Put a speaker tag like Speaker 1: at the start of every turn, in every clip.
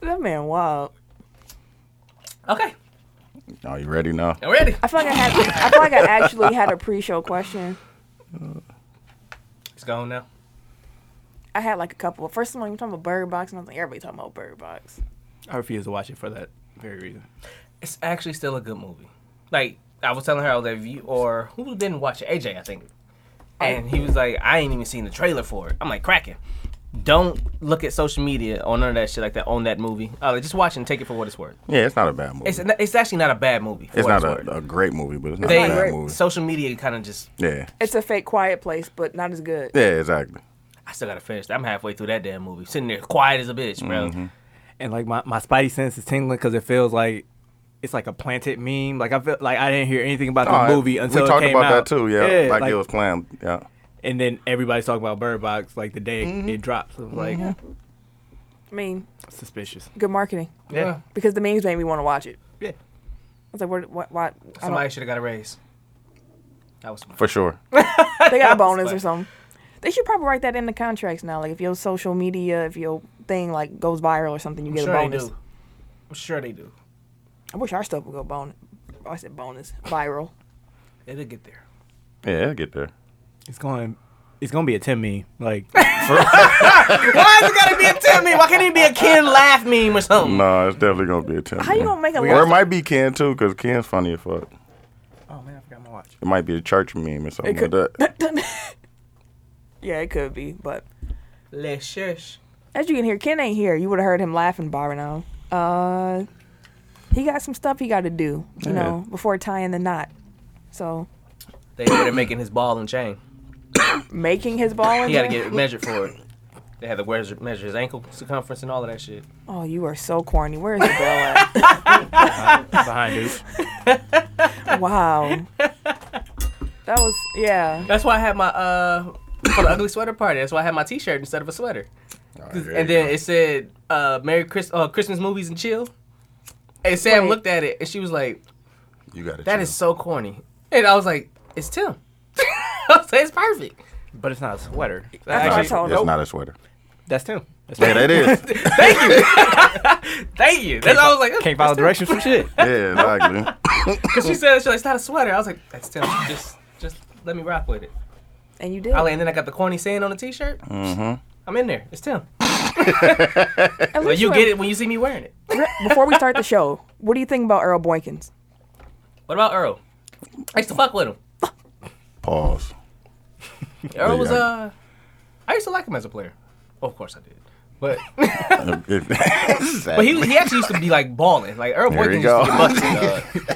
Speaker 1: That man wild.
Speaker 2: Okay,
Speaker 3: Are you ready now?
Speaker 2: I'm ready.
Speaker 1: I feel like I had. I feel like I actually had a pre-show question.
Speaker 2: It's gone now.
Speaker 1: I had like a couple. First of all, you're talking about Bird Box, and I was like, everybody talking about Bird Box.
Speaker 4: I refuse to watch it for that very reason.
Speaker 2: It's actually still a good movie. Like I was telling her, I was like, if you or who didn't watch it? AJ, I think. And he was like, I ain't even seen the trailer for it. I'm like, cracking. Don't look at social media or none of that shit like that on that movie. Uh, like, just watch it and take it for what it's worth.
Speaker 3: Yeah, it's not a bad movie.
Speaker 2: It's
Speaker 3: It's,
Speaker 2: it's actually not a bad movie. For what
Speaker 3: not
Speaker 2: it's worth.
Speaker 3: a, a great movie, but it's not
Speaker 2: They-
Speaker 3: a bad
Speaker 1: great.
Speaker 3: movie.
Speaker 2: social media kind of just.
Speaker 3: Yeah.
Speaker 1: It's a fake quiet place, but not as good.
Speaker 3: Yeah, exactly.
Speaker 2: I still gotta finish. that. I'm halfway through that damn movie, sitting there quiet as a bitch, bro.
Speaker 3: Mm-hmm.
Speaker 4: And like my, my spidey sense is tingling because it feels like it's like a planted meme. Like I feel like I didn't hear anything about
Speaker 3: Oh,
Speaker 4: the movie until
Speaker 3: we
Speaker 4: it
Speaker 3: talked
Speaker 4: came
Speaker 3: about
Speaker 4: out.
Speaker 3: that too. Yeah, like,
Speaker 4: like-
Speaker 3: it was planned. Yeah,
Speaker 4: and then everybody's talking about Bird Box like the day it drops. It was like
Speaker 1: I mean,
Speaker 4: suspicious.
Speaker 1: good marketing
Speaker 2: Yeah.
Speaker 1: because the memes made me want to watch it.
Speaker 4: Yeah.
Speaker 1: I was like, what? What? why I don't-
Speaker 2: Somebody should have got a raise. That was
Speaker 3: for sure.
Speaker 1: they got a bonus or something. They should probably write that in the contracts now. Like if your social media, if your thing like goes viral or something, you
Speaker 2: I'm
Speaker 1: get
Speaker 2: sure
Speaker 1: a
Speaker 2: they
Speaker 1: bonus.
Speaker 2: do. I'm sure they do.
Speaker 1: I wish our stuff would go bonus. I said bonus viral.
Speaker 2: It'll get there.
Speaker 3: Yeah, it'll get there.
Speaker 4: It's going. It's gonna be a Tim meme. Like
Speaker 2: Why is it gotta be a Tim meme? Why can't it be a Ken laugh meme or something?
Speaker 3: No, it's definitely gonna be a ten.
Speaker 1: How you gonna make a
Speaker 3: Or it
Speaker 1: laugh?
Speaker 3: might be Ken too, because Ken's funny as fuck.
Speaker 4: oh man, I forgot my watch.
Speaker 3: It might be a church meme or something
Speaker 1: could-
Speaker 3: like that.
Speaker 1: yeah, it could be, but
Speaker 2: Let's shush.
Speaker 1: as you can hear, Ken ain't here. You would have heard him laughing by now. Uh, he got some stuff he got to do, you know, before tying the knot. So
Speaker 2: They over there making his ball and chain.
Speaker 1: making his ball. in
Speaker 2: He gotta
Speaker 1: there-
Speaker 2: get it measured for it. They had to measure, measure his ankle circumference and all of that shit.
Speaker 1: Oh, you are so corny. Where is the ball at?
Speaker 4: Behind dude.
Speaker 1: wow. That was yeah.
Speaker 2: That's why I had my uh for the ugly sweater party. That's why I had my T-shirt instead of a sweater. and then it said uh "Merry Chris- uh, Christmas movies and chill." And Sam
Speaker 1: Wait.
Speaker 2: looked at it and she was like,
Speaker 3: you got it.
Speaker 2: "That is so corny." And I was like, "It's Tim." I was like, "It's perfect."
Speaker 4: But it's not a sweater.
Speaker 1: That's what I
Speaker 2: Actually,
Speaker 1: told
Speaker 3: It's
Speaker 1: him.
Speaker 3: not a sweater.
Speaker 4: That's Tim. That's
Speaker 3: Yeah, that is.
Speaker 2: Thank you. That's why I was like,
Speaker 4: Can't follow directions for shit.
Speaker 3: Yeah, exactly.
Speaker 2: Because she said she's like, "It's not a sweater." I was like, "That's Tim. Just, just let me rock with it."
Speaker 1: And you did.
Speaker 2: I like, and then I got the corny saying on the T-shirt.
Speaker 1: Mm-hmm.
Speaker 2: I'm in there. It's Tim.
Speaker 1: At
Speaker 2: But
Speaker 1: least
Speaker 2: you
Speaker 1: were-
Speaker 2: get it when you see me wearing it.
Speaker 1: Before we start the show, what do you think about Earl Boykins?
Speaker 2: What about Earl? I used to fuck with him.
Speaker 3: Pause.
Speaker 2: Earl
Speaker 3: Yeah,
Speaker 2: was
Speaker 3: I-
Speaker 2: uh, I used to like him as a player. Of course I did, but but he was, he actually used to be like balling. Like Earl
Speaker 3: There
Speaker 2: Boykin
Speaker 3: you
Speaker 2: used to
Speaker 3: go.
Speaker 2: get busted, uh,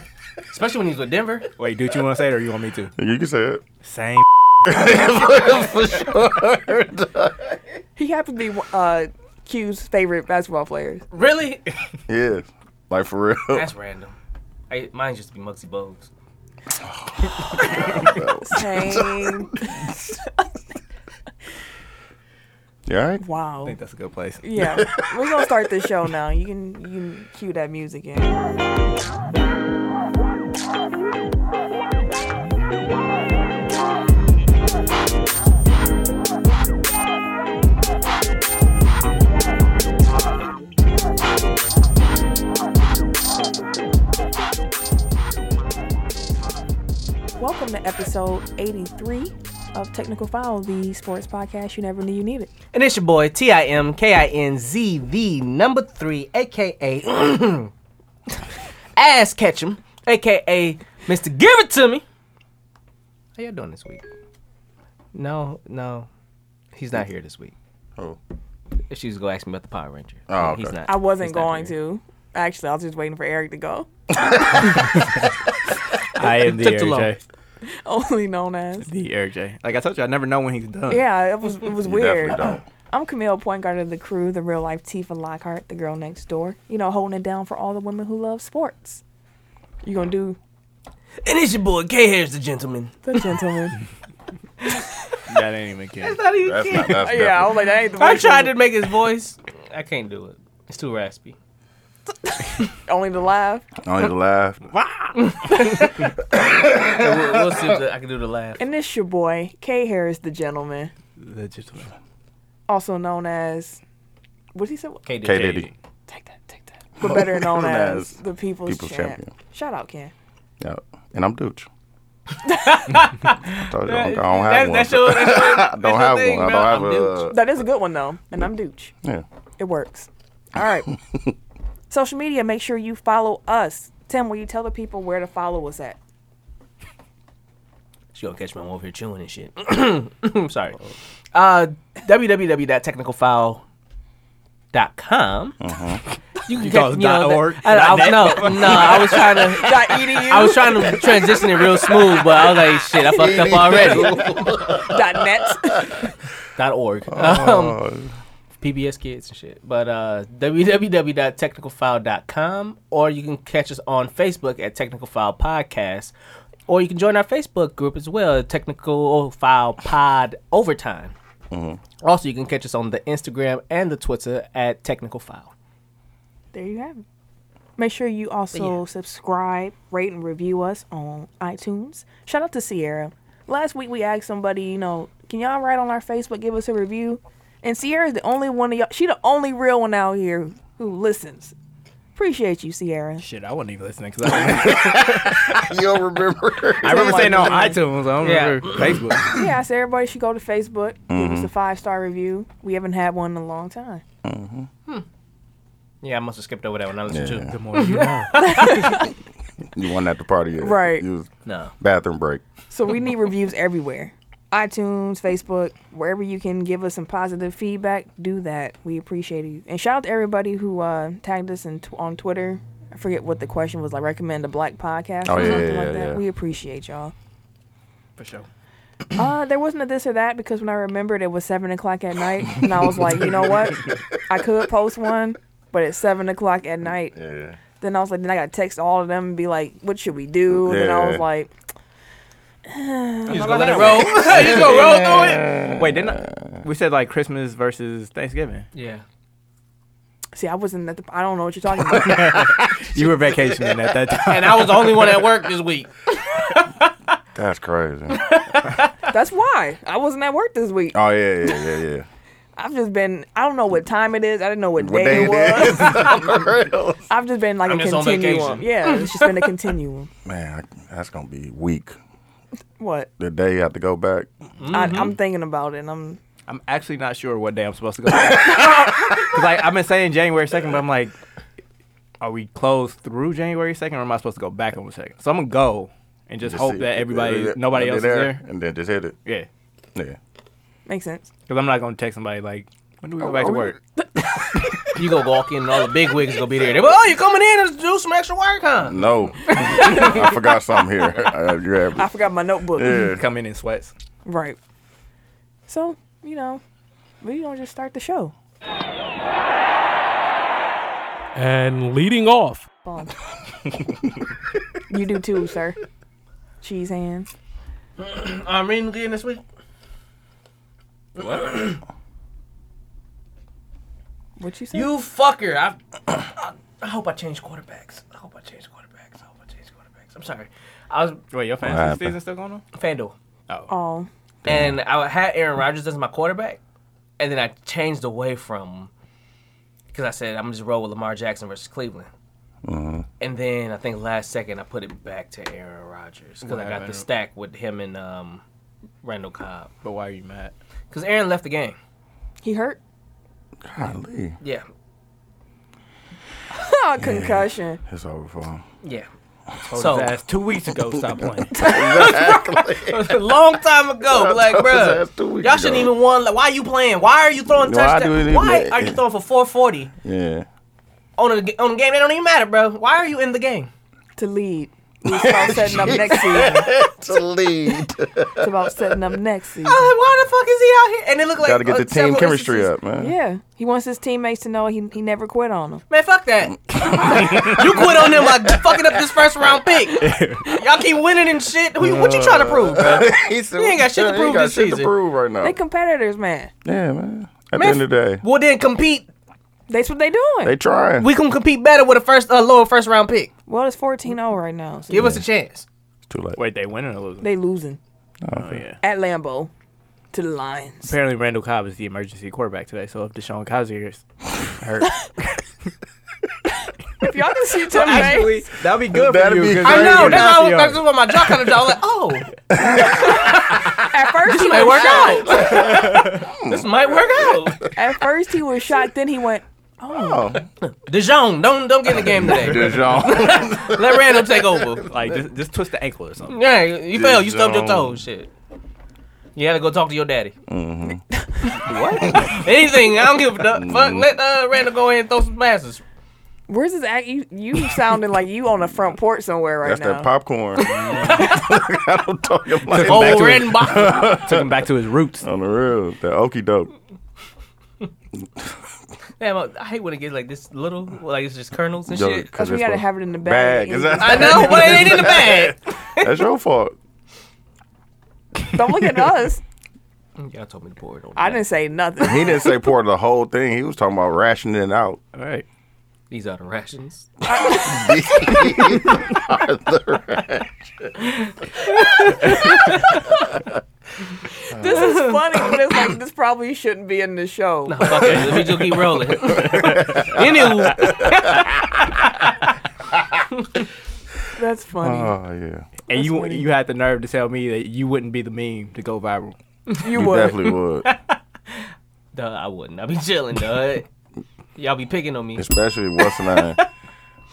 Speaker 2: especially when he was with Denver.
Speaker 4: Wait, dude, you want to say it or you want me to?
Speaker 3: you can say it.
Speaker 4: Same.
Speaker 3: For sure.
Speaker 1: He happened to be uh, Q's favorite basketball players.
Speaker 2: Really?
Speaker 3: Yes. Like for real.
Speaker 2: That's random. I, mine used to be Muggsy Bogues.
Speaker 1: Same.
Speaker 3: You all right?
Speaker 4: I
Speaker 1: wow.
Speaker 4: think that's a good place.
Speaker 1: Yeah, we're gonna start this show now. You can you can cue that music in. Welcome to episode 83 of Technical File, the sports podcast you never knew you needed.
Speaker 2: And it's your boy T I M K I N Z the number three, aka Ass Ketchum, aka Mr. Give It To Me. How y'all doing this week? No, no, he's not here this week.
Speaker 3: Oh.
Speaker 2: If she was gonna ask me about the Power Ranger,
Speaker 3: Oh, okay.
Speaker 2: he's not.
Speaker 1: I wasn't
Speaker 2: he's not
Speaker 1: going
Speaker 2: here.
Speaker 1: to. Actually, I was just waiting for Eric to go.
Speaker 4: I am the
Speaker 2: Took too
Speaker 4: Eric J.
Speaker 1: Only known as.
Speaker 4: The Eric J. Like I told you, I never know when he's done.
Speaker 1: Yeah, it was it was
Speaker 3: You
Speaker 1: weird.
Speaker 3: definitely don't.
Speaker 1: I'm Camille, point guard of the crew, the real life Tifa Lockhart, the girl next door. You know, holding it down for all the women who love sports. You gonna do
Speaker 2: And it's your boy K Harris, the gentleman.
Speaker 1: the gentleman?
Speaker 4: That ain't even kidding.
Speaker 2: Not even
Speaker 3: That's not that's
Speaker 1: yeah, I
Speaker 3: yeah,
Speaker 1: was like, that ain't the
Speaker 2: I
Speaker 1: voice for
Speaker 2: tried
Speaker 1: me.
Speaker 2: to make his voice. I can't do it. It's too raspy.
Speaker 1: only the laugh.
Speaker 3: only the laugh.
Speaker 2: We'll, we'll see if I can do the laugh.
Speaker 1: And this your boy K Harris, the gentleman.
Speaker 4: Legitimate.
Speaker 1: also known as what he say?
Speaker 2: K Diddy.
Speaker 3: K Diddy.
Speaker 1: Take that, take that. But better known as,
Speaker 3: As
Speaker 1: the People's,
Speaker 3: People's
Speaker 1: Champ.
Speaker 3: Champion.
Speaker 1: Shout out, Ken.
Speaker 3: Yeah. And I'm Dooch. I told you I don't, I don't
Speaker 2: That-
Speaker 3: have
Speaker 2: that's
Speaker 3: one.
Speaker 2: your- that's your-
Speaker 3: I
Speaker 2: that's
Speaker 3: don't
Speaker 2: your
Speaker 3: have
Speaker 2: thing,
Speaker 3: one. I
Speaker 2: bro.
Speaker 3: don't have
Speaker 2: I'm
Speaker 3: a.
Speaker 1: That is a good one though, and I'm Dooch.
Speaker 3: Yeah.
Speaker 1: It works. All right. Social media. Make sure you follow us. Tim, will you tell the people where to follow us at?
Speaker 2: She gonna catch me. I'm over here chewing and shit. I'm sorry. Uh, www.technicalfile.com.
Speaker 3: Uh-huh.
Speaker 2: You can
Speaker 4: thought
Speaker 2: catch
Speaker 4: it was
Speaker 2: me on
Speaker 4: dot
Speaker 2: the-
Speaker 4: org,
Speaker 2: I, I
Speaker 4: dot
Speaker 2: was, no, no, I was trying to.
Speaker 1: Dot edu.
Speaker 2: I was trying to transition it real smooth, but I was like, shit, I fucked up already.
Speaker 1: dot net.
Speaker 2: dot org. Um,
Speaker 3: Oh,
Speaker 2: PBS Kids and shit. But uh, www.technicalfile.com or you can catch us on Facebook at Technical File Podcast or you can join our Facebook group as well, Technical File Pod Overtime. Also, you can catch us on the Instagram and the Twitter at Technical File.
Speaker 1: There you have it. Make sure you also subscribe, rate, and review us on iTunes. Shout out to Sierra. Last week we asked somebody, you know, can y'all write on our Facebook, give us a review? And Sierra's the only one of y'all. She the only real one out here who listens. Appreciate you, Sierra.
Speaker 4: Shit, I wasn't even listening because I,
Speaker 3: you don't remember?
Speaker 4: I remember saying on iTunes. I don't
Speaker 2: Yeah.
Speaker 4: remember Facebook.
Speaker 1: Yeah, I say everybody should go to Facebook, give us a five star review. We haven't had one in a long time.
Speaker 2: Yeah, I must have skipped over that one. I listened
Speaker 3: Yeah.
Speaker 2: to
Speaker 4: The more you know.
Speaker 3: You weren't at the party yet.
Speaker 1: Right.
Speaker 3: You was
Speaker 2: No.
Speaker 3: bathroom break.
Speaker 1: So we need reviews everywhere. iTunes, Facebook, wherever you can give us some positive feedback, do that. We appreciate you. And shout out to everybody who uh, tagged us in tw- on Twitter. I forget what the question was. Like recommend a black podcast
Speaker 3: Oh,
Speaker 1: or
Speaker 3: yeah,
Speaker 1: something
Speaker 3: yeah,
Speaker 1: like that.
Speaker 3: yeah.
Speaker 1: We appreciate y'all.
Speaker 4: For sure.
Speaker 1: Uh, there wasn't a this or that because when I remembered it was seven o'clock at night, and I was like, you know what, I could post one, but it's seven o'clock at night.
Speaker 3: Yeah.
Speaker 1: Then I was like, then I got to text all of them and be like, what should we do? And Then I was
Speaker 3: Yeah.
Speaker 1: like,
Speaker 4: You just gonna let it roll. you just gonna roll through it. Wait, didn't I, we said like Christmas versus Thanksgiving?
Speaker 2: Yeah.
Speaker 1: see, I wasn't at the. I don't know what you're talking about.
Speaker 4: You were vacationing at that time.
Speaker 2: And I was the only one at work this week.
Speaker 3: That's crazy.
Speaker 1: That's why I wasn't at work this week.
Speaker 3: Oh yeah, yeah, yeah, yeah.
Speaker 1: I've just been. I don't know what time it is. I didn't know what,
Speaker 3: What
Speaker 1: day, it
Speaker 3: day it
Speaker 1: was.
Speaker 3: For real.
Speaker 1: I've just been like
Speaker 2: I'm
Speaker 1: a
Speaker 2: just on
Speaker 1: continuum.
Speaker 2: vacation.
Speaker 1: Yeah, it's just been a continuum.
Speaker 3: Man, I, that's gonna be weak.
Speaker 1: What
Speaker 3: The day you have to go back.
Speaker 1: I, I'm thinking about it. And I'm.
Speaker 4: I'm actually not sure what day I'm supposed to go. Because like I've been saying January second, but I'm like, are we closed through January second, or am I supposed to go back on the second? So I'm gonna go and just,
Speaker 3: Just
Speaker 4: hope
Speaker 3: see-
Speaker 4: that everybody,
Speaker 3: yeah,
Speaker 4: nobody
Speaker 3: yeah,
Speaker 4: else is
Speaker 3: there,
Speaker 4: there.
Speaker 3: and then just hit it.
Speaker 4: Yeah,
Speaker 3: Yeah.
Speaker 1: Makes sense.
Speaker 4: because I'm not gonna text somebody like, when do we go back to work?
Speaker 2: You gonna walk in and all the big wigs gonna be there. They go, oh, you coming in to do some extra work, huh?
Speaker 3: No, I forgot something here. Uh, I grabbed
Speaker 1: I
Speaker 3: it.
Speaker 1: forgot my notebook.
Speaker 3: Yeah.
Speaker 4: Come in in sweats.
Speaker 1: Right. So you know, we don't just start the show.
Speaker 5: And leading off,
Speaker 1: Bob. you do too, sir. Cheese hands.
Speaker 2: I'm reading again this week.
Speaker 1: What you say?
Speaker 2: You fucker. I, I hope I change quarterbacks. I hope I change quarterbacks. I hope I change quarterbacks. I'm sorry. I was
Speaker 4: Wait, your
Speaker 3: What
Speaker 4: fantasy
Speaker 3: happened?
Speaker 4: season still going on?
Speaker 2: FanDuel.
Speaker 1: Oh,
Speaker 2: And I had Aaron Rodgers as my quarterback. And then I changed away from because I said I'm just roll with Lamar Jackson versus Cleveland.
Speaker 3: Mm-hmm.
Speaker 2: And then I think last second I put it back to Aaron Rodgers because I got the
Speaker 4: Whatever.
Speaker 2: stack with him and um, Randall Cobb
Speaker 4: But why are you mad?
Speaker 2: because Aaron left the game.
Speaker 1: he hurt.
Speaker 3: Golly,
Speaker 2: Yeah,
Speaker 1: Oh, concussion.
Speaker 3: it's over for him.
Speaker 2: yeah.
Speaker 4: So
Speaker 2: So
Speaker 4: that's two weeks ago. Stop playing.
Speaker 2: a long time ago, like bruh.
Speaker 3: That's two weeks
Speaker 2: Y'all shouldn't
Speaker 3: ago.
Speaker 2: even won. Like, why you playing? Why are you throwing
Speaker 3: Why
Speaker 2: touchdowns?
Speaker 3: do we
Speaker 2: Why,
Speaker 3: even-
Speaker 2: are you throwing for 440
Speaker 3: Yeah.
Speaker 2: on a on a game that don't even matter, bro? Why are you in the game?
Speaker 1: To lead. We start setting up next season.
Speaker 3: To lead.
Speaker 1: It's about setting up next season.
Speaker 2: I'm like, Oh, why the fuck is he out here? And it looked like
Speaker 3: Got to get
Speaker 2: uh,
Speaker 3: the team
Speaker 2: several
Speaker 3: chemistry
Speaker 2: instances-
Speaker 3: up, man.
Speaker 1: Yeah, he wants his teammates to know he he never quit on them.
Speaker 2: Man, fuck that. you quit on him by fucking up this first round pick. Y'all keep winning and shit. Who, what you trying to prove, bro?
Speaker 3: he said,
Speaker 2: He ain't got shit to
Speaker 3: "Yeah,
Speaker 2: prove
Speaker 3: got
Speaker 2: this
Speaker 3: shit to
Speaker 2: season."
Speaker 3: prove right now.
Speaker 1: They competitors, man.
Speaker 3: yeah, man.
Speaker 2: Man,
Speaker 3: At the end of the day,
Speaker 2: Well, then compete.
Speaker 1: That's what they doing.
Speaker 3: they trying.
Speaker 2: We can compete better with a first, uh, lower first round pick.
Speaker 1: well, it's 14-0 right now. So
Speaker 2: Give us a chance.
Speaker 3: Too late.
Speaker 4: Wait, they winning or losing?
Speaker 1: They losing
Speaker 4: Oh yeah.
Speaker 1: at Lambeau. to the Lions.
Speaker 4: Apparently, Randall Cobb is the emergency quarterback today. So if Deshaun Kaiser is hurt,
Speaker 1: If y'all can see Tim May,
Speaker 4: that'll be good
Speaker 3: That'd be-
Speaker 4: 'cause
Speaker 2: I
Speaker 4: they're
Speaker 2: know.
Speaker 4: gonna
Speaker 2: That's why I
Speaker 4: be
Speaker 2: was,
Speaker 4: on-
Speaker 2: that's what my jaw kind of dropped. I was like, oh,
Speaker 1: at first he
Speaker 2: might
Speaker 1: was
Speaker 2: work
Speaker 1: shocked.
Speaker 2: out. this might work out.
Speaker 1: At first he was shocked. Then he went,
Speaker 3: Oh,
Speaker 2: Dijon, don't don't get in the game today.
Speaker 3: Dijon.
Speaker 2: Let Random take over.
Speaker 4: Like just, just twist the ankle or something.
Speaker 2: Yeah, you fell. You stubbed your
Speaker 4: um,
Speaker 3: Dijon.
Speaker 2: toe. Shit. You had to go talk to your daddy.
Speaker 4: Mm-hmm.
Speaker 2: what? Anything. I don't give a du- fuck. Let uh, Randall go ahead and throw some passes.
Speaker 1: "Where's his act? You, you sounding like you on the front porch somewhere right
Speaker 3: That's
Speaker 1: now."
Speaker 3: that popcorn. I don't talk about
Speaker 2: Oh,
Speaker 4: back to his-
Speaker 2: Randall.
Speaker 4: Took him back to his roots.
Speaker 3: On the real, that okie doke.
Speaker 2: Damn, I- I hate when it gets like this little, like it's just kernels and
Speaker 3: Yo,
Speaker 2: shit.
Speaker 1: Cause we
Speaker 3: it's
Speaker 1: gotta
Speaker 3: supposed-
Speaker 1: have it in the bag.
Speaker 3: bag.
Speaker 1: And
Speaker 3: Is
Speaker 1: just-
Speaker 2: I
Speaker 3: that-
Speaker 2: know, but it ain't in the bag.
Speaker 3: That's your fault.
Speaker 1: Don't look at us.
Speaker 2: Mm, Y'all told me to pour it on.
Speaker 1: I didn't say nothing.
Speaker 3: He didn't say pour the whole thing. He was talking about rationing it out.
Speaker 4: All right.
Speaker 2: These are the rations.
Speaker 1: this is funny, but it's like this probably shouldn't be in the show.
Speaker 2: Fuck it, let me just keep rolling. Anywho,
Speaker 1: That's funny.
Speaker 3: Oh yeah,
Speaker 4: And you
Speaker 1: funny.
Speaker 4: you had the nerve to tell me that you wouldn't be the meme to go viral.
Speaker 1: you
Speaker 3: you
Speaker 1: would.
Speaker 3: definitely would,
Speaker 2: duh, I wouldn't. I be chilling, duh. Y'all be picking on me.
Speaker 3: especially what's name.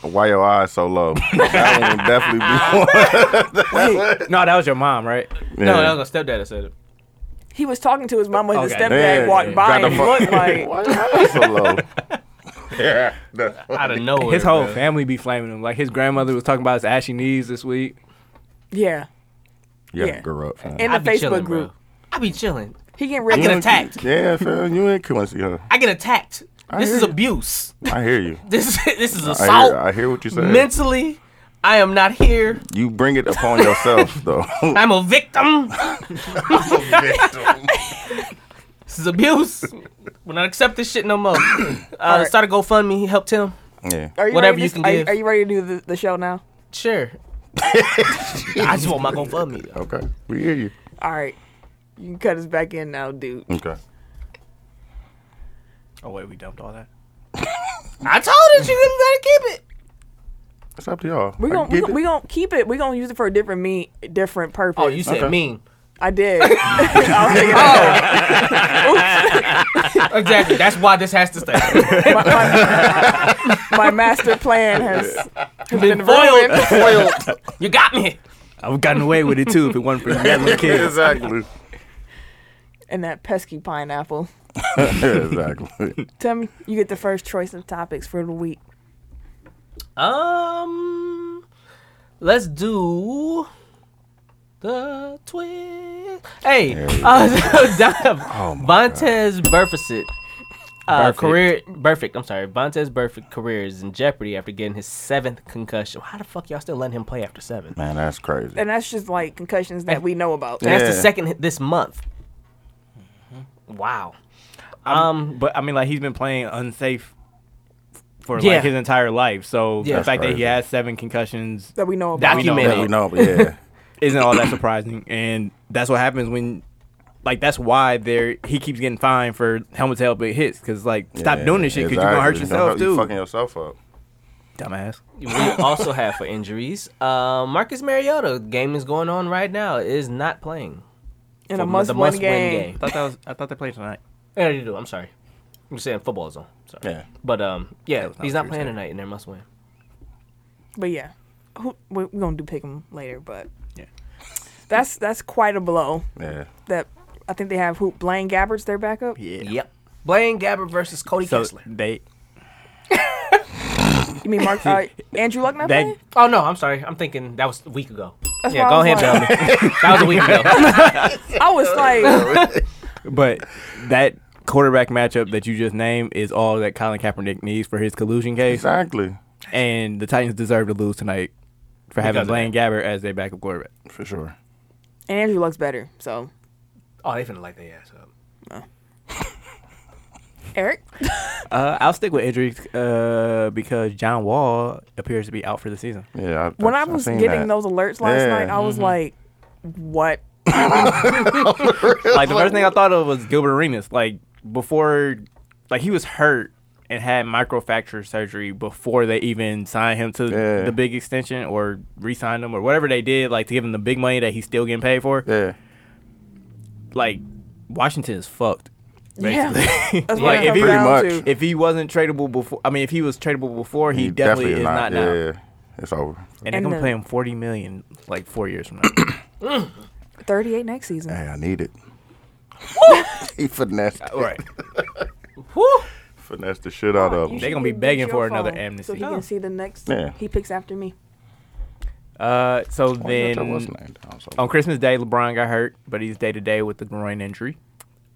Speaker 3: Why your eyes so low? That one would definitely
Speaker 4: No, that was your mom, right?
Speaker 3: be one.
Speaker 2: No,
Speaker 3: Yeah.
Speaker 2: that was my stepdad that said it.
Speaker 1: He was talking to his mama. His
Speaker 4: Okay.
Speaker 1: stepdad
Speaker 3: Yeah,
Speaker 1: walked by and
Speaker 3: got the
Speaker 1: he
Speaker 3: fu-
Speaker 1: looked like.
Speaker 3: Why your eyes so low? Yeah, that's
Speaker 2: Out of nowhere.
Speaker 4: His whole
Speaker 2: bruh.
Speaker 4: family be flaming him. Like his grandmother was talking about his ashy knees this week.
Speaker 1: Yeah.
Speaker 3: yeah,
Speaker 1: Yeah.
Speaker 3: grow up. fam.
Speaker 1: In
Speaker 2: I
Speaker 1: the
Speaker 2: be
Speaker 1: Facebook
Speaker 2: chilling,
Speaker 1: group.
Speaker 2: Bro. I be chilling.
Speaker 1: He getting
Speaker 2: I
Speaker 1: ready.
Speaker 2: get attacked.
Speaker 3: Yeah, fam, you ain't Quincy, huh?
Speaker 2: I get attacked. This
Speaker 3: hear
Speaker 2: is
Speaker 3: you.
Speaker 2: abuse.
Speaker 3: I hear you.
Speaker 2: This this is
Speaker 3: I hear,
Speaker 2: assault.
Speaker 3: I hear what you're saying.
Speaker 2: Mentally, I am not here.
Speaker 3: you bring it upon yourself, though.
Speaker 2: I'm a victim. This is abuse. We're not accept this shit no more. Uh,
Speaker 1: Alright.
Speaker 2: Start a GoFundMe. Help Tim.
Speaker 3: yeah.
Speaker 1: Are you
Speaker 2: Whatever
Speaker 1: ready
Speaker 2: you
Speaker 1: to,
Speaker 2: can
Speaker 1: are,
Speaker 2: give.
Speaker 1: Are you ready to do the, the show now?
Speaker 2: Sure. I just want my GoFundMe. though.
Speaker 3: Okay. We hear you.
Speaker 1: All right. You can cut us back in now, dude.
Speaker 3: Okay.
Speaker 4: Oh wait, we dumped all that.
Speaker 2: I told her you gotta keep it.
Speaker 3: It's up to y'all.
Speaker 1: We're
Speaker 3: I
Speaker 1: gonna
Speaker 3: get
Speaker 1: we're, we gonna keep it. We're gonna use it for a different me different purpose.
Speaker 2: Oh, you said
Speaker 3: Okay.
Speaker 2: mean.
Speaker 1: I did. I
Speaker 2: Exactly. That's why this has to stay.
Speaker 1: was thinking, oh, my, my, my master plan has, has been
Speaker 2: foiled.
Speaker 1: ruined.
Speaker 3: it.
Speaker 2: You got me.
Speaker 4: I've gotten away with it too if it wasn't for yelling kids.
Speaker 3: exactly.
Speaker 1: And that pesky pineapple.
Speaker 3: exactly.
Speaker 1: Tell me, you get the first choice of topics for the week.
Speaker 2: Um, let's do the twist. Hey, uh, Dom, Vontez Burficit. Uh,
Speaker 4: Burfict.
Speaker 2: career perfect. I'm sorry, Vontez Burfict career is in jeopardy after getting his seventh concussion. How the fuck y'all still letting him play after seven?
Speaker 3: Man, that's crazy.
Speaker 1: And that's just like concussions that we know about.
Speaker 2: And That's the
Speaker 3: Yeah.
Speaker 2: second hit this month. Wow. Um,
Speaker 4: But I mean, like he's been playing unsafe for
Speaker 2: Yeah.
Speaker 4: like his entire life. So
Speaker 2: Yeah.
Speaker 4: the fact that he
Speaker 3: crazy.
Speaker 4: has seven concussions
Speaker 1: That we know about.
Speaker 4: Document-
Speaker 3: That we know, but yeah.
Speaker 4: isn't all that surprising. And that's what happens when, like, that's why there he keeps getting fined for helmet to help big hits. Because like, stop
Speaker 3: Yeah,
Speaker 4: doing this shit because you're gonna hurt
Speaker 3: exactly.
Speaker 4: yourself
Speaker 3: you
Speaker 4: too.
Speaker 3: fucking yourself up.
Speaker 4: Dumbass.
Speaker 2: we also have for injuries. Uh, Marcus Mariota game is going on right now. Is not playing.
Speaker 1: in
Speaker 2: For
Speaker 1: a
Speaker 2: the
Speaker 1: must, win,
Speaker 2: must-win
Speaker 1: game.
Speaker 2: game.
Speaker 4: I thought that was. I thought they played tonight.
Speaker 2: Yeah, you do. I'm sorry. I'm just saying football is on. Sorry.
Speaker 3: Yeah.
Speaker 2: But um, yeah,
Speaker 4: was not
Speaker 2: he's not
Speaker 4: what you
Speaker 2: playing
Speaker 4: said.
Speaker 2: tonight, and they must win.
Speaker 1: But yeah, Who, we're, we're gonna do pick 'em later. But
Speaker 4: Yeah.
Speaker 1: that's that's quite a blow.
Speaker 3: Yeah.
Speaker 1: That I think they have who Blaine Gabbert's their backup.
Speaker 4: Yeah.
Speaker 2: Yep. Blaine Gabbert versus Cody
Speaker 4: So
Speaker 2: Kessler.
Speaker 4: they
Speaker 1: You mean Mark uh, Andrew Luck not
Speaker 4: That-
Speaker 1: playing?
Speaker 2: Oh no, I'm sorry. I'm thinking that was a week ago.
Speaker 1: That's
Speaker 2: yeah,
Speaker 1: why I
Speaker 2: go
Speaker 1: was
Speaker 2: ahead, tell
Speaker 1: like-
Speaker 2: me. That was a week ago.
Speaker 1: I was like,
Speaker 4: But that quarterback matchup that you just named is all that Colin Kaepernick needs for his collusion case,
Speaker 3: Exactly.
Speaker 4: and the Titans deserve to lose tonight for
Speaker 2: Because
Speaker 4: having
Speaker 2: of
Speaker 4: Blaine Gabbert as their backup quarterback.
Speaker 3: For sure.
Speaker 1: and Andrew Luck's better. So
Speaker 2: Oh, they finna light their ass up.
Speaker 1: Eric,
Speaker 4: Uh, I'll stick with injuries uh, because John Wall appears to be out for the season.
Speaker 3: Yeah. I,
Speaker 1: when I
Speaker 3: I've
Speaker 1: was
Speaker 3: seen
Speaker 1: getting
Speaker 3: that.
Speaker 4: Mm-hmm.
Speaker 1: those alerts last
Speaker 3: Yeah,
Speaker 1: night, I was like, what
Speaker 4: like the first thing I thought of was Gilbert Arenas. Like before, like he was hurt and had microfracture surgery before they even signed him to
Speaker 3: Yeah.
Speaker 4: the big extension or re-signed him or whatever they did, like to give him the big money that he's still getting paid for.
Speaker 3: Yeah.
Speaker 4: Like Washington is fucked.
Speaker 1: Yeah. That's what
Speaker 4: Like,
Speaker 1: it
Speaker 4: if
Speaker 1: comes
Speaker 4: you-
Speaker 1: down
Speaker 3: Pretty
Speaker 1: to.
Speaker 4: If he wasn't tradable before, I mean, if he was tradable before, he,
Speaker 3: He
Speaker 4: definitely, is not, now.
Speaker 3: Yeah, it's over.
Speaker 4: And they're
Speaker 1: And
Speaker 4: gonna
Speaker 1: the-
Speaker 4: pay him forty million like four years from now.
Speaker 1: 38 next season.
Speaker 3: Hey, I need it. he finessed, it.
Speaker 4: right.
Speaker 3: finessed the shit out of
Speaker 1: You
Speaker 3: him.
Speaker 4: They
Speaker 1: should
Speaker 4: gonna be
Speaker 1: get
Speaker 4: begging
Speaker 1: your Oh.
Speaker 4: for another
Speaker 1: So he
Speaker 4: amnesty.
Speaker 1: can see the next.
Speaker 3: Yeah.
Speaker 1: He picks after me.
Speaker 4: Uh, so
Speaker 3: Oh,
Speaker 4: then Oh.
Speaker 3: that was named. I'm sorry.
Speaker 4: on Christmas Day, LeBron got hurt, but he's day to day with the groin injury.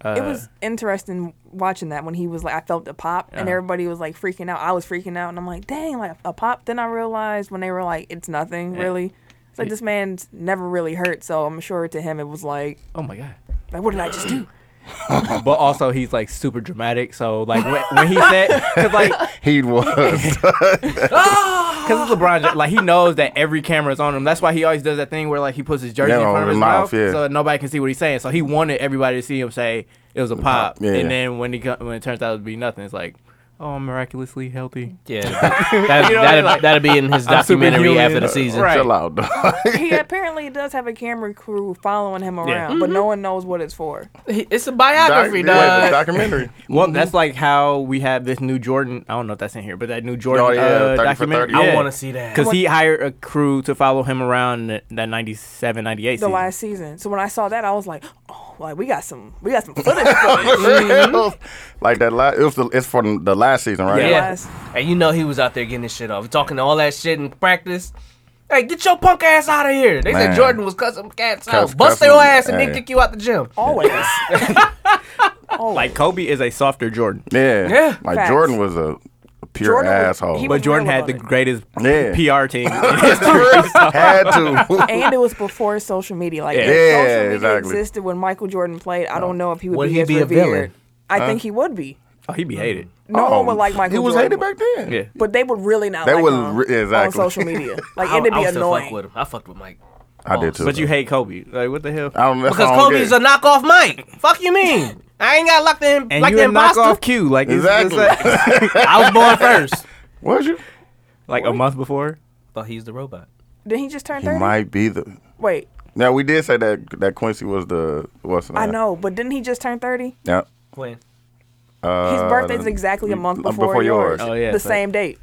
Speaker 1: it was interesting watching that when he was like, I felt the pop, and
Speaker 4: Uh-huh.
Speaker 1: everybody was like freaking out. I was freaking out, and I'm like, dang, like a pop. Then I realized when they were like, it's nothing really. It's like this man's never really hurt, so I'm sure to him it was like,
Speaker 4: Oh my god.
Speaker 1: like what did I just do?
Speaker 4: but also he's like super dramatic. So like when, when he said, cause like,
Speaker 3: He was.
Speaker 4: cause it's LeBron, James, like he knows that every camera is on him. That's why he always does that thing where like he puts his jersey
Speaker 3: Yeah,
Speaker 4: in front
Speaker 3: over
Speaker 4: of his
Speaker 3: the mouth,
Speaker 4: mouth,
Speaker 3: yeah.
Speaker 4: so that nobody can see what he's saying. So he wanted everybody to see him say it was a pop,
Speaker 3: yeah.
Speaker 4: and then when he co- when it turns out to be nothing, it's like. Oh, I'm miraculously healthy.
Speaker 2: Yeah, that,
Speaker 4: You know,
Speaker 2: that'll,
Speaker 4: like-
Speaker 2: that'll be in his
Speaker 4: I'm
Speaker 2: documentary
Speaker 4: superhuman.
Speaker 2: after the season.
Speaker 4: Right.
Speaker 3: Chill out, dog.
Speaker 1: he apparently does have a camera crew following him around, but no one knows what it's for.
Speaker 2: It's a
Speaker 3: Doc-
Speaker 2: biography,
Speaker 3: wait,
Speaker 2: dog.
Speaker 3: the documentary.
Speaker 4: Well, that's like how we have this new Jordan. I don't know if that's in here, but that new Jordan
Speaker 3: Oh, yeah,
Speaker 4: uh,
Speaker 3: 30 for
Speaker 4: documentary.
Speaker 3: 30. I
Speaker 2: I
Speaker 3: Yeah.
Speaker 2: want to see that.
Speaker 4: because he hired a crew to follow him around that 97, 98
Speaker 1: The
Speaker 4: season.
Speaker 1: last season. So when I saw that, I was like, oh, like we got some, we got some footage. For this.
Speaker 3: like that last. It was the, it's from the last season, right?
Speaker 1: Yeah.
Speaker 2: yeah,
Speaker 1: Last-
Speaker 2: and you know he was out there getting his shit off, talking all that shit in practice. Hey, get your punk ass out of here! They said
Speaker 3: Man.
Speaker 2: Jordan was cussing cats
Speaker 3: Cuss-
Speaker 2: out. Bust
Speaker 3: cussing,
Speaker 2: your ass and
Speaker 3: hey.
Speaker 2: then kick you out the gym.
Speaker 1: Always. Always.
Speaker 4: Like Kobe is a softer Jordan.
Speaker 3: Yeah.
Speaker 2: Yeah.
Speaker 3: Like
Speaker 1: Facts.
Speaker 3: Jordan was a pure
Speaker 1: Jordan was-
Speaker 3: asshole.
Speaker 1: he was-
Speaker 4: But Jordan had the
Speaker 1: relevant.
Speaker 4: greatest
Speaker 3: Yeah.
Speaker 4: PR team.
Speaker 3: had to.
Speaker 1: and it was before social media. Like, if
Speaker 3: Yeah,
Speaker 1: social media
Speaker 3: exactly.
Speaker 1: existed when Michael Jordan played. I don't know if he would
Speaker 2: Would
Speaker 1: be
Speaker 2: he
Speaker 1: as
Speaker 2: be a
Speaker 1: revered.
Speaker 2: villain?
Speaker 1: I think he would be.
Speaker 4: oh, he be hated.
Speaker 1: No
Speaker 3: Oh,
Speaker 1: one would like Michael.
Speaker 3: He was
Speaker 1: Jordan.
Speaker 3: hated back then.
Speaker 4: Yeah.
Speaker 1: But they would really not.
Speaker 3: They
Speaker 1: like
Speaker 3: would
Speaker 1: him
Speaker 3: re- exactly.
Speaker 1: on social media. Like
Speaker 2: I,
Speaker 1: it'd
Speaker 2: I
Speaker 1: be
Speaker 2: would still fuck
Speaker 1: annoying.
Speaker 2: with him. I fucked with Mike
Speaker 3: I did too.
Speaker 4: But you
Speaker 3: though.
Speaker 4: hate Kobe. Like what the hell?
Speaker 3: I don't, that's
Speaker 2: because
Speaker 3: what I don't
Speaker 2: Kobe's
Speaker 3: get.
Speaker 2: a knockoff Mike. Fuck you mean? I ain't got locked in
Speaker 4: and
Speaker 2: like
Speaker 4: you
Speaker 2: the
Speaker 4: a knock
Speaker 2: imposter.
Speaker 4: off Q. Like it's- it's
Speaker 3: Exactly.
Speaker 4: like,
Speaker 2: I was born first.
Speaker 3: Was you?
Speaker 4: like a month before.
Speaker 2: Thought he's the robot.
Speaker 1: Did he just turn
Speaker 3: He
Speaker 1: thirty?
Speaker 3: might be the.
Speaker 1: Wait,
Speaker 3: Now we did say that that Quincy was the what's the
Speaker 1: I
Speaker 3: name?
Speaker 1: know, but didn't he just turn thirty?
Speaker 3: Yeah.
Speaker 2: When?
Speaker 3: Uh,
Speaker 1: His birthday's exactly a month
Speaker 3: uh,
Speaker 1: before,
Speaker 3: before
Speaker 1: yours.
Speaker 3: yours.
Speaker 4: Oh, yeah,
Speaker 1: the
Speaker 4: so-
Speaker 1: same date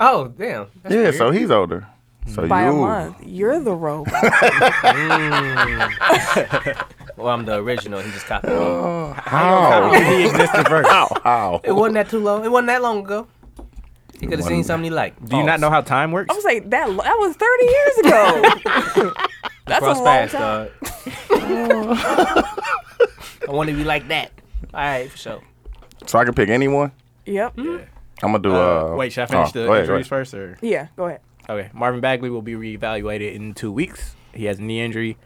Speaker 2: Oh damn. That's
Speaker 3: Yeah,
Speaker 2: weird.
Speaker 3: so he's older. So
Speaker 1: by
Speaker 3: you,
Speaker 1: a month. You're the robot.
Speaker 2: Well, I'm the original. He just copied
Speaker 3: Oh.
Speaker 2: me.
Speaker 3: How?
Speaker 4: He existed first.
Speaker 3: How?
Speaker 2: It wasn't that too long. It wasn't that long ago. He could have seen
Speaker 3: wasn't-
Speaker 2: something he liked.
Speaker 4: Do you not know how time works?
Speaker 1: I was like that. That was thirty years ago. That's a
Speaker 2: Cross
Speaker 1: long
Speaker 2: paths,
Speaker 1: time.
Speaker 2: dog. I want to be like that. All right, for sure.
Speaker 3: So I can pick anyone.
Speaker 1: Yep.
Speaker 2: Hmm?
Speaker 3: I'm gonna do.
Speaker 4: Uh,
Speaker 3: Uh,
Speaker 4: wait, should I finish
Speaker 3: oh,
Speaker 4: the
Speaker 3: go ahead, go ahead.
Speaker 4: injuries first? Or
Speaker 1: Yeah. Go ahead.
Speaker 4: okay, Marvin Bagley will be reevaluated in two weeks. He has a knee injury.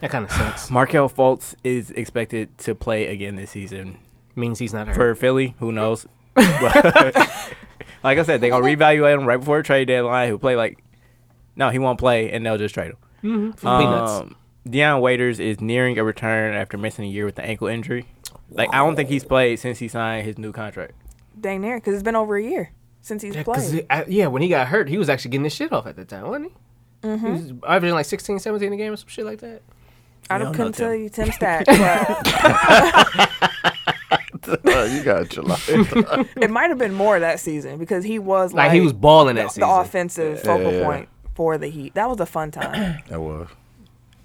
Speaker 2: That kind of sucks.
Speaker 4: Markel Fultz is expected to play again this season
Speaker 2: Means he's not hurt.
Speaker 4: for Philly. Who knows? like I said, they gonna reevaluate him right before trade deadline. He'll play like, no, he won't play, and they'll just trade him.
Speaker 2: peanuts.
Speaker 4: Um, Deion Waiters is nearing a return after missing a year with the ankle injury. Like I don't think he's played since he signed his new contract.
Speaker 1: Dang near, because it's been over a year since he's
Speaker 2: Yeah, 'cause
Speaker 1: played.
Speaker 2: it- I- yeah, when he got hurt, he was actually getting his shit off at the time, wasn't he?
Speaker 1: Mm-hmm.
Speaker 2: He was averaging like 16, 17 a game or some shit like that.
Speaker 1: I
Speaker 4: We
Speaker 1: don't
Speaker 4: all
Speaker 1: couldn't
Speaker 4: know
Speaker 1: tell
Speaker 4: Tim.
Speaker 1: you Tim Stack, but
Speaker 3: Uh, you got chill out.
Speaker 1: it might have been more that season because he was like,
Speaker 2: Like, he was balling that
Speaker 1: the
Speaker 2: season.
Speaker 1: offensive focal
Speaker 3: yeah.
Speaker 1: point for the Heat. That was a fun time.
Speaker 3: that was.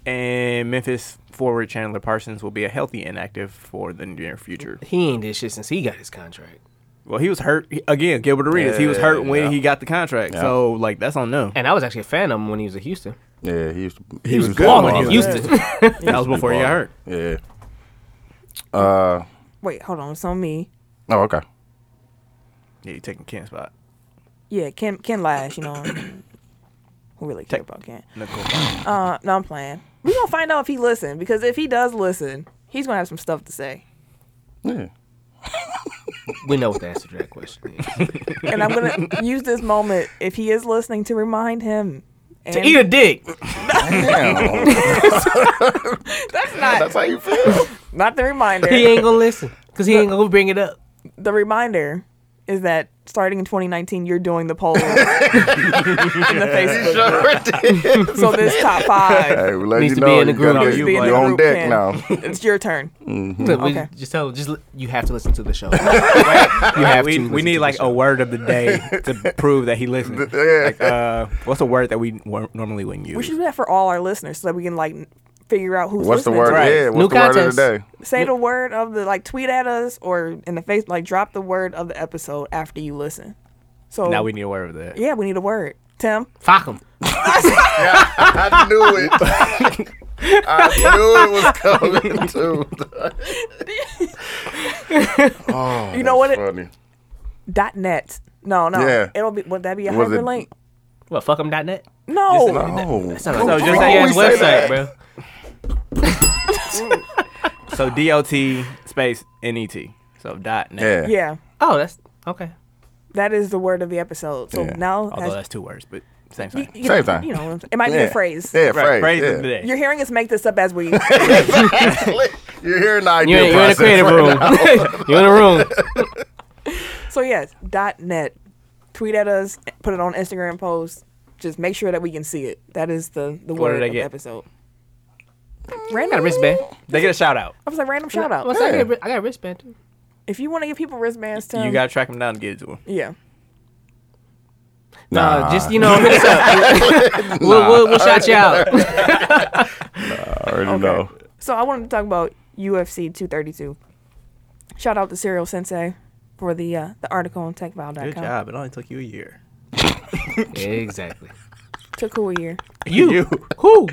Speaker 4: And Memphis forward Chandler Parsons will be a healthy inactive for the near future.
Speaker 2: He ain't did shit since he got his contract.
Speaker 4: Well, he was hurt he- again. Gilbert Arenas. he was
Speaker 3: Yeah,
Speaker 4: hurt when
Speaker 3: yeah.
Speaker 4: he got the contract. So like that's on them.
Speaker 2: And I was actually a fan of him when he was at Houston.
Speaker 3: Yeah, he used to. He,
Speaker 4: was
Speaker 3: good
Speaker 4: balling in
Speaker 3: baller.
Speaker 2: Houston.
Speaker 4: That was before he got hurt.
Speaker 3: Yeah. Uh.
Speaker 1: Wait, hold on, it's on me.
Speaker 3: Oh, okay.
Speaker 4: Yeah, you taking Ken's spot.
Speaker 1: Yeah, Ken Ken Lash, you know, who really care about Ken?
Speaker 4: Nicole.
Speaker 1: Uh, no, I'm playing. We gonna find out if he listens because if he does listen, he's gonna have some stuff to say,
Speaker 3: Yeah.
Speaker 2: we know what the answer to that question is.
Speaker 1: and I'm gonna use this moment if he is listening to remind him. And
Speaker 2: to eat a dick.
Speaker 3: Damn.
Speaker 1: That's not
Speaker 3: That's how you feel.
Speaker 1: not the reminder.
Speaker 2: He ain't gonna listen because he ain't gonna bring it up.
Speaker 1: the reminder is that starting in 2019, you're doing the poll in the Facebook. So this top five,
Speaker 3: Hey, we let
Speaker 2: Needs
Speaker 3: you
Speaker 2: to be
Speaker 3: know.
Speaker 2: in the
Speaker 3: you gotta
Speaker 2: group.
Speaker 3: get-
Speaker 1: Needs to be in
Speaker 3: you
Speaker 1: the
Speaker 3: on
Speaker 1: group,
Speaker 3: deck
Speaker 1: Ken.
Speaker 3: now.
Speaker 1: it's your turn.
Speaker 2: Look, we
Speaker 1: Okay.
Speaker 2: Just tell him, just li- you have to listen to the show. you
Speaker 4: Yeah,
Speaker 2: have
Speaker 4: we,
Speaker 2: to.
Speaker 4: we need like a word of the day to prove that he listens.
Speaker 3: Yeah.
Speaker 4: Like, uh, what's a word that we w- normally wouldn't use?
Speaker 1: We should do that for all our listeners so that we can like figure out who's
Speaker 3: What's the
Speaker 1: listening.
Speaker 3: word?
Speaker 4: Right.
Speaker 3: Yeah, what's
Speaker 2: New
Speaker 3: the word of
Speaker 2: contest.
Speaker 3: the day?
Speaker 1: Say the word of the like. Tweet at us or in the face. Like drop the word of the episode after you listen. So
Speaker 4: now we need a word of that.
Speaker 1: yeah, we need a word. Tim,
Speaker 2: Fuck him.
Speaker 3: I knew it. I knew it was coming too. oh,
Speaker 1: You know what
Speaker 3: that's
Speaker 1: it-
Speaker 3: Funny.
Speaker 1: dot net. No, no.
Speaker 3: Yeah.
Speaker 1: It'll be. Would that be a
Speaker 3: Was it-
Speaker 1: hyperlink?
Speaker 2: What? Fuck him.net.
Speaker 1: No.
Speaker 3: No.
Speaker 4: So just
Speaker 3: wrong
Speaker 4: say
Speaker 3: with saying
Speaker 4: his website,
Speaker 3: that?
Speaker 4: bro. so dot space net. So dot
Speaker 3: Yeah.
Speaker 4: net.
Speaker 1: Yeah.
Speaker 2: Oh, that's okay.
Speaker 1: That is the word of the episode. So
Speaker 3: Yeah.
Speaker 1: now
Speaker 4: Although that's two words, but same thing.
Speaker 1: you,
Speaker 3: Same thing.
Speaker 1: You know, it might be a phrase.
Speaker 3: Yeah, phrase.
Speaker 4: Right, phrase
Speaker 3: yeah.
Speaker 4: of the day.
Speaker 1: You're hearing us make this up as we.
Speaker 3: You're hearing the idea
Speaker 2: You're, you're in a
Speaker 3: process.
Speaker 2: creative room. you're in a room.
Speaker 1: so yes, dot net. Tweet at us. Put it on Instagram post. Just make sure that we can see it. That is the the
Speaker 4: What
Speaker 1: word
Speaker 4: did I
Speaker 1: of the
Speaker 4: get?
Speaker 1: episode.
Speaker 2: Got a
Speaker 1: Random.
Speaker 2: wristband.
Speaker 4: They get a shout out.
Speaker 1: I was like random shout out.
Speaker 2: What's Oh, I, got a, I got a wristband too.
Speaker 1: If you want to give people wristbands, Tim,
Speaker 4: You gotta track him down and get it to him.
Speaker 1: yeah.
Speaker 2: Nah,
Speaker 3: Nah.
Speaker 2: Uh, just you know, hit us up. we'll, we'll, we'll shout you out.
Speaker 3: I already know.
Speaker 1: So I wanted to talk about UFC 232. Shout out to Serial Sensei for the uh, the article on TechVal.com.
Speaker 4: Good job. It only took you a year.
Speaker 2: exactly.
Speaker 1: Took who a year? Oh,
Speaker 2: You, who, you,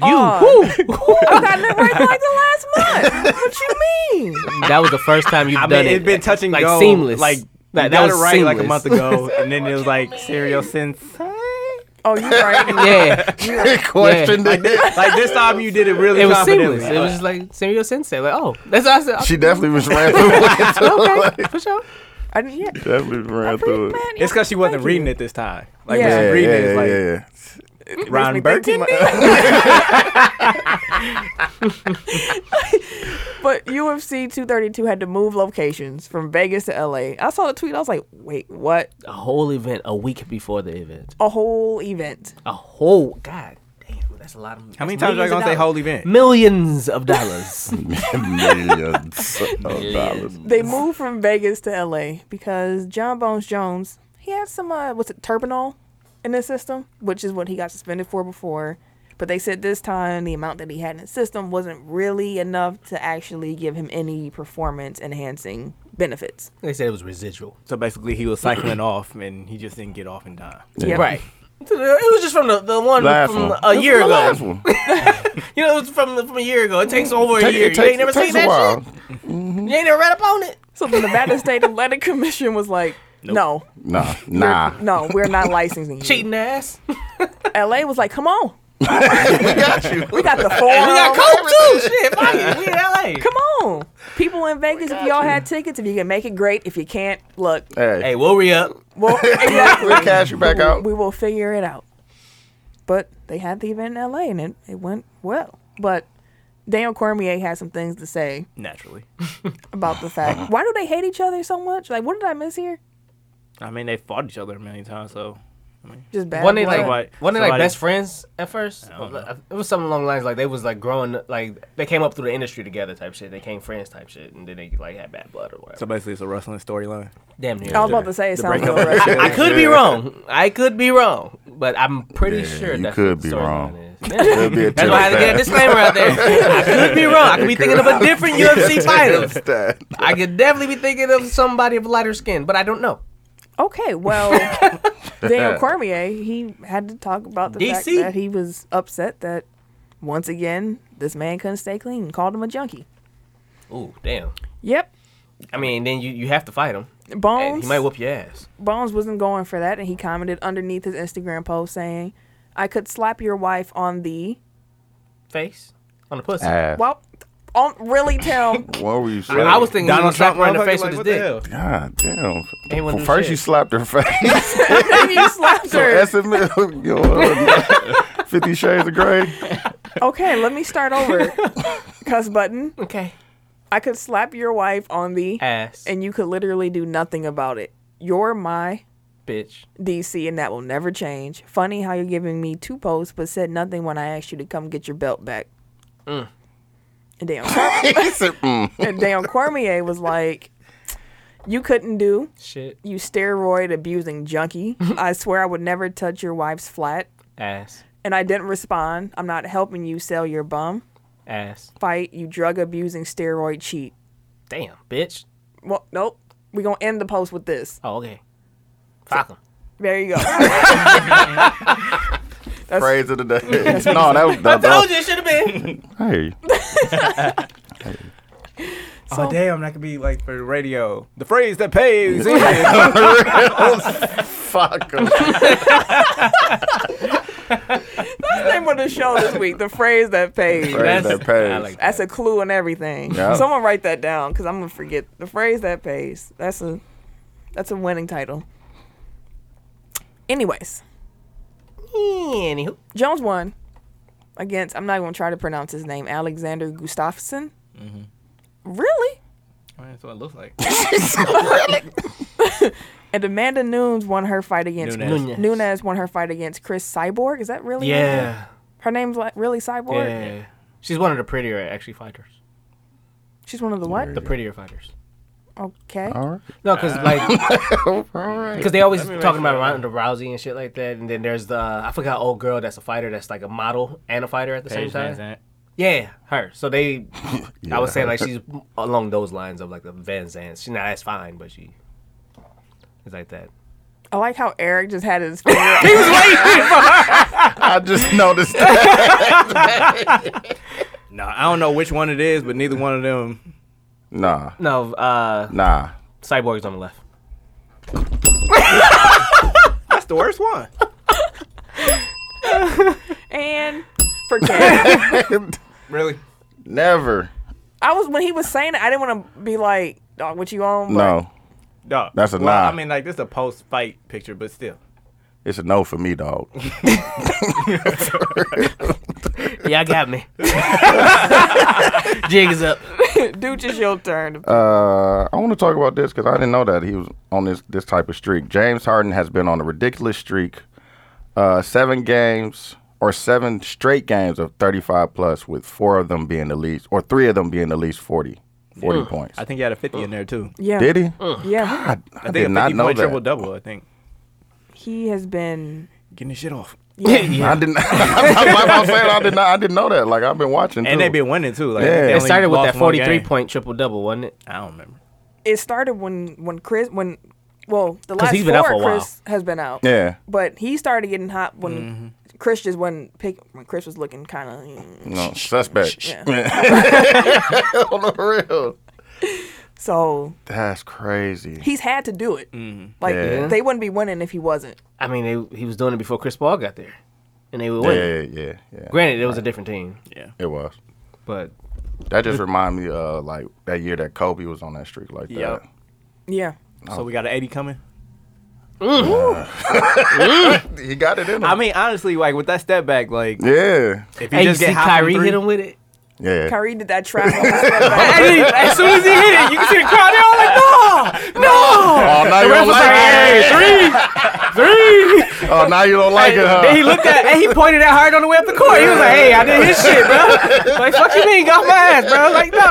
Speaker 2: Oh. who?
Speaker 1: I got it right like the last month. What you mean?
Speaker 2: that was the first time you've
Speaker 4: I
Speaker 2: done
Speaker 4: mean,
Speaker 2: it.
Speaker 4: it's been touching
Speaker 2: like
Speaker 4: go,
Speaker 2: seamless.
Speaker 4: Like
Speaker 2: Like,
Speaker 4: you
Speaker 2: that
Speaker 4: got
Speaker 2: was
Speaker 4: it right like a
Speaker 2: seamless.
Speaker 4: month ago, and then it was like serial since.
Speaker 1: Oh, you right.
Speaker 2: yeah,
Speaker 3: Questioned it.
Speaker 4: Like this time you did it really
Speaker 2: it was
Speaker 4: confidently.
Speaker 2: seamless. It was just like Samuel Sensei. Like, oh, that's what I said.
Speaker 3: She definitely was ran through it. too.
Speaker 2: okay, for sure.
Speaker 1: I didn't. Yeah.
Speaker 3: Definitely ran through it.
Speaker 1: Man,
Speaker 4: It's because she wasn't
Speaker 1: Thank
Speaker 4: reading
Speaker 1: you.
Speaker 4: it this time. Like
Speaker 1: Yeah.
Speaker 4: when
Speaker 3: Yeah,
Speaker 4: she's reading it,
Speaker 3: yeah,
Speaker 4: it's like
Speaker 3: yeah, yeah.
Speaker 4: Ron Burgundy.
Speaker 1: But UFC 232 had to move locations from Vegas to LA. I saw the tweet. I was like, wait, what?
Speaker 2: A whole event a week before the event.
Speaker 1: A whole event.
Speaker 2: A whole god damn, that's a lot of.
Speaker 4: How many times are you gonna say whole event?
Speaker 2: Millions of dollars.
Speaker 3: Millions of dollars.
Speaker 1: They moved from Vegas to LA because John Bones Jones, he had some, uh, what's it, turbinol in his system, which is what he got suspended for before. But they said this time the amount that he had in his system wasn't really enough to actually give him any performance enhancing benefits.
Speaker 2: they said it was residual.
Speaker 4: So basically, he was cycling off, and he just didn't get off in time.
Speaker 1: Yeah.
Speaker 2: Right. It was just from the, the one
Speaker 3: Last
Speaker 2: from
Speaker 3: one.
Speaker 2: a year
Speaker 3: The
Speaker 2: ago.
Speaker 3: last one.
Speaker 2: You know, it was from from a year ago. It takes over a
Speaker 3: Take-
Speaker 2: year.
Speaker 3: it
Speaker 2: you
Speaker 3: takes-
Speaker 2: ain't never
Speaker 3: it takes
Speaker 2: seen
Speaker 3: a
Speaker 2: that
Speaker 3: while.
Speaker 2: shit. You ain't never read up on it.
Speaker 1: So the Nevada State Athletic Commission was like, no,
Speaker 3: Nah, nah.
Speaker 1: no, we're not licensing you.
Speaker 2: Cheating ass. We
Speaker 1: LA was like, come on.
Speaker 3: Got you.
Speaker 1: We got the forum.
Speaker 2: got coke too. Shit, fuck it. We in LA.
Speaker 1: Come on. People in Vegas, if y'all had tickets, if you can make it great, if you can't, look.
Speaker 3: Hey,
Speaker 2: Hey, we'll re up.
Speaker 1: Well, exactly.
Speaker 3: we'll cash you back out.
Speaker 1: we will figure it out. But they had the event in LA and it, it went well. But Daniel Cormier had some things to say
Speaker 4: Naturally,
Speaker 1: about the fact why do they hate each other so much? Like, what did I miss here?
Speaker 4: I mean, they fought each other a million times. So
Speaker 1: Just bad.
Speaker 2: Wasn't they
Speaker 1: blood.
Speaker 2: like
Speaker 4: Somebody-
Speaker 2: wasn't they like
Speaker 4: somebody-
Speaker 2: best friends at first? It was something along the lines like they was like growing like they came up through the industry together type shit. They came friends type shit, and then they like had bad blood or whatever.
Speaker 4: so basically, it's a wrestling storyline.
Speaker 2: Damn near.
Speaker 1: I was about to say it sounds real right.
Speaker 2: I could be wrong. I could be wrong, but I'm pretty
Speaker 3: Yeah,
Speaker 2: sure
Speaker 3: you
Speaker 2: that's
Speaker 3: could
Speaker 2: what
Speaker 3: be
Speaker 2: the storyline
Speaker 3: wrong.
Speaker 2: is. Yeah.
Speaker 3: Could be a
Speaker 2: That's why I had to get a
Speaker 3: tip
Speaker 2: disclaimer out there. I could be wrong. I could be thinking of a different UFC fighter.
Speaker 3: stat.
Speaker 2: I could definitely be thinking of somebody of lighter skin, but I don't know.
Speaker 1: Okay, well, Daniel Cormier, he had to talk about the fact
Speaker 2: DC.
Speaker 1: that he was upset that once again this man couldn't stay clean and called him a junkie.
Speaker 2: Ooh, damn.
Speaker 1: Yep,
Speaker 2: I mean, then you, you have to fight him. And
Speaker 1: Bones.
Speaker 2: he might whoop your ass.
Speaker 1: Bones wasn't going for that, and he commented underneath his Instagram post saying, "I could slap your wife on the
Speaker 2: Face on the pussy.
Speaker 1: well, on really Tim.
Speaker 3: What were you saying?
Speaker 2: I was thinking
Speaker 4: Donald
Speaker 2: Donald Trump
Speaker 4: Trump
Speaker 2: right in the
Speaker 4: motherfucker,
Speaker 2: face
Speaker 4: like,
Speaker 2: with
Speaker 4: what
Speaker 2: his
Speaker 4: the
Speaker 2: dick.
Speaker 4: hell?
Speaker 3: God damn.
Speaker 2: Ain't
Speaker 3: Well,
Speaker 2: wanna do
Speaker 3: first
Speaker 2: shit.
Speaker 3: you slapped her face.
Speaker 1: Maybe you slapped her.
Speaker 3: SML, yo, uh, Fifty Shades of Grey.
Speaker 1: Okay, let me start over. Cuss button.
Speaker 2: Okay.
Speaker 1: I could slap your wife on the
Speaker 2: Ass.
Speaker 1: and you could literally do nothing about it. You're my
Speaker 2: bitch.
Speaker 1: DC, and that will never change. Funny how you're giving me two posts, but said nothing when I asked you to come get your belt back. And damn, Cor-
Speaker 3: He said, mm.
Speaker 1: and damn Cormier was like, "You couldn't do,
Speaker 2: Shit.
Speaker 1: you steroid abusing junkie. I swear I would never touch your wife's flat."
Speaker 2: Ass.
Speaker 1: And I didn't respond. I'm not helping you sell your bum.
Speaker 2: Ass.
Speaker 1: Fight you drug abusing steroid cheat.
Speaker 2: Damn, bitch.
Speaker 1: Well, nope. We gonna end the post with this.
Speaker 2: Oh, okay. Fuck 'em.
Speaker 1: There you go.
Speaker 3: Phrase of the day. no, that was
Speaker 2: Told
Speaker 3: that, that,
Speaker 2: you it should have been.
Speaker 3: Hey,
Speaker 4: oh damn, that could be like for the radio. The phrase that pays.
Speaker 3: fuck 'em.
Speaker 1: That's the name of the show this week. The phrase that pays.
Speaker 3: Phrase that pays.
Speaker 4: I like that.
Speaker 1: That's a clue and everything.
Speaker 3: Yeah.
Speaker 1: Someone write that down because I'm gonna forget the phrase that pays. That's a that's a winning title. Anyways,
Speaker 2: Anywho.
Speaker 1: Jones won against. I'm not gonna try to pronounce his name. Alexander Gustafsson.
Speaker 3: Mm-hmm.
Speaker 1: Really?
Speaker 4: That's what it looks like.
Speaker 1: And Amanda Nunes won her fight against
Speaker 4: Nunes.
Speaker 1: Nunez. Nunes won her fight against Chris Cyborg. Is that really? her name?
Speaker 2: Yeah.
Speaker 1: Her name's like really Cyborg.
Speaker 2: Yeah. She's one of the prettier actually fighters.
Speaker 1: She's one of the what?
Speaker 2: The prettier fighters.
Speaker 1: Okay.
Speaker 3: All right.
Speaker 2: No,
Speaker 4: Uh.
Speaker 2: because like
Speaker 3: All right.
Speaker 2: Because they always talking
Speaker 4: sure
Speaker 2: about Ronda Rousey and shit like that, and then there's the I forgot old girl that's a fighter that's like a model and a fighter at the same
Speaker 4: Paige
Speaker 2: time.
Speaker 4: Van Zandt.
Speaker 2: Yeah, her. So they, I
Speaker 3: Yeah.
Speaker 2: was saying like she's along those lines of like the Van Zandt. She's not as fine, but she is like that.
Speaker 1: I like how Eric just had his finger. up.
Speaker 3: I just noticed that.
Speaker 4: Nah, I don't know which one it is, but neither one of them.
Speaker 3: Nah,
Speaker 2: No, uh,
Speaker 3: nah.
Speaker 2: Cyborg's on the left.
Speaker 4: That's the worst one.
Speaker 1: and for Karen.
Speaker 4: Really?
Speaker 3: Never.
Speaker 1: I was when he was saying it, I didn't want to be like, "Dog, what you on?" But
Speaker 3: No,
Speaker 4: Dog.
Speaker 3: That's a
Speaker 4: well,
Speaker 3: nah.
Speaker 4: I mean, like this is a post-fight picture, but still.
Speaker 3: it's a no for me, dog.
Speaker 2: Yeah, got me. Jig is up.
Speaker 1: dude, just your turn.
Speaker 3: Uh, I want to talk about this because I didn't know that he was on this this type of streak. James Harden has been on a ridiculous streak, uh, seven games or seven straight games of 35 plus, with four of them being the least or three of them being the least 40, 40 points.
Speaker 4: I think he had a 50 in there too.
Speaker 1: yeah,
Speaker 3: Did he?
Speaker 1: yeah,
Speaker 3: I, I
Speaker 4: I think
Speaker 3: did
Speaker 4: a
Speaker 3: not
Speaker 4: 50
Speaker 3: know
Speaker 4: point
Speaker 3: that.
Speaker 4: triple double. I think.
Speaker 1: he has been.
Speaker 4: Getting his shit off.
Speaker 3: I didn't. I'm saying I did not. I didn't know that. Like I've been watching.
Speaker 4: And
Speaker 3: too.
Speaker 4: they've been winning too. Like,
Speaker 3: Yeah.
Speaker 4: they
Speaker 2: It
Speaker 4: only
Speaker 2: started with
Speaker 4: lost
Speaker 2: that
Speaker 4: one
Speaker 2: 43
Speaker 4: game.
Speaker 2: point triple double, wasn't it?
Speaker 4: I don't remember.
Speaker 1: It started when when Chris when, well, the last
Speaker 2: he's been
Speaker 1: four
Speaker 2: out for a while.
Speaker 1: Chris has been out.
Speaker 3: Yeah.
Speaker 1: but he started getting hot when
Speaker 2: Mm-hmm.
Speaker 1: Chris just wasn't pick when Chris was looking kind of.
Speaker 3: No suspect. On the real.
Speaker 1: So
Speaker 3: That's crazy.
Speaker 1: he's had to do it.
Speaker 2: Mm-hmm.
Speaker 1: Like
Speaker 3: Yeah.
Speaker 1: they wouldn't be winning if he wasn't.
Speaker 2: I mean, they, he was doing it before Chris Paul got there, and they were
Speaker 3: Yeah,
Speaker 2: winning.
Speaker 3: yeah, yeah, yeah.
Speaker 2: Granted, it was a different team,
Speaker 3: It was.
Speaker 2: but
Speaker 3: That just reminded me of like that year that Kobe was on that streak like that.
Speaker 4: Yep.
Speaker 1: Yeah,
Speaker 3: Oh.
Speaker 4: So we got an 80 coming.
Speaker 3: He got it in him.
Speaker 4: I mean, honestly, like with that step back, like
Speaker 3: yeah.
Speaker 4: if you
Speaker 2: hey, you
Speaker 4: just
Speaker 2: see
Speaker 4: get hot from
Speaker 2: Kyrie
Speaker 4: three-
Speaker 2: hit him with it.
Speaker 3: Yeah.
Speaker 1: Kyrie did that trap. on the step back.
Speaker 2: as soon as he hit it, you can see the crowd. They're all like, "No, no!"
Speaker 3: Oh, now you don't like it. Oh, now you don't like it,
Speaker 2: Then he
Speaker 3: huh?
Speaker 2: looked at and he pointed at Hard on the way up the court. He was like, "Hey, I did his shit, bro. Like, fuck you mean, got my ass, bro. Like, no,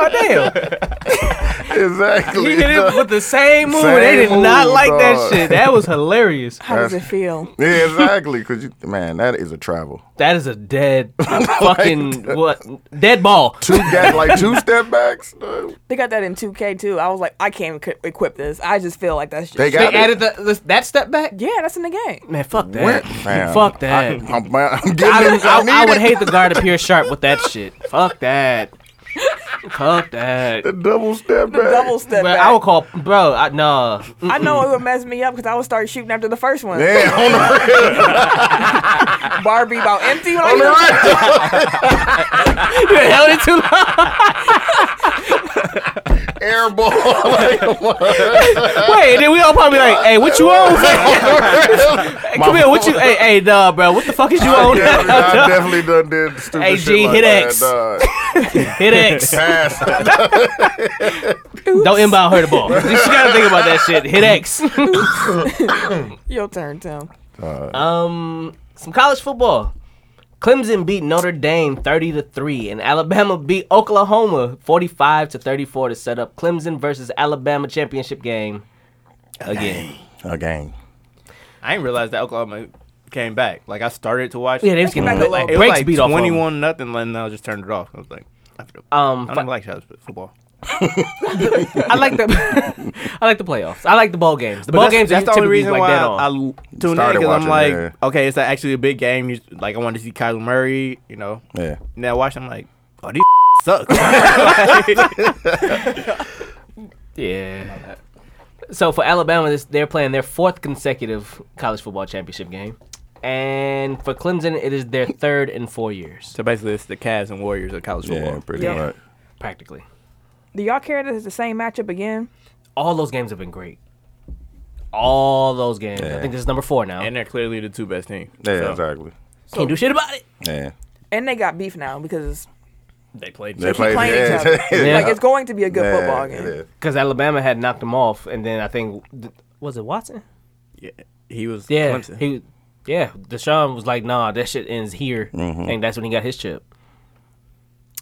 Speaker 2: damn.
Speaker 3: Exactly.
Speaker 2: He did it with the same move.
Speaker 3: Same
Speaker 2: they did not
Speaker 3: move,
Speaker 2: like that
Speaker 3: dog.
Speaker 2: shit. That was hilarious.
Speaker 1: How does it feel?
Speaker 3: yeah, exactly. Cause you, man, that is a travel.
Speaker 2: That is a dead fucking what? Dead ball.
Speaker 3: Two got like two step backs. dog.
Speaker 1: They got that in 2K too. I was like, I can't equi- equip this. I just feel like that's just.
Speaker 3: They
Speaker 2: They
Speaker 3: got it.
Speaker 2: added the, this- that step back.
Speaker 1: yeah, that's in the game.
Speaker 2: Man, fuck that.
Speaker 3: Man,
Speaker 2: Fuck that.
Speaker 3: I, am getting
Speaker 2: I,
Speaker 3: it. I,
Speaker 2: I,
Speaker 3: need
Speaker 2: I would
Speaker 3: it.
Speaker 2: hate the guard to Pierce Sharp with that shit. Fuck that. Fuck that.
Speaker 3: the double step back.
Speaker 1: Double
Speaker 2: Bro,
Speaker 1: step. back.
Speaker 2: I would call, bro. I, no,
Speaker 1: I know it would mess me up because I would start shooting after the first one.
Speaker 3: Yeah, on the real.
Speaker 1: Barbie about empty. When I
Speaker 3: On
Speaker 1: hear-
Speaker 3: the real.
Speaker 2: you held it too long.
Speaker 3: Air ball. Like,
Speaker 2: Wait, Hey, then we all probably like, hey, what you on?
Speaker 3: My
Speaker 2: Come here, what you? Hey, hey, nah, bro, what the fuck is you on?
Speaker 3: Yeah, I definitely done did stupid
Speaker 2: Hey,
Speaker 3: shit
Speaker 2: G,
Speaker 3: like
Speaker 2: hit
Speaker 3: that,
Speaker 2: X.
Speaker 3: dog.
Speaker 2: Hit X.
Speaker 3: Pass that.
Speaker 2: Don't inbound her the ball. You just gotta think about that shit. Hit X.
Speaker 1: Your turn, Tim.
Speaker 2: Um, some college football. Clemson beat Notre Dame 30 to 3 and Alabama beat Oklahoma 45 to 34 to set up Clemson versus Alabama championship game again.
Speaker 3: Again.
Speaker 4: I didn't realize that Oklahoma came back. Like I started to watch.
Speaker 2: Yeah, they was getting
Speaker 1: Back up.
Speaker 4: like, it was
Speaker 2: breaks
Speaker 4: like
Speaker 2: beat off on them.
Speaker 4: twenty-one nothing, and I just turned it off. I was like, I forgot.
Speaker 2: Um,
Speaker 4: I don't like college football.
Speaker 2: I like the I like the playoffs. I like the bowl games. The
Speaker 4: But
Speaker 2: bowl
Speaker 4: that's-
Speaker 2: games
Speaker 4: that's
Speaker 2: are
Speaker 4: the only
Speaker 2: typically
Speaker 4: reason
Speaker 2: like
Speaker 4: why
Speaker 2: that
Speaker 4: I,
Speaker 2: on.
Speaker 4: I l- tuned in
Speaker 3: Started
Speaker 4: because
Speaker 3: watching,
Speaker 4: I'm like,
Speaker 3: yeah.
Speaker 4: okay, it's actually a big game. You, like I wanted to see Kyler Murray, you know.
Speaker 3: Yeah.
Speaker 4: Now I watched, I'm like, oh, these suck. Like,
Speaker 2: Yeah. So for Alabama, this, they're playing their fourth consecutive college football championship game, and for Clemson, it is their third in four years,
Speaker 4: so basically, it's the Cavs and Warriors of college
Speaker 3: Yeah,
Speaker 4: football.
Speaker 3: pretty
Speaker 1: Yeah.
Speaker 3: much.
Speaker 2: practically.
Speaker 1: Do y'all care that it's the same matchup again?
Speaker 2: All those games have been great. All those games. I
Speaker 3: Yeah.
Speaker 2: think this is number four now.
Speaker 4: and they're clearly the two best teams.
Speaker 3: Yeah,
Speaker 4: So,
Speaker 3: exactly.
Speaker 2: Can't do shit about it.
Speaker 3: Yeah.
Speaker 1: And they got beef now because
Speaker 4: They played.
Speaker 3: They
Speaker 4: They
Speaker 3: played
Speaker 1: playing
Speaker 3: yeah.
Speaker 1: each other.
Speaker 2: Yeah.
Speaker 1: like it's going to be a good
Speaker 3: Yeah,
Speaker 1: football game.
Speaker 3: yeah.
Speaker 2: Because Alabama had knocked them off, and then I think th- was it Watson?
Speaker 4: yeah, he was
Speaker 2: Yeah,
Speaker 4: Clemson.
Speaker 2: he. Yeah, Deshaun was like, "Nah, that shit ends here,"
Speaker 3: Mm-hmm.
Speaker 2: and that's when he got his chip.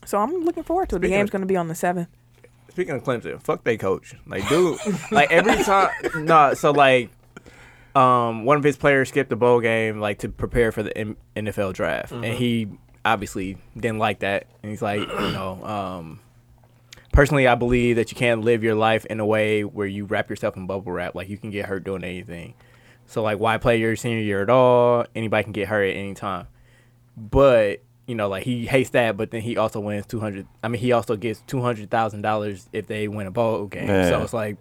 Speaker 1: So I'm looking forward to it. The
Speaker 4: Speaking
Speaker 1: game's
Speaker 4: of-
Speaker 1: going to be on the seventh.
Speaker 4: Speaking of Clemson, fuck they coach. Like, dude, like every time, no. So like, um, one of his players skipped the bowl game like to prepare for the M- NFL draft, and he obviously didn't like that. And he's like, you know, um, personally, I believe that you can't live your life in a way where you wrap yourself in bubble wrap. Like, you can get hurt doing anything. So like, why play your senior year at all? Anybody can get hurt at any time but you know, like he hates that, but then he also wins two hundred. I mean, he also gets two hundred thousand dollars if they win a bowl game.
Speaker 3: Yeah.
Speaker 4: So it's like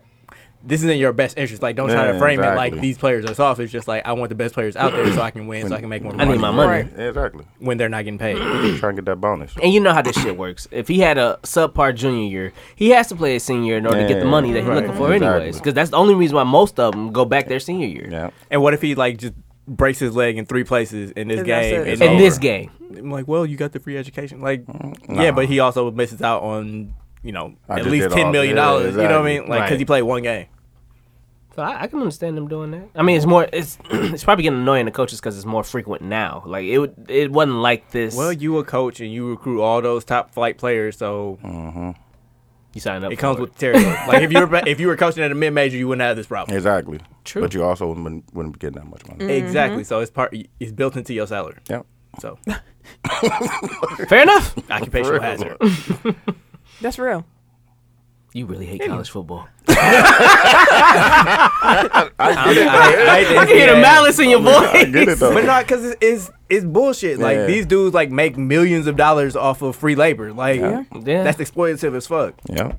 Speaker 4: this is in your best interest. Like, don't try to
Speaker 3: Yeah,
Speaker 4: frame it like
Speaker 3: exactly.
Speaker 4: these players are soft. It's just like I want the best players out there so I can win, so I can make more
Speaker 2: I
Speaker 4: money
Speaker 2: need my money. Mm-hmm.
Speaker 1: Right.
Speaker 3: Yeah, exactly.
Speaker 4: when they're not getting paid.
Speaker 3: Trying to get that bonus.
Speaker 2: And you know how this shit works. If he had a subpar junior year, he has to play a senior year in order to get the
Speaker 3: Yeah,
Speaker 2: money that he's
Speaker 3: right.
Speaker 2: looking for,
Speaker 3: Exactly.
Speaker 2: anyways. Because that's the only reason why most of them go back their senior year.
Speaker 3: Yeah.
Speaker 4: and what if he like just breaks his leg in three places in this
Speaker 1: And that's
Speaker 4: game?
Speaker 1: it.
Speaker 4: and
Speaker 2: In
Speaker 4: all-
Speaker 2: this game, Mm-hmm.
Speaker 4: I'm like, well, you got the free education. Like, yeah, but he also misses out on you know
Speaker 3: I
Speaker 4: at
Speaker 3: just
Speaker 4: least
Speaker 3: did
Speaker 4: ten
Speaker 3: all-
Speaker 4: million
Speaker 3: yeah,
Speaker 4: dollars. You know what I
Speaker 3: exactly.
Speaker 4: mean? Like, because
Speaker 2: Right.
Speaker 4: he played one game.
Speaker 2: so I, I can understand them doing that. I mean, it's more. It's it's probably getting annoying to coaches because it's more frequent now. Like it would, it wasn't like this.
Speaker 4: Well, you a coach and you recruit all those top flight players, so
Speaker 2: Mm, you sign up.
Speaker 4: it
Speaker 2: for
Speaker 4: comes with territory. like if you were ba- if you were coaching at a mid major, you wouldn't have this problem.
Speaker 3: Exactly.
Speaker 2: True.
Speaker 3: But you also wouldn't, wouldn't be getting that much
Speaker 4: Mm.
Speaker 3: money.
Speaker 1: Mm-hmm.
Speaker 4: Exactly. So it's part it's built into your salary.
Speaker 3: Yep.
Speaker 4: So
Speaker 2: Fair enough.
Speaker 4: occupational
Speaker 3: real.
Speaker 4: hazard.
Speaker 1: That's real.
Speaker 2: You really hate college football.
Speaker 4: I, I, I,
Speaker 2: I can hear the malice in your
Speaker 3: Get it
Speaker 2: voice.
Speaker 3: though.
Speaker 4: But not because it's, it's it's bullshit. Like
Speaker 3: Yeah.
Speaker 4: these dudes like make millions of dollars off of free labor. Like
Speaker 2: Yeah.
Speaker 4: that's exploitative as fuck.
Speaker 3: Yep.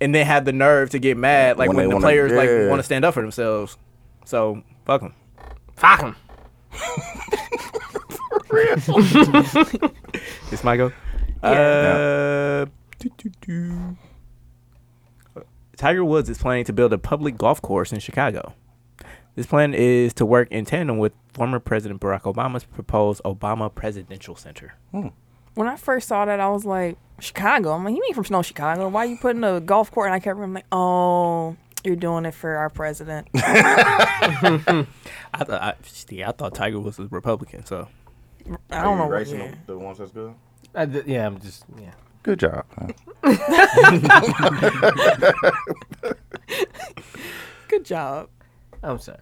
Speaker 4: And they have the nerve to get mad like
Speaker 3: When
Speaker 4: when,
Speaker 3: they
Speaker 4: the
Speaker 3: wanna-
Speaker 4: players
Speaker 3: yeah.
Speaker 4: like want to stand up for themselves. So fuck them.
Speaker 2: Fuck 'em.
Speaker 4: It's my go. Uh, doo-doo-doo. Tiger Woods is planning to build a public golf course in Chicago. This plan is to work in tandem with former President Barack Obama's proposed Obama Presidential Center.
Speaker 1: When I first saw that, I was like, Chicago. I'm like, you mean from Snow Chicago? Why you putting a golf court? And I kept remembering, like, oh, you're doing it for our president.
Speaker 4: I thought, I, see, I thought Tiger Woods was Republican, so
Speaker 1: I don't know. what-
Speaker 3: Erasing
Speaker 1: yeah.
Speaker 3: the, the ones that's good.
Speaker 2: I d- yeah, I'm just yeah.
Speaker 3: Good job. man.
Speaker 1: Good job.
Speaker 2: I'm sorry.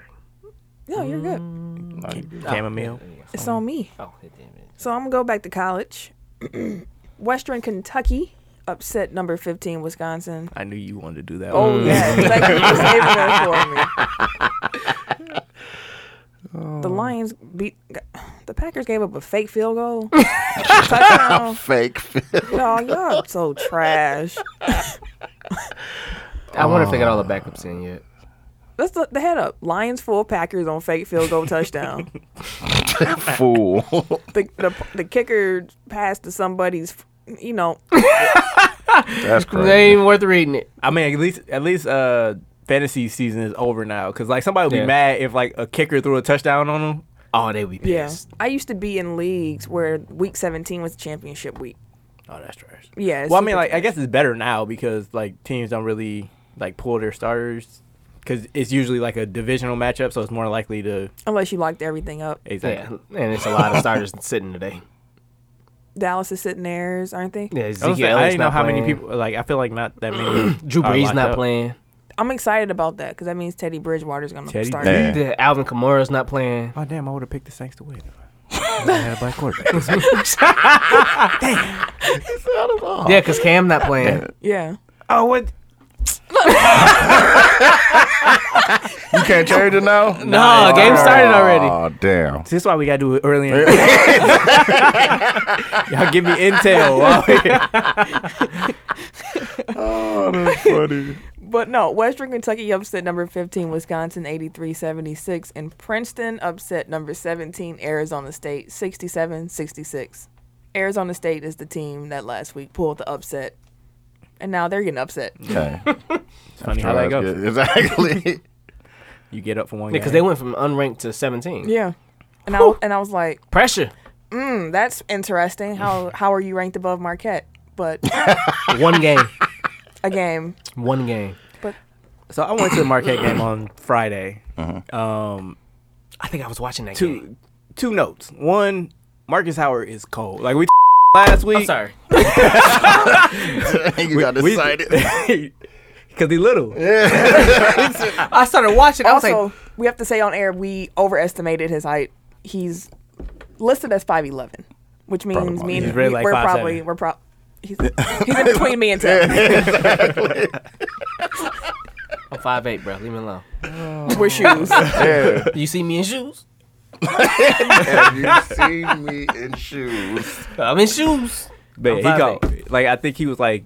Speaker 1: No, you're good.
Speaker 4: chamomile.
Speaker 1: It's on me.
Speaker 2: Oh, damn it.
Speaker 1: So I'm gonna go back to college. Western Kentucky upset number 15 Wisconsin.
Speaker 4: I knew you wanted to do that.
Speaker 1: Oh
Speaker 4: one.
Speaker 1: yeah, thank you for saving that for me. The Lions beat the Packers. Gave up a fake field goal. Touchdown.
Speaker 3: Fake.
Speaker 1: Y'all, y'all so trash.
Speaker 2: I wonder if they got all the backups in yet.
Speaker 1: Let's look the head up. Lions full Packers on fake field goal touchdown.
Speaker 3: Fool.
Speaker 1: The, the the kicker passed to somebody's. You know,
Speaker 3: that's
Speaker 2: It ain't
Speaker 3: crazy.
Speaker 2: even worth reading it.
Speaker 4: I mean, at least at least uh, fantasy season is over now because like somebody would
Speaker 2: Yeah.
Speaker 4: be mad if like a kicker threw a touchdown on him.
Speaker 2: Oh, they be
Speaker 1: Yeah.
Speaker 2: pissed.
Speaker 1: I used to be in leagues where week 17 was championship week.
Speaker 4: Oh, that's trash.
Speaker 1: Yeah. it's
Speaker 4: Well, I mean,
Speaker 1: super
Speaker 4: like I
Speaker 1: trash.
Speaker 4: guess it's better now because like teams don't really like pull their starters because it's usually like a divisional matchup, so it's more likely to
Speaker 1: Unless you locked everything up.
Speaker 4: exactly.
Speaker 2: Yeah, and it's a lot of starters sitting today.
Speaker 1: Dallas is sitting theirs, aren't they?
Speaker 2: Yeah,
Speaker 4: I, was
Speaker 2: Ezekiel
Speaker 4: saying, I
Speaker 2: Elliott's
Speaker 4: didn't know
Speaker 2: not
Speaker 4: how many
Speaker 2: playing.
Speaker 4: people like I feel like not that many.
Speaker 2: Drew
Speaker 4: are
Speaker 2: Brees
Speaker 4: locked
Speaker 2: not
Speaker 4: up.
Speaker 2: playing.
Speaker 1: I'm excited about that because that means Teddy Bridgewater's going to
Speaker 4: Teddy
Speaker 1: start.
Speaker 3: Bridge- Yeah.
Speaker 2: The Alvin Kamara's not playing.
Speaker 4: Oh damn! I would have picked the Saints to win. I had a black quarterback.
Speaker 2: Yeah, because Cam not playing.
Speaker 1: Yeah.
Speaker 4: oh what?
Speaker 3: You can't change it now? No,
Speaker 2: Nah, game started already.
Speaker 3: Oh, damn.
Speaker 4: This is why we gotta do it early. In- Y'all give me intel.
Speaker 3: Oh, that's funny.
Speaker 1: But no, Western Kentucky upset number 15, Wisconsin 83 76. And Princeton upset number 17, Arizona State 67 66. Arizona State is the team that last week pulled the upset. And now they're getting upset.
Speaker 4: Mm.
Speaker 3: okay.
Speaker 4: Funny how that
Speaker 3: That's
Speaker 4: goes.
Speaker 3: good. Exactly.
Speaker 4: You get up for one.
Speaker 2: Because
Speaker 4: game.
Speaker 2: they went from unranked to 17.
Speaker 1: Yeah. And I, and I was like,
Speaker 2: Pressure.
Speaker 1: hmm, that's interesting. How, how are you ranked above Marquette? But
Speaker 2: One game.
Speaker 1: a game.
Speaker 2: One game.
Speaker 4: So I went to the Marquette game on Friday.
Speaker 3: Uh-huh.
Speaker 4: Um,
Speaker 2: I think I was watching that game.
Speaker 4: two two notes. One, Marcus Howard is cold. Like we last week.
Speaker 2: I'm sorry.
Speaker 3: you got excited.
Speaker 4: Because he little.
Speaker 2: I started watching. I was
Speaker 1: Also,
Speaker 2: like,
Speaker 1: we have to say on air, we overestimated his height. He's listed as 5'11, which means me and
Speaker 4: He's really
Speaker 1: we-
Speaker 4: like
Speaker 1: we're
Speaker 4: 5'7".
Speaker 1: probably, we're probably, he's, he's in between me and Tim.
Speaker 2: I'm 5'8, bro. Leave me alone.
Speaker 1: we're shoes.
Speaker 3: Yeah.
Speaker 2: You see me in shoes?
Speaker 3: Have you seen me in shoes?
Speaker 2: I'm in shoes.
Speaker 4: But he
Speaker 2: I'm
Speaker 4: go like I think he was like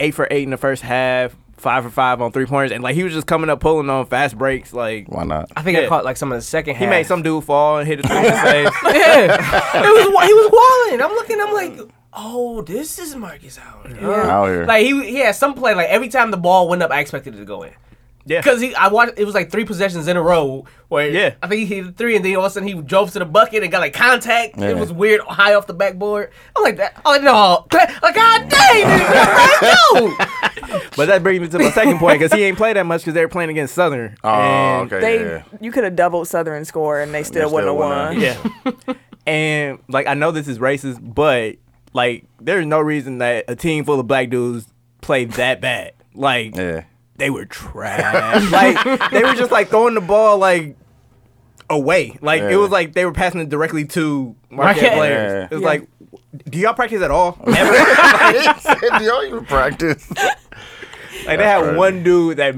Speaker 4: eight for eight in the first half, five for five on three pointers, and like he was just coming up pulling on fast breaks. Like
Speaker 3: Why not?
Speaker 2: I think I
Speaker 4: Yeah.
Speaker 2: caught like some of the second
Speaker 4: he
Speaker 2: half.
Speaker 4: made some dude fall and hit a three in the face.
Speaker 2: Yeah. it was, wa- he was walling. I'm looking. I'm like, oh, this is Marcus Howard.
Speaker 1: Yeah.
Speaker 3: Out here.
Speaker 2: Like he he had some play. Like every time the ball went up, I expected it to go in.
Speaker 4: Yeah.
Speaker 2: Because he, I watched. It was like three possessions in a row where
Speaker 4: Yeah.
Speaker 2: I think he hit three, and then all of a sudden he drove to the bucket and got like contact.
Speaker 3: Yeah.
Speaker 2: It was weird, high off the backboard. I'm like that. Oh no! Like God dang! dude, like,
Speaker 4: But that brings me to my second point because he ain't played that much because they were playing against Southern.
Speaker 3: Oh,
Speaker 4: And-
Speaker 3: okay.
Speaker 1: They,
Speaker 3: yeah.
Speaker 1: You could have doubled Southern score and they still
Speaker 3: still
Speaker 1: wouldn't have
Speaker 3: wouldn't
Speaker 1: won.
Speaker 3: have.
Speaker 4: Yeah. and like I know this is racist, but like there's no reason that a team full of black dudes played that bad. Like
Speaker 3: Yeah.
Speaker 4: they were trash. like they were just like throwing the ball like away. Like
Speaker 3: Yeah.
Speaker 4: it was like they were passing it directly to Marquette
Speaker 2: Marquette.
Speaker 4: players.
Speaker 3: Yeah.
Speaker 4: It was
Speaker 1: Yeah.
Speaker 4: like, do y'all practice at all?
Speaker 3: Do y'all even practice?
Speaker 4: Like they had
Speaker 3: crazy.
Speaker 4: one dude that,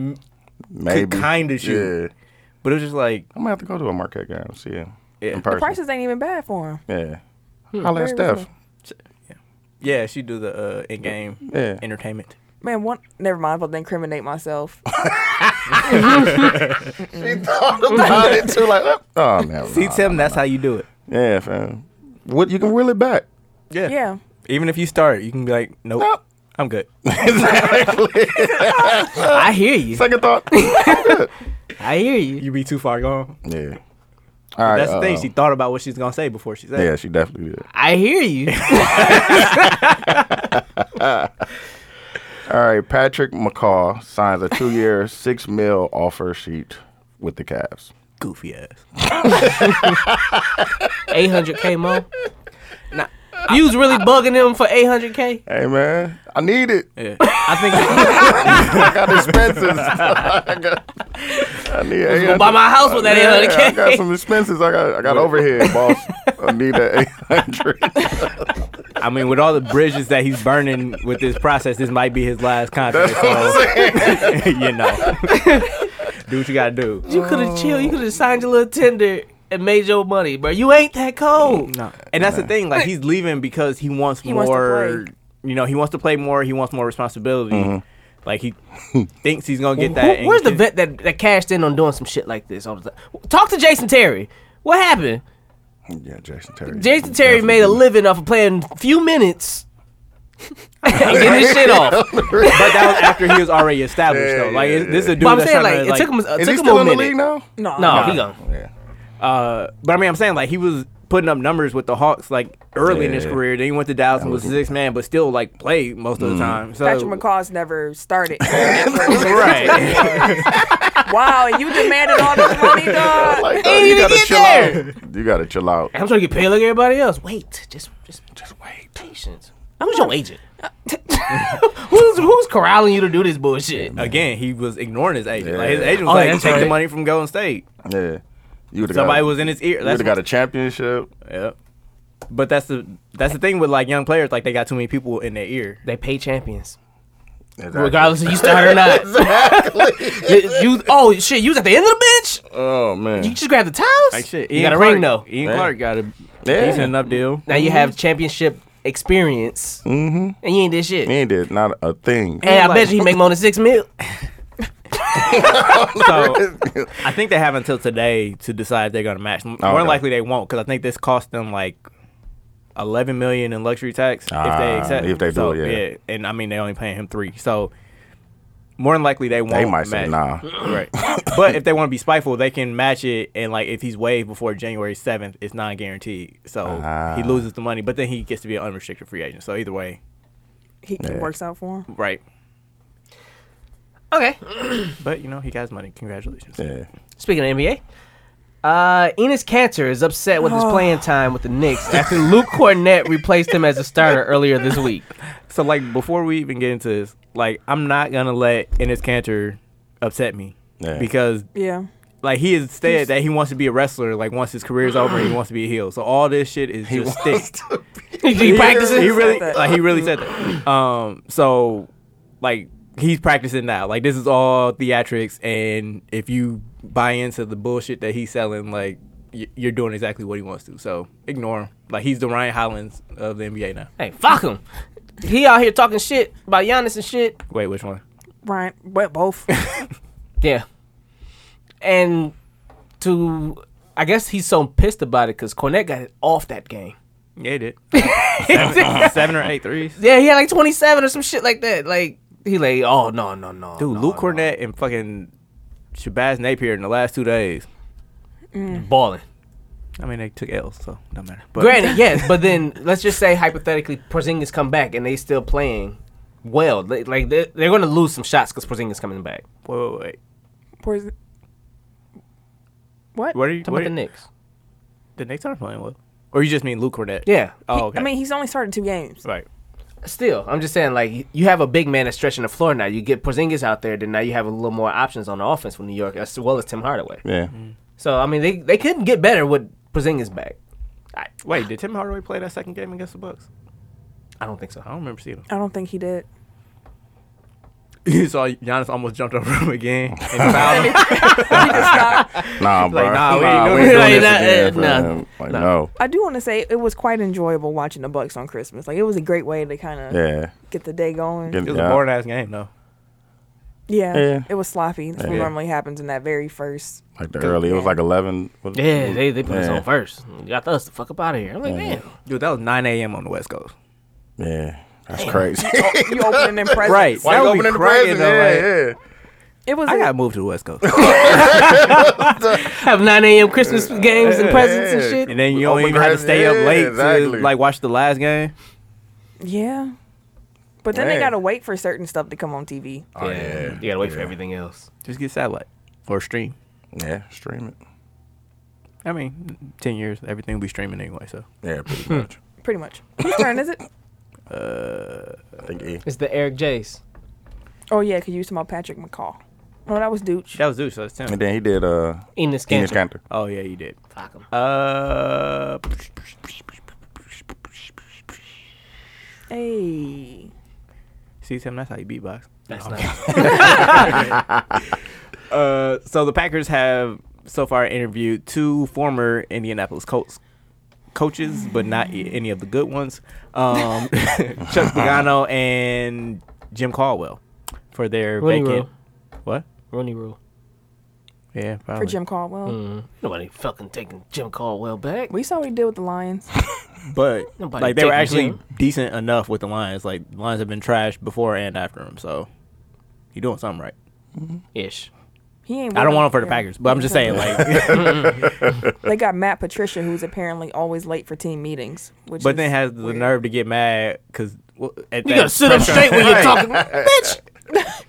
Speaker 3: Maybe.
Speaker 4: kinda shoot.
Speaker 3: Yeah.
Speaker 4: but it was just like
Speaker 3: I'm gonna have to go to a Marquette game and see him in
Speaker 4: Yeah. The Hmm,
Speaker 3: person.
Speaker 1: Prices ain't even bad for him.
Speaker 3: yeah. Holla at
Speaker 1: Very
Speaker 3: Steph.
Speaker 1: reasonable.
Speaker 4: yeah, she do the uh, in game
Speaker 3: Yeah.
Speaker 4: entertainment.
Speaker 1: Man, one, never mind, I'll incriminate myself.
Speaker 3: She thought about it too. Like, oh, oh man.
Speaker 4: See Tim, that's how you do it.
Speaker 3: Yeah, fam. What you can reel it back.
Speaker 4: Yeah.
Speaker 1: yeah.
Speaker 4: Even if you start, you can be like, nope, Uh,
Speaker 3: Nope.
Speaker 4: I'm good.
Speaker 3: exactly.
Speaker 2: I hear you.
Speaker 3: Second thought.
Speaker 2: I hear you.
Speaker 4: You be too far gone.
Speaker 3: yeah. All right.
Speaker 4: That's the thing.
Speaker 3: uh,
Speaker 4: She thought about what she's gonna say before she said.
Speaker 3: Yeah,
Speaker 4: it.
Speaker 3: she definitely did.
Speaker 2: I hear you.
Speaker 3: All right, Patrick McCaw signs a two-year, six mil offer sheet with the Cavs.
Speaker 4: Goofy ass.
Speaker 2: 800k mo. Nah, you was really bugging him for 800k.
Speaker 3: Hey man, I need it.
Speaker 4: Yeah.
Speaker 2: I think
Speaker 3: I got expenses. I, got, I need. I
Speaker 2: go buy my house with that
Speaker 3: I
Speaker 2: 800k.
Speaker 3: got some expenses. I got. I got overhead, boss. I need that eight hundred.
Speaker 4: I mean, with all the bridges that he's burning with this process, this might be his last contract. So, you know, do what you gotta do.
Speaker 2: You could have chilled. You could have signed your little tender and made your money, bro. You ain't that cold.
Speaker 4: No, and that's the thing. Like he's leaving because he wants
Speaker 1: He wants to
Speaker 4: more.
Speaker 1: play.
Speaker 4: you know, he wants to play more. He wants more responsibility. Like he thinks he's gonna get that.
Speaker 2: Who-
Speaker 4: and
Speaker 2: where's the
Speaker 4: just-
Speaker 2: vet that, that cashed in on doing some shit like this all the time? Talk to Jason Terry. What happened?
Speaker 3: Yeah, Jason Terry.
Speaker 2: Jason Terry
Speaker 3: Definitely
Speaker 2: made a
Speaker 3: did.
Speaker 2: living off of playing few minutes and get his shit off.
Speaker 4: But that was after he was already established,
Speaker 3: Yeah,
Speaker 4: though. Like,
Speaker 3: yeah,
Speaker 4: it- this is a dude
Speaker 2: But I'm
Speaker 4: that's
Speaker 2: saying,
Speaker 4: trying
Speaker 2: like,
Speaker 4: to,
Speaker 2: it took him, it took
Speaker 3: Is he
Speaker 2: him
Speaker 3: still
Speaker 2: a
Speaker 3: in the
Speaker 2: minute.
Speaker 3: league now?
Speaker 1: No,
Speaker 2: No, he
Speaker 4: Nah.
Speaker 2: gone.
Speaker 3: Yeah.
Speaker 4: Uh, but I mean, I'm saying like he was putting up numbers with the Hawks like early in his
Speaker 3: Yeah.
Speaker 4: career. Then he went to Dallas and was six man, but still like played most of the
Speaker 3: Mm-hmm.
Speaker 4: time. So
Speaker 1: Patrick McCall's never started.
Speaker 4: right?
Speaker 1: wow, and you demanded all this money, dog.
Speaker 3: Like,
Speaker 2: Ain't
Speaker 3: dog, you
Speaker 2: even
Speaker 3: gotta
Speaker 2: get
Speaker 3: chill
Speaker 2: there.
Speaker 3: out. You gotta chill out.
Speaker 2: I'm trying to get paid like everybody else. Wait, just, just, just wait. Patience. Who's your agent? who's who's corralling you to do this bullshit?
Speaker 4: Again, he was ignoring his agent. Like his
Speaker 3: Yeah.
Speaker 4: agent was
Speaker 2: Oh,
Speaker 4: like,
Speaker 2: that's
Speaker 4: "Take the
Speaker 2: right.
Speaker 4: money from Golden State."
Speaker 3: Yeah. You would have
Speaker 4: Somebody
Speaker 3: got,
Speaker 4: was in his ear.
Speaker 3: you would
Speaker 4: That's
Speaker 3: have got a championship.
Speaker 4: yeah. But that's the that's the thing with like young players. Like they got too many people in their ear.
Speaker 2: They pay champions,
Speaker 3: Exactly.
Speaker 2: regardless if you start or not. you, you- oh shit, you was at the end of the bench.
Speaker 3: Oh man.
Speaker 2: You just grabbed the towels.
Speaker 4: Like shit.
Speaker 2: you
Speaker 4: Ian
Speaker 2: got a
Speaker 4: Clark,
Speaker 2: ring though.
Speaker 4: Ian
Speaker 3: Yeah.
Speaker 4: Clark got a
Speaker 3: Yeah.
Speaker 4: decent enough deal.
Speaker 2: Now
Speaker 3: Mm-hmm.
Speaker 2: you have championship experience, mm-hmm. and you ain't did shit.
Speaker 3: He ain't did not a thing.
Speaker 2: And I
Speaker 4: Like-
Speaker 2: bet you he make more than six mil.
Speaker 4: So I think they have until today to decide if they're going to match. More than
Speaker 3: Okay.
Speaker 4: likely they won't because I think this cost them like eleven million in luxury tax if they
Speaker 3: Ah,
Speaker 4: accept.
Speaker 3: if they do
Speaker 4: so,
Speaker 3: it, yeah.
Speaker 4: And I mean they only paying him three, so more than likely they won't.
Speaker 3: They
Speaker 2: oh,
Speaker 3: might say
Speaker 4: match.
Speaker 3: nah.
Speaker 4: Right, but if they want to be spiteful, they can match it, and like if he's waived before January seventh, it's non guaranteed, so he
Speaker 3: Ah.
Speaker 4: loses the money. But then he gets to be an unrestricted free agent. So either way,
Speaker 1: He it works out for him.
Speaker 4: right?
Speaker 2: Okay.
Speaker 4: But you know he got his money. Congratulations.
Speaker 3: Yeah.
Speaker 2: Speaking of NBA, uh, Enos Cantor is upset with his playing time with the Knicks after Luke Cornett replaced him as a starter earlier this week.
Speaker 4: So like before we even get into this, like I'm not gonna let Ennis Cantor upset me.
Speaker 3: Yeah.
Speaker 4: Because
Speaker 1: Yeah.
Speaker 4: like he has said that he wants to be a wrestler, like once his career's over, he wants to be a heel. So all this shit is just stick.
Speaker 2: he practices.
Speaker 4: He really
Speaker 1: Said that.
Speaker 4: like he really said that. Um so like he's practicing now. Like this is all theatrics and if you buy into the bullshit that he's selling, like y- you're doing exactly what he wants to. So ignore him. Like he's the Ryan Hollins of the NBA now.
Speaker 2: Hey, fuck him. He out here talking shit about Giannis and shit.
Speaker 4: Wait, which one?
Speaker 1: Right. But both.
Speaker 2: Yeah. And to, I guess he's so pissed about it because Cornett got it off that game.
Speaker 4: Yeah, he did. seven, seven or eight threes.
Speaker 2: Yeah, he had like 27 or some shit like that. Like, he like, oh, no, no, no.
Speaker 4: Dude,
Speaker 2: no,
Speaker 4: Luke
Speaker 2: no.
Speaker 4: Cornett and fucking Shabazz Napier in the last two days.
Speaker 2: Balling.
Speaker 4: I mean, they took L's, so don't matter. But
Speaker 2: Granted, yes, but then let's just say hypothetically, Porzingis come back and they still playing well. Like like, they're, they're going to lose some shots because Porzingis coming back.
Speaker 4: wait, wait, wait.
Speaker 1: Poison. What?
Speaker 4: What are you?
Speaker 2: Talking
Speaker 4: What
Speaker 2: about the
Speaker 4: are, the, Knicks.
Speaker 2: Knicks.
Speaker 4: the Knicks aren't playing well. Or you just mean Luke Cornett?
Speaker 2: Yeah.
Speaker 4: Oh, okay.
Speaker 1: I mean, he's only started two games.
Speaker 4: right.
Speaker 2: Still, I'm just saying like you have a big man that's stretching the floor now. You get Porzingis out there, then now you have a little more options on the offense for New York as well as Tim Hardaway.
Speaker 3: Yeah.
Speaker 2: So I mean they they couldn't get better with Porzingis back.
Speaker 4: Wait, did Tim Hardaway play that second game against the Bucks?
Speaker 2: I don't think so.
Speaker 4: I don't remember seeing him.
Speaker 1: I don't think he did.
Speaker 4: You saw Giannis almost jumped over him again and fouled him.
Speaker 3: Nah, bro.
Speaker 4: nah, we ain't
Speaker 3: nah,
Speaker 4: doing
Speaker 3: we
Speaker 2: this.
Speaker 3: ain't doing this
Speaker 2: Like,
Speaker 3: again,
Speaker 2: nah, eh,
Speaker 3: fam. Like,
Speaker 2: nah.
Speaker 3: no.
Speaker 1: I do want to say it was quite enjoyable watching the Bucks on Christmas. Like it was a great way to kind of
Speaker 3: Yeah.
Speaker 1: get the day going.
Speaker 3: Get-
Speaker 4: It was
Speaker 3: yeah.
Speaker 4: a boring ass game, though.
Speaker 1: yeah.
Speaker 3: Yeah.
Speaker 1: it was sloppy. That's what
Speaker 3: Yeah.
Speaker 1: normally happens in that very first.
Speaker 3: Like the early, it was like eleven. what-
Speaker 2: Yeah, they, they put us
Speaker 3: Yeah.
Speaker 2: on first. Got us the fuck up out of here. I'm like, man.
Speaker 4: Dude, that was 9 a.m. on the West Coast.
Speaker 3: Yeah, that's crazy.
Speaker 1: You opening them presents.
Speaker 4: Right.
Speaker 3: Why
Speaker 4: That
Speaker 3: you
Speaker 4: would be
Speaker 3: opening the
Speaker 4: crazy,
Speaker 3: present?
Speaker 4: though, like-
Speaker 3: Yeah,
Speaker 1: It was.
Speaker 4: I
Speaker 1: a-
Speaker 4: got moved to the West Coast.
Speaker 2: Have 9 a.m. Christmas games and presents and
Speaker 3: yeah.
Speaker 2: shit.
Speaker 4: and then you
Speaker 3: Open
Speaker 4: don't even have
Speaker 3: presents.
Speaker 4: to stay
Speaker 3: Yeah,
Speaker 4: up late
Speaker 3: exactly.
Speaker 4: to like watch the last game.
Speaker 1: yeah. But then they
Speaker 3: Man.
Speaker 1: gotta wait for certain stuff to come on TV.
Speaker 3: Oh, yeah.
Speaker 2: You gotta wait for everything else.
Speaker 4: Just get satellite or stream.
Speaker 3: yeah. Yeah, stream it.
Speaker 4: I mean, ten years, everything will be streaming anyway. So
Speaker 3: Yeah, pretty much.
Speaker 1: Pretty much. Whose turn is it?
Speaker 3: I think E.
Speaker 2: It's the Eric Jace.
Speaker 1: Oh yeah, because you used to about Patrick McCall. Oh, that was Dooch.
Speaker 4: that was Zeus. So that's
Speaker 3: And
Speaker 4: ten.
Speaker 3: then he did uh,
Speaker 2: Enos
Speaker 3: Enos
Speaker 2: Cantor.
Speaker 3: Cantor.
Speaker 4: Oh yeah, you did.
Speaker 2: Fuck him.
Speaker 4: Uh,
Speaker 1: Hey.
Speaker 4: see Tim, that's how you beatbox.
Speaker 2: That's not.
Speaker 4: Uh, so the Packers have so far interviewed two former Indianapolis Colts coaches, but not i- any of the good ones. Um, Chuck Pagano and Jim Caldwell for their
Speaker 2: Rooney
Speaker 4: vacant.
Speaker 2: Rule.
Speaker 4: What?
Speaker 2: Rooney Rule.
Speaker 4: Yeah, probably.
Speaker 1: for Jim Caldwell.
Speaker 2: Nobody fucking taking Jim Caldwell back.
Speaker 1: We saw what he did with the Lions.
Speaker 4: But
Speaker 2: Nobody
Speaker 4: like they were
Speaker 2: taking
Speaker 4: actually
Speaker 2: Jim.
Speaker 4: decent enough with the Lions. Like the Lions have been trashed before and after him, so he doing something right.
Speaker 2: Ish.
Speaker 1: He ain't.
Speaker 4: I don't
Speaker 1: with
Speaker 4: want
Speaker 1: them.
Speaker 4: him for the
Speaker 1: Yeah.
Speaker 4: Packers, but I'm just saying like.
Speaker 1: They got Matt Patricia, who's apparently always late for team meetings. Which
Speaker 4: but
Speaker 1: is
Speaker 4: then has the
Speaker 1: weird.
Speaker 4: nerve to get mad because well, at
Speaker 2: You
Speaker 4: that
Speaker 2: gotta sit up
Speaker 4: pressure-
Speaker 2: straight when you're talking. Bitch!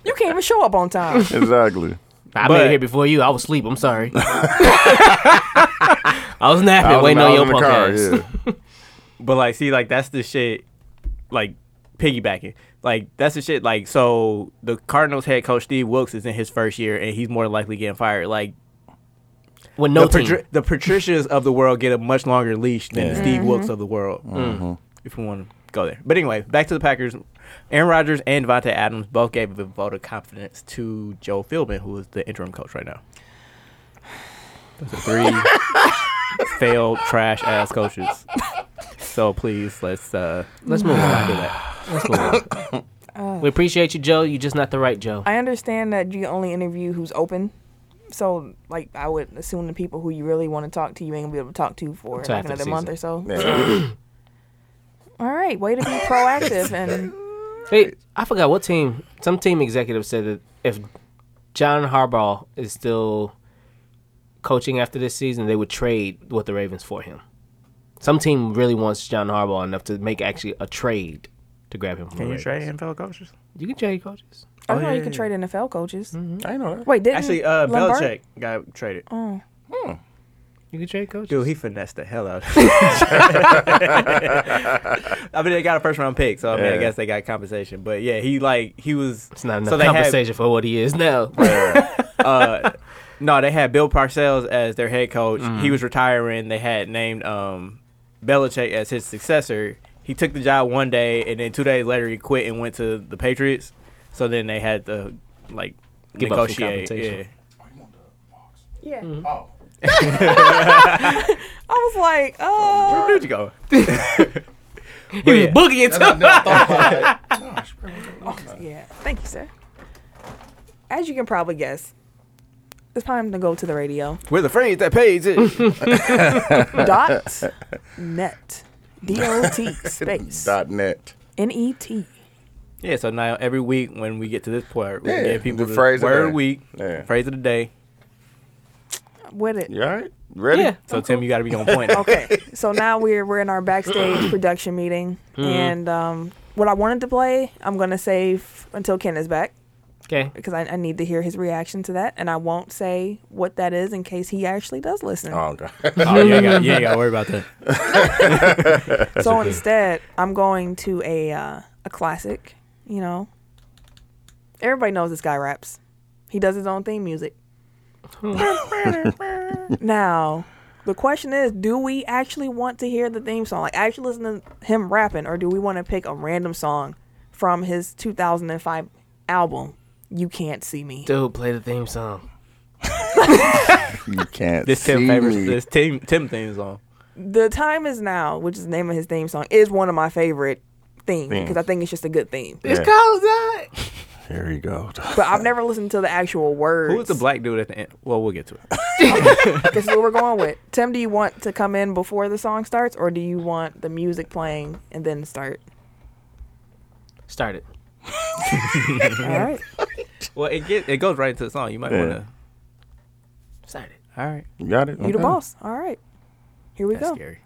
Speaker 1: You can't even show up on time.
Speaker 3: Exactly.
Speaker 2: I
Speaker 4: But-
Speaker 2: made it here before you. I was asleep. I'm sorry. I was napping,
Speaker 3: I was
Speaker 2: waiting
Speaker 3: in- I
Speaker 2: on
Speaker 3: was
Speaker 2: your
Speaker 3: in the
Speaker 2: punk
Speaker 3: car,
Speaker 2: ass.
Speaker 3: yeah.
Speaker 4: But like, see, like that's the shit. Like piggybacking, like that's the shit. Like so, the Cardinals head coach Steve Wilkes is in his first year, and he's more than likely getting fired. Like
Speaker 2: With no
Speaker 4: the,
Speaker 2: team.
Speaker 4: Patri- the Patricias of the world get a much longer leash than the Steve Wilkes of the world.
Speaker 2: Mm-hmm.
Speaker 4: Mm-hmm. If we want to go there, but anyway, back to the Packers. Aaron Rodgers and Devontae Adams both gave a vote of confidence to Joe Philbin, who is the interim coach right now. Those are three failed trash ass coaches. So please let's uh
Speaker 2: Let's move on.
Speaker 4: not do that.
Speaker 2: Let's move on. we appreciate you, Joe. You're just not the right Joe.
Speaker 1: I understand that you only interview who's open. So, like, I would assume the people who you really want to talk to, you ain't gonna be able to talk to for
Speaker 2: Until
Speaker 1: like
Speaker 2: after the
Speaker 1: another month or so.
Speaker 3: Yeah.
Speaker 1: All right, way to be proactive and
Speaker 2: Hey, I forgot what team. Some team executive said that if John Harbaugh is still coaching after this season, they would trade with the Ravens for him. Some team really wants John Harbaugh enough to make actually a trade to grab him. From the Ravens.
Speaker 4: NFL coaches?
Speaker 2: You can trade coaches.
Speaker 1: I
Speaker 4: Oh,
Speaker 1: know
Speaker 4: yeah,
Speaker 1: you can
Speaker 4: yeah,
Speaker 1: trade NFL coaches.
Speaker 3: I know that.
Speaker 1: Wait, didn't
Speaker 4: Mm-hmm. Actually, uh
Speaker 1: Lombard-
Speaker 4: Belichick got traded.
Speaker 2: You can trade coaches.
Speaker 4: Dude, he finessed the hell out. of I mean, they got a first round pick, so I mean, I
Speaker 3: Yeah.
Speaker 4: guess they got compensation. But yeah, he like he was.
Speaker 2: it's not enough
Speaker 4: so they
Speaker 2: compensation for what he is now.
Speaker 4: Had, uh, no, they had Bill Parcells as their head coach.
Speaker 2: Mm-hmm.
Speaker 4: He was retiring. They had named um, Belichick as his successor. He took the job one day, and then two days later, he quit and went to the Patriots. So then they had to like
Speaker 2: Give up some
Speaker 4: negotiate.
Speaker 2: compensation.
Speaker 4: yeah.
Speaker 1: Yeah. Oh. I was like, oh.
Speaker 4: Where'd you go?
Speaker 2: he was
Speaker 4: yeah.
Speaker 2: boogie until
Speaker 1: Yeah. Thank you, sir. As you can probably guess, it's time to go to the radio.
Speaker 4: We're the friends that pays it.
Speaker 1: Dot net. D O T space.
Speaker 3: Dot net.
Speaker 1: N E T.
Speaker 4: Yeah, so now every week when we get to this part, we
Speaker 3: Yeah,
Speaker 4: give people
Speaker 3: the
Speaker 4: the
Speaker 3: phrase of
Speaker 4: word
Speaker 3: the
Speaker 4: of
Speaker 3: day.
Speaker 4: the week,
Speaker 3: Yeah.
Speaker 4: phrase of the day.
Speaker 1: With it.
Speaker 3: You all right? Ready?
Speaker 2: Yeah.
Speaker 4: So Tim, you got to be on point. Oh,
Speaker 1: Okay. So now we're we're in our backstage production meeting, and um, what I wanted to play, I'm gonna save until Ken is back
Speaker 2: Okay.
Speaker 1: because I, I need to hear his reaction to that, and I won't say what that is in case he actually does listen.
Speaker 3: Oh, God.
Speaker 4: oh, you ain't got to worry about that.
Speaker 1: so instead, I'm going to a uh, a classic. You know, everybody knows this guy raps. He does his own theme music. now, the question is, do we actually want to hear the theme song? Like, actually listen to him rapping, or do we want to pick a random song from his 2005 album? You can't see me.
Speaker 2: Dude, play the theme song.
Speaker 3: You can't
Speaker 4: This
Speaker 3: see
Speaker 4: Tim favors
Speaker 3: me.
Speaker 4: this Tim Tim theme song.
Speaker 1: The Time Is Now, which is the name of his theme song, is one of my favorite themes because I think it's just a good theme.
Speaker 2: It's
Speaker 3: Yeah.
Speaker 2: cold out.
Speaker 3: Here we go.
Speaker 1: But I've never listened to the actual words.
Speaker 4: Who was the black dude at the end? Well, we'll get to it.
Speaker 1: This is what we're going with. Tim, do you want to come in before the song starts, or do you want the music playing and then start?
Speaker 2: Start it.
Speaker 1: All
Speaker 2: Mm-hmm.
Speaker 1: right.
Speaker 4: Well, it get, it goes right into the song. You might
Speaker 3: Yeah.
Speaker 4: want to.
Speaker 2: Start it.
Speaker 4: All right,
Speaker 3: You got it?
Speaker 1: You
Speaker 2: Mm-hmm.
Speaker 1: the
Speaker 3: Okay.
Speaker 1: boss. All right. Here we
Speaker 4: that's
Speaker 1: go.
Speaker 4: scary.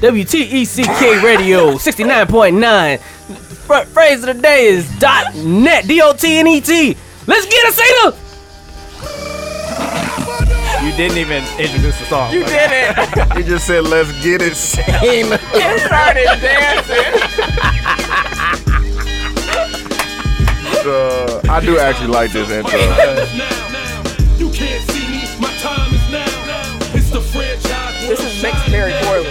Speaker 2: WTECK E Radio 69.9. Fr- phrase of the day is dot net, D-O-T-N-E-T. E Let's get it, Satan!
Speaker 4: You didn't even introduce the song. You
Speaker 2: Get it.
Speaker 3: You just said, let's get it, Shane.
Speaker 4: started dancing.
Speaker 3: Uh, I do actually like this intro.
Speaker 6: You can't see me, my time is now. It's the franchise.
Speaker 1: This is mixed very poorly.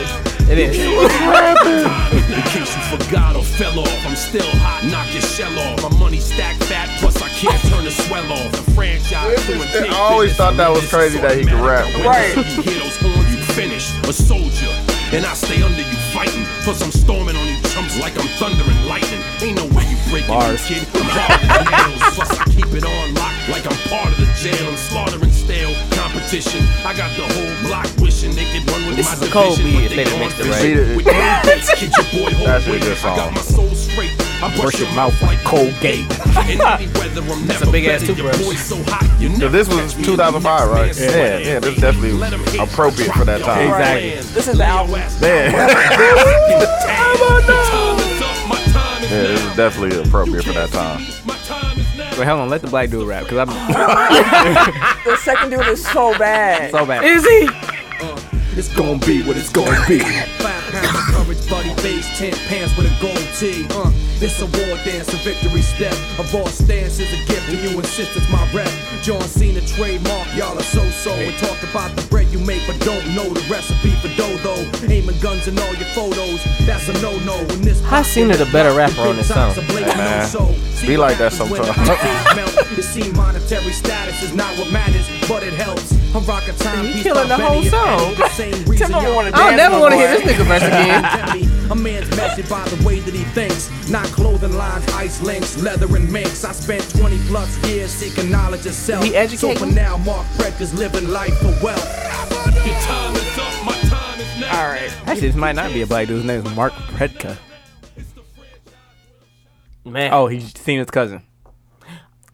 Speaker 2: It is.
Speaker 6: In case you forgot or fell off, I'm still hot. Knock your shell off. My money stacked fat, plus I can't turn the swell off. The franchise doing big
Speaker 3: I always
Speaker 6: business.
Speaker 3: thought that was crazy that he could rap.
Speaker 1: Right.
Speaker 6: You hear those horns, you finished a soldier. And I stay under you fighting. Plus I'm storming on you chumps like I'm thunder and lightning. Ain't no way you breaking Bars. kid. I'm hard as nails, plus I keep it on lock like I'm part of the jail. I'm slaughtering stale competition. I got the whole block wishing they could run with
Speaker 2: This
Speaker 6: my
Speaker 2: is a cold
Speaker 6: division,
Speaker 2: beat if
Speaker 6: but
Speaker 2: they done
Speaker 6: gone
Speaker 2: mixed it
Speaker 6: fishing
Speaker 3: right.
Speaker 6: with no bait. Kid, your boy hold
Speaker 3: That's a
Speaker 6: weight.
Speaker 3: good
Speaker 6: I
Speaker 3: song.
Speaker 6: got my soul straight. I brush your mouth like Colgate. In any weather, I'm
Speaker 2: That's a
Speaker 6: never
Speaker 2: big-ass
Speaker 6: better. Your
Speaker 2: toothbrush.
Speaker 6: boy's so hot, you
Speaker 3: So
Speaker 6: never
Speaker 3: this was
Speaker 6: catch me.
Speaker 3: 2005, right?
Speaker 6: Yeah.
Speaker 3: Yeah, yeah, this is definitely
Speaker 6: Let 'em hate.
Speaker 3: appropriate for that time.
Speaker 4: Exactly.
Speaker 1: This is the album.
Speaker 3: Yeah, this is definitely appropriate for that time.
Speaker 4: Wait, hold on. Let the black dude rap, cause I'm
Speaker 1: The second dude is so bad.
Speaker 4: so bad.
Speaker 2: Is he?
Speaker 6: It's gonna be what it's gonna be.
Speaker 7: Five pounds of courage, buddy base, ten pants with a gold tee. Uh, this a war dance, a victory step. A boss stance is a gift, and you insist it's my rep. John Cena trademark, y'all are so so. And talk about the bread you make, but don't know the recipe for dodo. Aiming guns in all your photos, that's a no no. When this
Speaker 2: How Cena the better rapper on this song?
Speaker 3: man. Be like that sometimes.
Speaker 7: you see, monetary status is not what matters, but it helps. I'm rocking time.
Speaker 2: You
Speaker 7: piece
Speaker 2: killing
Speaker 7: by
Speaker 2: the whole
Speaker 7: Benny, and
Speaker 2: song.
Speaker 7: Eddie, the same
Speaker 1: Tim
Speaker 7: reason
Speaker 1: don't
Speaker 7: y'all
Speaker 1: want to
Speaker 2: I don't
Speaker 1: dance.
Speaker 2: never
Speaker 1: no
Speaker 2: want to
Speaker 1: more.
Speaker 2: hear this nigga verse again.
Speaker 7: identity. A man's measured by the way that he thinks. Not clothing lines, ice links, leather and minks. I spent 20 plus years seeking knowledge of self.
Speaker 2: He educating?
Speaker 7: So for now, Mark Brecker's living life for wealth.
Speaker 1: All right.
Speaker 4: Actually, this might not be a black dude. His name is Mark Predka.
Speaker 2: Man,
Speaker 4: Oh, he's Cena's cousin.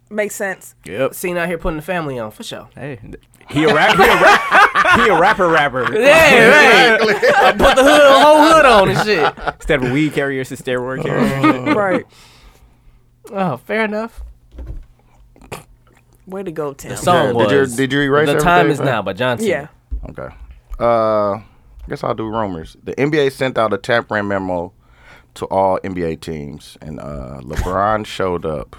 Speaker 1: Makes sense.
Speaker 4: Yep.
Speaker 2: Cena out here putting the family on for sure.
Speaker 4: Hey, he a rap. He a, rap, he a rapper. Rapper.
Speaker 2: Yeah, right. Put the hood, whole hood on and shit.
Speaker 4: Instead of weed carrier, it's a steroid carrier.
Speaker 1: Right.
Speaker 2: Oh, fair enough.
Speaker 1: Way to go, Tim.
Speaker 2: Song
Speaker 3: Okay,
Speaker 2: was.
Speaker 3: did you- did you erase
Speaker 2: The time
Speaker 3: everything,
Speaker 2: is
Speaker 3: man?
Speaker 2: now by John Cena.
Speaker 1: Yeah.
Speaker 3: Okay. Uh, I guess I'll do rumors. The NBA sent out a tampering memo to all NBA teams, and uh, LeBron showed up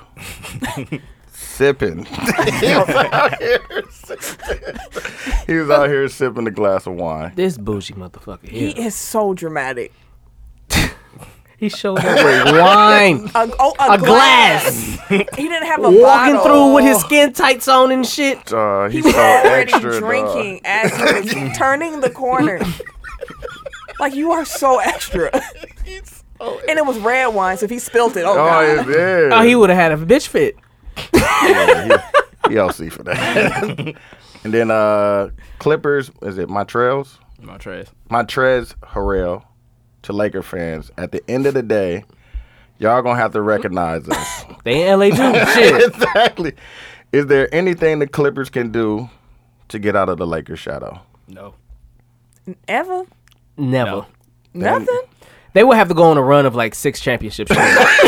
Speaker 3: sipping. he was out here sipping. He was out here sipping a glass of wine.
Speaker 2: This bougie motherfucker. Here.
Speaker 1: He is so dramatic.
Speaker 2: He showed up with wine,
Speaker 1: A, oh, a,
Speaker 2: a glass,
Speaker 1: He didn't have a
Speaker 2: walking
Speaker 1: bottle.
Speaker 2: through with his skin tights on and shit.
Speaker 3: Uh,
Speaker 1: He
Speaker 3: he's
Speaker 1: was
Speaker 3: so
Speaker 1: already
Speaker 3: extra. uh,
Speaker 1: drinking
Speaker 3: Drinking.
Speaker 1: as he was turning the corner. like you are so extra. and it was red wine, so if he spilled it, oh,
Speaker 3: Oh,
Speaker 1: God.
Speaker 3: it's there.
Speaker 2: Oh, he would have had a bitch fit.
Speaker 3: he LC for that. and then uh, Clippers, is it Montrez?
Speaker 4: My trash.
Speaker 3: Montrez Harrell to Laker fans. At the end of the day, y'all gonna have to recognize us.
Speaker 2: They in LA too. shit.
Speaker 3: exactly. Is there anything the Clippers can do to get out of the Lakers shadow?
Speaker 4: No.
Speaker 1: Ever?
Speaker 2: Never.
Speaker 4: No.
Speaker 1: Nothing?
Speaker 2: They would have to go on a run of like six championships. like, and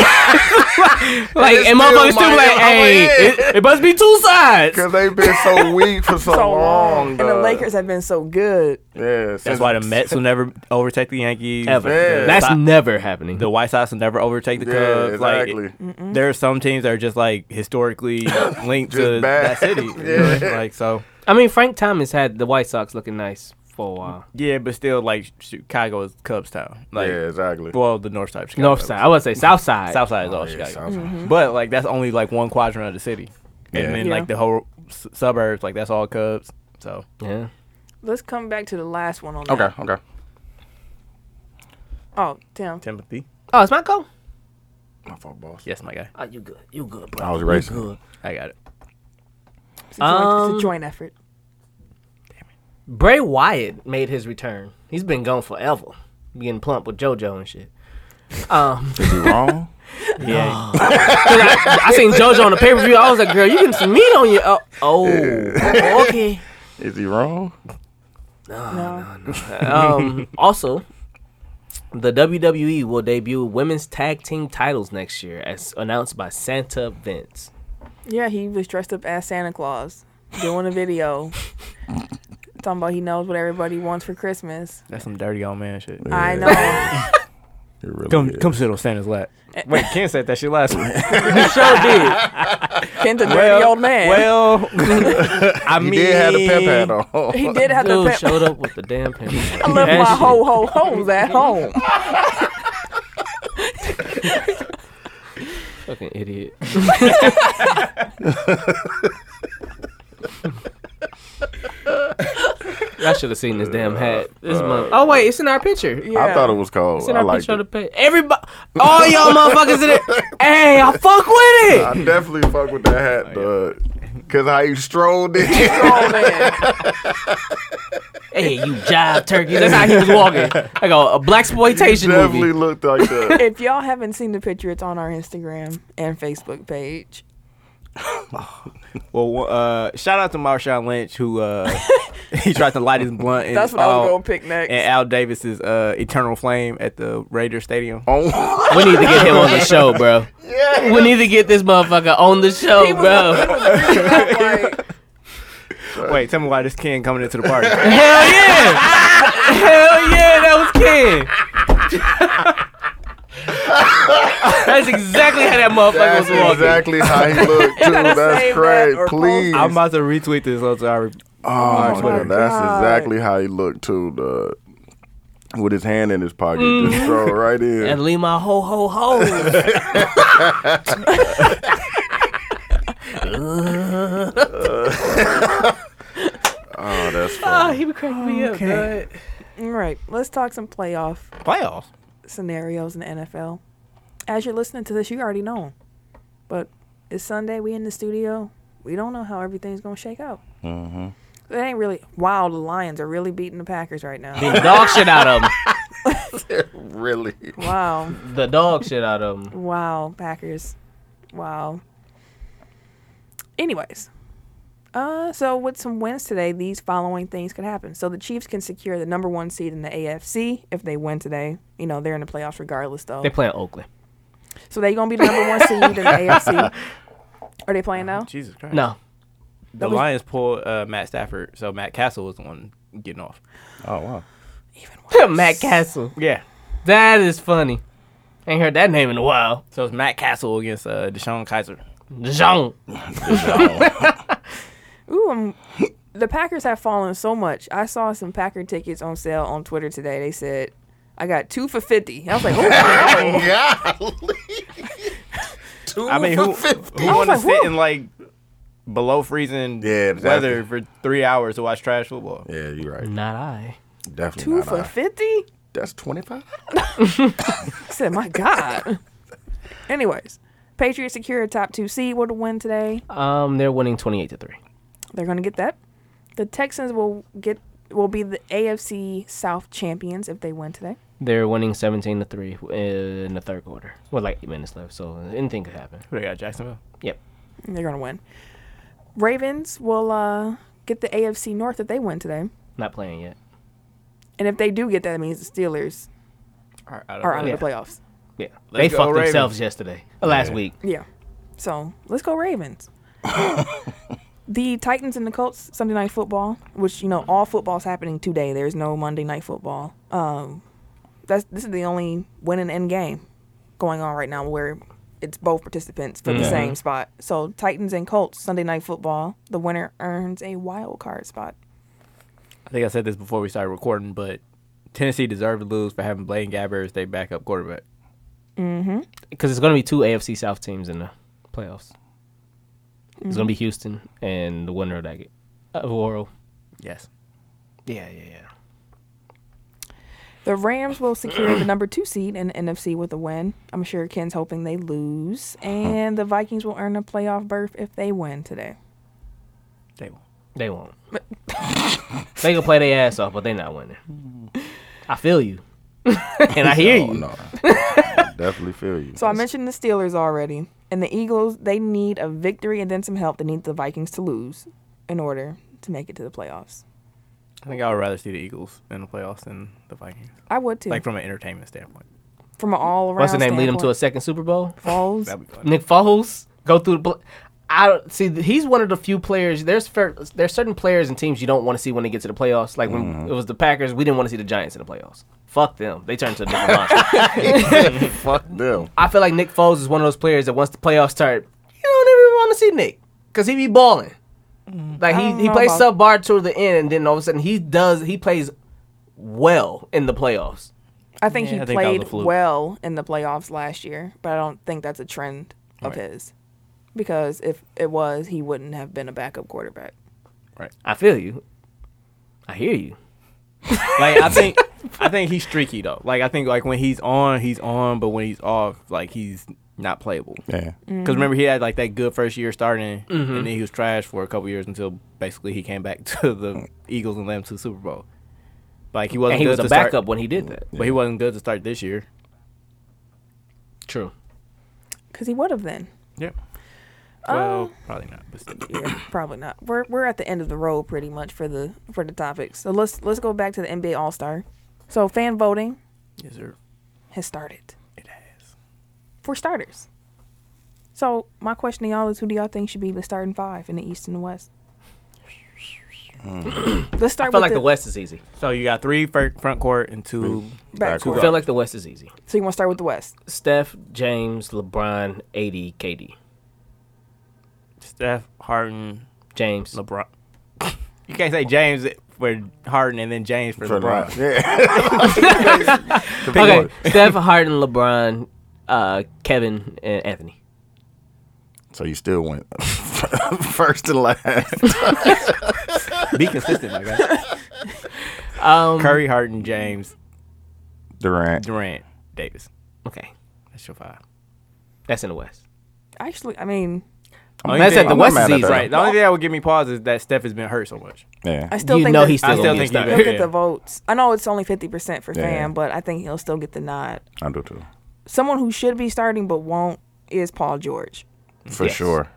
Speaker 2: motherfuckers still be like, hey, it, it must be two sides.
Speaker 3: Because they've been so weak for so,
Speaker 1: So long.
Speaker 3: long.
Speaker 1: And the
Speaker 3: dog.
Speaker 1: Lakers have been so good.
Speaker 3: Yeah,
Speaker 4: That's why the Mets will never overtake the Yankees.
Speaker 2: Ever.
Speaker 3: Yeah.
Speaker 2: That's
Speaker 4: Stop.
Speaker 2: never happening.
Speaker 4: The White Sox will never overtake the
Speaker 3: Yeah,
Speaker 4: Cubs. Like
Speaker 3: exactly.
Speaker 4: it- there are some teams that are just like historically linked
Speaker 3: Just
Speaker 4: to
Speaker 3: bad.
Speaker 4: that city.
Speaker 3: Yeah.
Speaker 4: Like so.
Speaker 2: I mean, Frank Thomas had the White Sox looking nice for uh, a while.
Speaker 4: Yeah, but still like Chicago is Cubs town. Like
Speaker 3: Yeah, exactly.
Speaker 4: well, the north side of Chicago.
Speaker 2: North side. I would say South side.
Speaker 4: South side is all
Speaker 3: Oh, Yeah,
Speaker 4: Chicago.
Speaker 3: sounds-
Speaker 4: But like that's only like one quadrant of the city,
Speaker 3: Yeah.
Speaker 4: and then
Speaker 1: Yeah.
Speaker 4: like the whole s- suburbs, like that's all Cubs. So
Speaker 2: Yeah.
Speaker 1: Let's come back to the last one on that.
Speaker 3: Okay, okay.
Speaker 1: Oh, Tim.
Speaker 4: Timothy,
Speaker 2: Oh, it's my call?
Speaker 3: My fault, boss.
Speaker 4: yes, my guy,
Speaker 2: Oh, you good. You good, bro.
Speaker 3: I was racing.
Speaker 4: I got it.
Speaker 1: It's a, joint, it's
Speaker 2: Um,
Speaker 1: a joint effort.
Speaker 2: Bray Wyatt made his return. He's been gone forever. Getting plump with JoJo and shit. Um,
Speaker 3: Is he wrong?
Speaker 4: Yeah,
Speaker 2: I seen JoJo on the pay per view. I was like, girl, you getting some meat on your. Oh, oh okay.
Speaker 3: Is he wrong?
Speaker 1: no.
Speaker 2: Um, also, the WWE will debut women's tag team titles next year, as announced by Santa Vince.
Speaker 1: Yeah, he was dressed up as Santa Claus doing a video. Talking about he knows what everybody wants for Christmas.
Speaker 4: that's some dirty old man shit.
Speaker 1: I know.
Speaker 3: He really
Speaker 4: Come,
Speaker 3: is.
Speaker 4: come sit on Santa's lap. Eh. Wait, Ken said that shit last week.
Speaker 2: Sure did.
Speaker 1: Kent a dirty
Speaker 4: Well,
Speaker 1: old man.
Speaker 4: well, I
Speaker 3: He
Speaker 4: mean,
Speaker 3: did have the pimp hat on.
Speaker 1: he did have
Speaker 2: Dude
Speaker 1: to pimp.
Speaker 2: showed up with the damn pimp.
Speaker 1: I left my ho ho hoes at home.
Speaker 2: Fucking idiot. I should have seen this damn hat. This month. Oh wait, it's in our picture.
Speaker 1: Yeah.
Speaker 3: I thought it was cold.
Speaker 2: It's in
Speaker 3: I
Speaker 2: our
Speaker 3: liked
Speaker 2: picture
Speaker 3: it.
Speaker 2: on the page. Everybody, all y'all motherfuckers in there. Hey, I fuck with it.
Speaker 3: I definitely fuck with that hat, dog. Cause how you strolled in.
Speaker 2: Hey, you jive turkey. That's how he was walking. Like a, a black exploitation movie.
Speaker 3: definitely looked like that.
Speaker 1: If y'all haven't seen the picture, it's on our Instagram and Facebook page.
Speaker 4: Well, uh, shout out to Marshawn Lynch who uh, he tried to light his blunt. And, oh,
Speaker 1: That's what I was gonna pick next.
Speaker 4: And Al Davis's uh, eternal flame at the Raiders Stadium.
Speaker 3: Oh,
Speaker 2: We need to get him on the show, bro. We need to get this motherfucker on the show, bro.
Speaker 4: Wait, tell me why this kid coming into the party?
Speaker 2: Hell yeah! Hell yeah, that was Ken. That's exactly how that motherfucker
Speaker 3: that's
Speaker 2: was walking.
Speaker 3: exactly how he looked too. That's
Speaker 1: save
Speaker 3: crazy.
Speaker 1: that or post
Speaker 3: Please,
Speaker 1: it.
Speaker 4: I'm about to retweet this. Let's our
Speaker 1: my
Speaker 3: Oh, man, that's
Speaker 1: God.
Speaker 3: exactly how he looked too, dog. With his hand in his pocket, just throw right
Speaker 2: And
Speaker 3: in.
Speaker 2: leave my ho ho ho.
Speaker 3: Oh, that's
Speaker 2: Ah,
Speaker 3: funny.
Speaker 2: he would crack me up, bud.
Speaker 1: All right, let's talk some playoff
Speaker 4: playoffs.
Speaker 1: scenarios in the NFL. As you're listening to this, you already know 'em. But it's Sunday. We in the studio. We don't know how everything's gonna shake out. Mm-hmm. It ain't really. Wow, the Lions are really beating the Packers right now.
Speaker 2: The dog shit out of him.
Speaker 3: really?
Speaker 1: wow,
Speaker 2: The dog shit out of him.
Speaker 1: wow, Packers. Wow. Anyways, uh, so with some wins today, these following things could happen. So the Chiefs can secure the number one seed in the AFC if they win today. You know they're in the playoffs regardless, though.
Speaker 2: They playing Oakland.
Speaker 1: So they gonna be the number one seed in the AFC. Are they playing now?
Speaker 4: Jesus Christ.
Speaker 2: No.
Speaker 4: The Lions pulled uh, Matt Stafford, so Matt Castle was the one getting off.
Speaker 3: Oh wow.
Speaker 2: Matt Castle.
Speaker 4: Yeah.
Speaker 2: That is funny. Ain't heard that name in a while.
Speaker 4: So it's Matt Castle against uh, Deshaun Kaiser.
Speaker 2: Jean.
Speaker 1: Ooh, um, the Packers have fallen so much. I saw some Packer tickets on sale on Twitter today. They said I got two for fifty. I was like, oh,
Speaker 3: Golly. Two
Speaker 4: I mean, who,
Speaker 3: for 50.
Speaker 4: who want to
Speaker 1: like,
Speaker 4: sit
Speaker 1: woo.
Speaker 4: in like below freezing
Speaker 3: Yeah, exactly.
Speaker 4: weather for three hours to watch trash football?
Speaker 3: Yeah, you're right.
Speaker 2: Not I.
Speaker 3: Definitely
Speaker 1: two
Speaker 3: not
Speaker 1: for
Speaker 3: I.
Speaker 1: fifty.
Speaker 3: That's 25?
Speaker 1: I said, my God. Anyways, Patriots secure a top two seed with a win today.
Speaker 2: Um, they're winning twenty eight to three.
Speaker 1: They're gonna get that. The Texans will get will be the AFC South champions if they win today.
Speaker 2: They're winning seventeen to three in the third quarter. Well, like eight minutes left, so anything could happen.
Speaker 4: Who they got? Jacksonville.
Speaker 2: Yep.
Speaker 1: They're gonna win. Ravens will uh, get the AFC North if they win today.
Speaker 2: Not playing yet.
Speaker 1: And if they do get that, it means the Steelers
Speaker 4: All right,
Speaker 1: are out
Speaker 2: Yeah.
Speaker 1: of the playoffs.
Speaker 2: Yeah.
Speaker 4: Let's
Speaker 2: they
Speaker 4: go,
Speaker 2: fucked
Speaker 4: Ravens.
Speaker 2: themselves yesterday. uh, Last week.
Speaker 1: Yeah. So let's go Ravens. the Titans and the Colts Sunday night football, which you know all football's happening today. There's no Monday night football. Um, that's this is the only win and end game going on right now where it's both participants for the same spot. So Titans and Colts Sunday night football. The winner earns a wild card spot.
Speaker 4: I think I said this before we started recording, but Tennessee deserved to lose for having Blaine Gabbert as their backup quarterback.
Speaker 2: Because it's gonna be two AFC South teams in the playoffs. It's gonna be Houston and the winner of that game. Of Oral.
Speaker 4: Yes.
Speaker 2: Yeah, yeah, yeah.
Speaker 1: The Rams will secure the number two seed in the NFC with a win. I'm sure Ken's hoping they lose. And the Vikings will earn a playoff berth if they win today.
Speaker 4: They won.
Speaker 2: They won't. they gonna play their ass off, but they not winning. I feel you, and I hear
Speaker 3: Oh,
Speaker 2: you.
Speaker 3: no. I definitely feel you.
Speaker 1: So I mentioned the Steelers already. And the Eagles, they need a victory and then some help. They need the Vikings to lose in order to make it to the playoffs.
Speaker 4: I think I would rather see the Eagles in the playoffs than the Vikings,
Speaker 1: I would too.
Speaker 4: like from an entertainment standpoint.
Speaker 1: from an all around
Speaker 2: What's the name? Lead them to a second Super Bowl.
Speaker 4: That'd be fun.
Speaker 2: Nick Foles go through the. Bl- I don't see. th- He's one of the few players. There's fair, there's certain players and teams you don't want to see when they get to the playoffs. Like when
Speaker 3: Mm-hmm.
Speaker 2: it was the Packers, we didn't want to see the Giants in the playoffs. Fuck them. They turned to a different monster.
Speaker 3: Fuck them.
Speaker 2: I feel like Nick Foles is one of those players that once the playoffs start, you don't even want to see Nick because he be balling. Like
Speaker 1: Mm, I don't
Speaker 2: he, he
Speaker 1: know
Speaker 2: plays
Speaker 1: about-
Speaker 2: subpar toward the end, and then all of a sudden he does he plays well in the playoffs.
Speaker 1: I think
Speaker 4: Yeah,
Speaker 1: he
Speaker 4: I think that was
Speaker 1: played
Speaker 4: a fluke.
Speaker 1: well in the playoffs last year, but I don't think that's a trend of his. Because if it was, he wouldn't have been a backup quarterback.
Speaker 2: I feel you. I hear you.
Speaker 4: Like I think, I think he's streaky though. Like I think, like when he's on, he's on, but when he's off, like he's not playable.
Speaker 3: Yeah.
Speaker 4: Because remember, he had like that good first year starting, and then he was trash for a couple years until basically he came back to the Eagles and led them to the Super Bowl. Like he wasn't.
Speaker 2: And he
Speaker 4: good
Speaker 2: was a
Speaker 4: to start-
Speaker 2: backup when he did that.
Speaker 4: but he wasn't good to start this year.
Speaker 2: True.
Speaker 1: Because he would have then.
Speaker 4: Yep. Well, probably not. But still.
Speaker 1: Yeah, probably not. We're we're at the end of the road pretty much for the for the topics. So let's let's go back to the NBA All Star. So fan voting
Speaker 4: Yes, sir.
Speaker 1: has started
Speaker 4: It has.
Speaker 1: for starters. So my question to y'all is, who do y'all think should be the starting five in the East and the West? let's start
Speaker 2: I feel
Speaker 1: with
Speaker 2: like the West is easy.
Speaker 4: So you got three fir- front court and two.
Speaker 1: back
Speaker 2: I
Speaker 3: Backcourt.
Speaker 1: court.
Speaker 2: feel like the West is easy.
Speaker 1: So you want to start with the West?
Speaker 2: Steph, James, LeBron, AD, KD.
Speaker 4: Steph, Harden,
Speaker 2: James.
Speaker 4: LeBron. you can't say James for Harden and then James for,
Speaker 3: For the round.
Speaker 4: LeBron.
Speaker 3: Yeah.
Speaker 2: okay. Steph, Harden, LeBron, uh, Kevin, and Anthony.
Speaker 3: So you still went first and last.
Speaker 4: Be consistent, my guy.
Speaker 2: Um,
Speaker 4: Curry, Harden, James,
Speaker 3: Durant.
Speaker 4: Durant, Davis.
Speaker 2: Okay.
Speaker 4: That's your five.
Speaker 2: That's in the West.
Speaker 1: Actually, I mean,
Speaker 2: That's at the
Speaker 3: I'm not
Speaker 2: West
Speaker 3: mad
Speaker 2: is
Speaker 3: at
Speaker 2: easy.
Speaker 3: that.
Speaker 4: Right. The only thing that would give me pause is that Steph has been hurt so much.
Speaker 3: Yeah.
Speaker 1: I still
Speaker 2: you
Speaker 1: think
Speaker 2: know
Speaker 1: that,
Speaker 2: he's still
Speaker 4: I still
Speaker 2: going to get
Speaker 4: think he
Speaker 2: started.
Speaker 1: he'll
Speaker 4: better.
Speaker 1: get
Speaker 4: Yeah.
Speaker 1: the votes. I know it's only fifty percent for
Speaker 3: Yeah.
Speaker 1: fan, but I think he'll still get the nod.
Speaker 3: I do too.
Speaker 1: Someone who should be starting but won't is Paul George.
Speaker 3: For
Speaker 2: Yes.
Speaker 3: sure.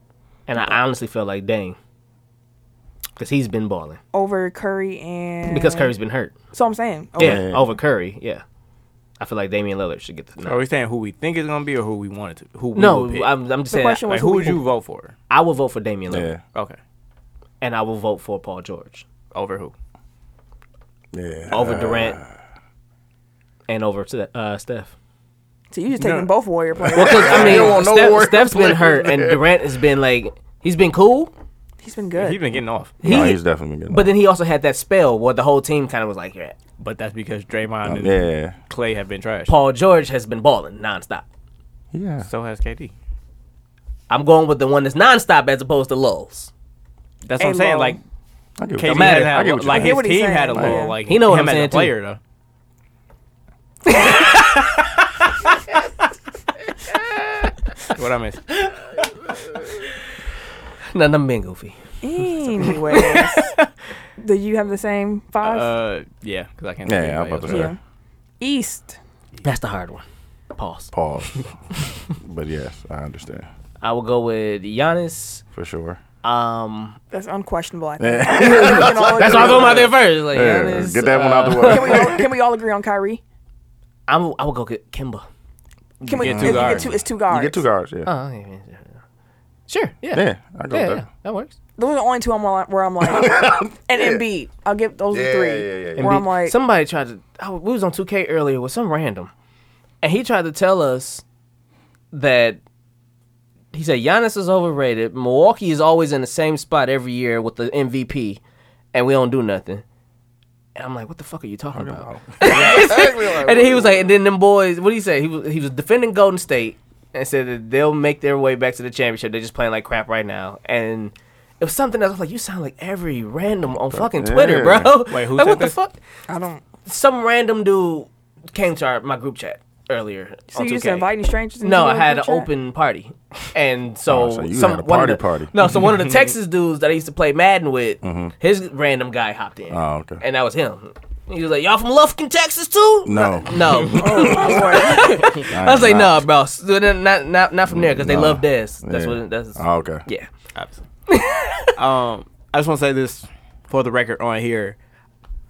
Speaker 2: And I honestly feel like, dang. Because he's been balling.
Speaker 1: over Curry and
Speaker 2: Because Curry's been hurt.
Speaker 1: So I'm saying, over,
Speaker 2: Yeah,
Speaker 3: yeah.
Speaker 2: over Curry. Yeah, I feel like Damian Lillard should get the
Speaker 4: Are
Speaker 2: no.
Speaker 4: we saying who we think is going to be or who we wanted to? Who we would
Speaker 2: No,
Speaker 4: pick?
Speaker 2: I'm, I'm just
Speaker 1: The
Speaker 2: saying.
Speaker 1: question
Speaker 4: like,
Speaker 1: was
Speaker 4: who would
Speaker 1: we-
Speaker 4: you vote for?
Speaker 2: I will vote for Damian Lillard,
Speaker 3: Yeah.
Speaker 4: Okay.
Speaker 2: and I will vote for Paul George
Speaker 4: Over who?
Speaker 3: Yeah.
Speaker 2: over
Speaker 4: Uh.
Speaker 2: Durant and over to uh, Steph.
Speaker 1: So you just taking
Speaker 4: No.
Speaker 1: both Warrior players.
Speaker 2: Well, 'cause, I
Speaker 3: don't
Speaker 2: mean,
Speaker 3: want no
Speaker 2: Steph,
Speaker 3: Warriors
Speaker 2: Steph's been
Speaker 3: players
Speaker 2: hurt, and Durant has been like he's been cool.
Speaker 1: he's been good.
Speaker 4: He's been getting off.
Speaker 2: He,
Speaker 3: no, he's definitely good.
Speaker 2: but then he also had that spell where the whole team kind of was like, yeah.
Speaker 4: But that's because Draymond and
Speaker 3: Oh, yeah.
Speaker 4: Clay have been trash.
Speaker 2: Paul George has been balling nonstop.
Speaker 3: Yeah.
Speaker 4: So has KD.
Speaker 2: I'm going with the one that's nonstop as opposed to lulls.
Speaker 4: That's what I'm
Speaker 1: A
Speaker 4: saying.
Speaker 1: low.
Speaker 4: Like
Speaker 3: I get what
Speaker 4: KD
Speaker 3: you're
Speaker 4: had,
Speaker 2: matter.
Speaker 4: had
Speaker 3: I get what you're
Speaker 4: like
Speaker 3: saying.
Speaker 4: his
Speaker 1: what he's
Speaker 4: team had a
Speaker 1: saying.
Speaker 4: low.
Speaker 1: Yeah.
Speaker 4: Like
Speaker 2: He know what I'm
Speaker 4: him as
Speaker 2: saying,
Speaker 4: a
Speaker 2: too.
Speaker 4: player though. what I miss?
Speaker 2: None of them been goofy.
Speaker 1: Anyways, do you have the same five?
Speaker 4: Uh, yeah, because I can't.
Speaker 3: Yeah,
Speaker 4: think of
Speaker 3: I'm about to
Speaker 4: anybody
Speaker 3: say.
Speaker 4: else.
Speaker 1: yeah. East.
Speaker 2: That's the hard one. Pause.
Speaker 3: Pause. but yes, I understand.
Speaker 2: I will go with Giannis.
Speaker 3: For sure.
Speaker 2: Um,
Speaker 1: That's unquestionable. I think.
Speaker 3: Yeah.
Speaker 1: That's
Speaker 2: so I'll go out there first. Like,
Speaker 3: Yeah,
Speaker 2: Giannis,
Speaker 3: Get that one
Speaker 2: uh,
Speaker 3: out the
Speaker 1: Can we,
Speaker 3: way.
Speaker 1: all, can we all agree on Kyrie?
Speaker 2: I'm, I will go get Kimba.
Speaker 1: Can we?
Speaker 4: get two
Speaker 1: you
Speaker 4: guards.
Speaker 1: two, it's two guards.
Speaker 3: You get two guards, yeah.
Speaker 2: Oh, yeah, yeah, yeah. sure. Yeah.
Speaker 3: Yeah, I go
Speaker 2: Yeah,
Speaker 3: with
Speaker 2: yeah,
Speaker 3: that.
Speaker 2: that works.
Speaker 1: Those are the only two I'm like, where I'm like, and Embiid. I'll give those
Speaker 3: Yeah,
Speaker 1: are three.
Speaker 3: yeah, yeah, yeah.
Speaker 1: Where
Speaker 2: Be-
Speaker 1: I'm like,
Speaker 2: somebody tried to. I, we was on 2K earlier with some random, and he tried to tell us that he said Giannis is overrated. Milwaukee is always in the same spot every year with the MVP, and we don't do nothing. And I'm like, what the fuck are you talking about? And then he was like, and then them boys, what do you say? He was he was defending Golden State and said that they'll make their way back to the championship. They're just playing like crap right now. And it was something else. I was like, you sound like every random on fucking Twitter,
Speaker 3: Yeah.
Speaker 2: bro.
Speaker 4: Wait, who
Speaker 2: like,
Speaker 4: said
Speaker 2: what the
Speaker 4: this?
Speaker 2: fuck?
Speaker 1: I don't.
Speaker 2: Some random dude came to our, my group chat earlier.
Speaker 1: So
Speaker 2: on
Speaker 1: you just
Speaker 2: 2K.
Speaker 1: inviting strangers? into
Speaker 2: No, I
Speaker 1: your
Speaker 2: had an
Speaker 1: group chat?
Speaker 2: open party, and so,
Speaker 3: Oh, so you
Speaker 2: some
Speaker 3: had a
Speaker 2: one of
Speaker 3: party
Speaker 2: the-
Speaker 3: party. Mm-hmm.
Speaker 2: No, so one of the Texas dudes that I used to play Madden with, his random guy hopped in.
Speaker 3: Oh, okay.
Speaker 2: And that was him. He was like, "Y'all from Lufkin, Texas, too?"
Speaker 3: No. Oh,
Speaker 2: no. I was like, "No, bro, s- not not not from there because they
Speaker 3: Nah.
Speaker 2: love this. That's
Speaker 3: Yeah.
Speaker 2: what that's
Speaker 3: Oh, okay.
Speaker 2: yeah."
Speaker 4: Obviously. um, I just want to say this for the record on here.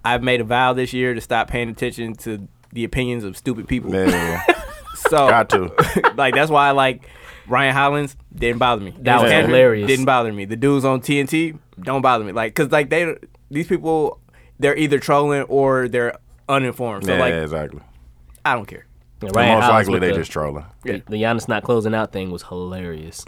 Speaker 4: I've made a vow this year to stop paying attention to the opinions of stupid people.
Speaker 3: Yeah, yeah, yeah.
Speaker 4: So
Speaker 3: Got to.
Speaker 4: like that's why I like Ryan Hollins didn't bother me.
Speaker 2: That
Speaker 4: His
Speaker 2: was
Speaker 4: character
Speaker 2: hilarious.
Speaker 4: Didn't bother me. The dudes on TNT don't bother me. Like cuz like they these people they're either trolling or they're uninformed. So
Speaker 3: Yeah,
Speaker 4: like
Speaker 3: exactly.
Speaker 4: I don't care.
Speaker 2: And
Speaker 3: And
Speaker 2: Ryan
Speaker 3: most
Speaker 2: Hollins
Speaker 3: likely
Speaker 2: with
Speaker 3: they
Speaker 2: the,
Speaker 3: just trolling.
Speaker 2: the, the Giannis not closing out thing was hilarious.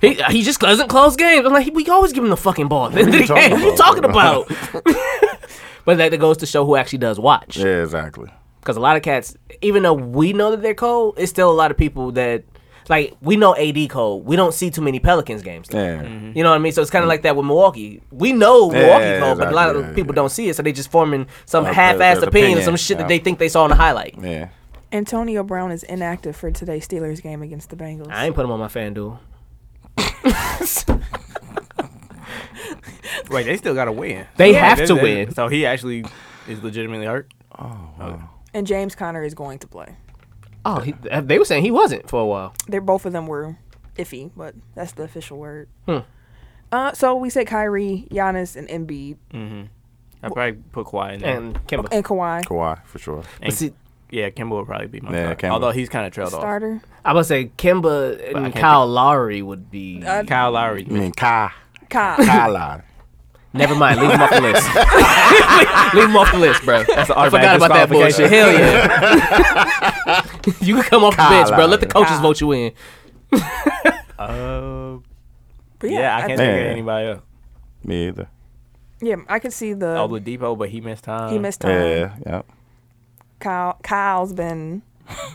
Speaker 2: he he just doesn't close games. I'm like, we always give him the fucking ball. What
Speaker 3: you talking
Speaker 2: are you
Speaker 3: about,
Speaker 2: talking
Speaker 3: bro?
Speaker 2: about? But that goes to show who actually does watch.
Speaker 3: Yeah, exactly.
Speaker 2: Because a lot of cats, even though we know that they're cold, it's still a lot of people that, like, we know AD cold. We don't see too many Pelicans games. though.
Speaker 3: Yeah.
Speaker 2: You know what I mean? So it's kind of like that with Milwaukee. We know Milwaukee
Speaker 3: yeah,
Speaker 2: cold, but a lot of
Speaker 3: exactly, yeah,
Speaker 2: people
Speaker 3: yeah.
Speaker 2: don't see it, so they just forming some
Speaker 3: Like,
Speaker 2: half-assed
Speaker 3: there's- there's
Speaker 2: opinion, of some
Speaker 3: opinion,
Speaker 2: shit
Speaker 3: yeah.
Speaker 2: that they think they saw in the highlight.
Speaker 3: Yeah.
Speaker 1: Antonio Brown is inactive for today's Steelers game against the Bengals.
Speaker 2: I ain't put him on my FanDuel.
Speaker 4: Wait, they still got to win.
Speaker 2: They
Speaker 4: Yeah,
Speaker 2: have to win.
Speaker 4: So he actually is legitimately hurt.
Speaker 1: and James Conner is going to play.
Speaker 2: Oh, he, they were saying he wasn't for a while.
Speaker 1: They're both of them were iffy, but that's the official word.
Speaker 2: Hmm.
Speaker 1: Uh, so we said Kyrie, Giannis, and Embiid
Speaker 4: I probably put Kawhi in there.
Speaker 2: And Kimba.
Speaker 1: and Kawhi
Speaker 3: Kawhi for sure.
Speaker 4: And-
Speaker 2: see-
Speaker 4: yeah, Kimba would probably be my
Speaker 3: Yeah,
Speaker 4: start.
Speaker 3: Kemba.
Speaker 4: Although he's kind of trailed off.
Speaker 1: starter.
Speaker 2: I must say Kimba and
Speaker 4: can't
Speaker 2: Kyle Lowry would be.
Speaker 4: Kyle Lowry.
Speaker 3: I mean, Kai.
Speaker 1: Kai.
Speaker 3: Kai line.
Speaker 2: Never mind. Leave him off the list. leave him off the list, bro.
Speaker 4: That's an
Speaker 2: I forgot
Speaker 4: automatic
Speaker 2: about that bullshit.
Speaker 4: disqualification.
Speaker 2: Hell yeah. you can come off the bench, bro. Let the coaches
Speaker 1: Kyle.
Speaker 2: vote you in.
Speaker 4: Uh,
Speaker 1: But
Speaker 4: yeah, I
Speaker 1: think-
Speaker 4: can't think
Speaker 3: Yeah.
Speaker 4: of anybody else.
Speaker 3: Me either.
Speaker 1: yeah, I could see the
Speaker 4: Oladipo, but he missed time.
Speaker 1: he missed time.
Speaker 3: Yeah, yep.
Speaker 1: Kyle Kyle's been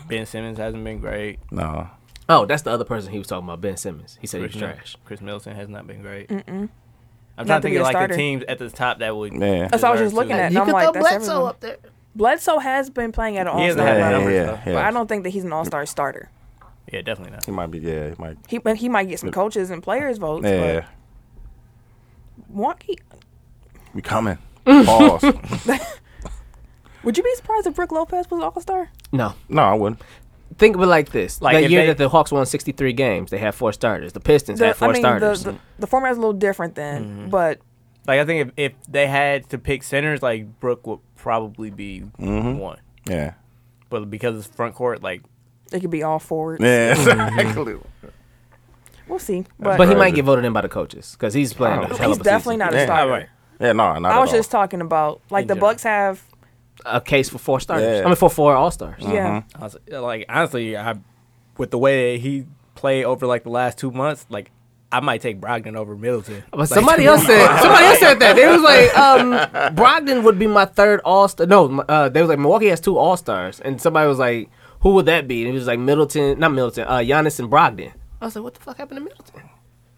Speaker 4: Ben Simmons hasn't been great.
Speaker 3: No.
Speaker 2: Oh, that's the other person he was talking about, Ben Simmons. He said he was
Speaker 4: Chris Mil-
Speaker 2: trash.
Speaker 4: Chris Middleton has not been great. I'm
Speaker 1: Not
Speaker 4: trying
Speaker 1: to
Speaker 4: to
Speaker 1: be
Speaker 4: think
Speaker 1: a
Speaker 4: of like
Speaker 1: starter.
Speaker 4: the teams at the top that would.
Speaker 3: Yeah.
Speaker 1: That's what I was
Speaker 4: deserve
Speaker 1: just looking
Speaker 4: to-
Speaker 1: at, and I'm like, that's everyone.
Speaker 2: there.
Speaker 1: Bledsoe has been playing at an
Speaker 4: He
Speaker 1: all
Speaker 4: hasn't
Speaker 1: star
Speaker 4: had
Speaker 3: yeah,
Speaker 1: level,
Speaker 4: numbers
Speaker 3: yeah,
Speaker 4: though.
Speaker 1: but
Speaker 3: yeah.
Speaker 1: I don't think that he's an all star starter.
Speaker 4: Yeah, definitely not.
Speaker 3: He might be. Yeah, he might.
Speaker 1: He but he might get some coaches and players votes.
Speaker 3: Mm. Yeah,
Speaker 1: But Milwaukee,
Speaker 3: we coming. Pause.
Speaker 1: would you be surprised if Brooke Lopez was all star?
Speaker 2: No.
Speaker 3: no, I wouldn't.
Speaker 2: Think of it like this.
Speaker 4: Like,
Speaker 2: Like that
Speaker 4: if
Speaker 2: year
Speaker 4: they-
Speaker 2: that the Hawks won 63 games, they had four starters. The Pistons had four
Speaker 1: I mean, the,
Speaker 2: starters.
Speaker 1: the the format's a little different then, but
Speaker 4: Like I think if, if they had to pick centers, like Brooke would probably be one.
Speaker 3: Yeah.
Speaker 4: But because it's front court, like
Speaker 1: it could be all forward.
Speaker 3: Yeah,
Speaker 1: Mm-hmm.
Speaker 3: exactly.
Speaker 1: We'll see. But,
Speaker 2: but he
Speaker 3: Crazy.
Speaker 2: might get voted in by the coaches because he's playing. a hell of
Speaker 1: Oh, he's
Speaker 2: a
Speaker 1: definitely
Speaker 2: season.
Speaker 1: not a
Speaker 3: Yeah.
Speaker 1: starter.
Speaker 4: Alright.
Speaker 3: Yeah, no, not
Speaker 1: I was
Speaker 3: at all.
Speaker 1: just talking about like
Speaker 4: In
Speaker 1: the
Speaker 4: general.
Speaker 1: Bucks have
Speaker 2: a case for four starters.
Speaker 3: Yeah.
Speaker 2: I mean, for four All Stars.
Speaker 3: Mm-hmm.
Speaker 1: yeah.
Speaker 4: I was- like honestly, I with the way that he played over like the last two months, like I might take Brogdon over Middleton.
Speaker 2: But somebody else said somebody else said that. They was like, um, Brogdon would be my third All Star. No, m- uh, they was like Milwaukee has two All Stars, and somebody was like, who would that be? And it was like Middleton, not Middleton, uh, Giannis and Brogdon. I was like, what the fuck happened to Middleton?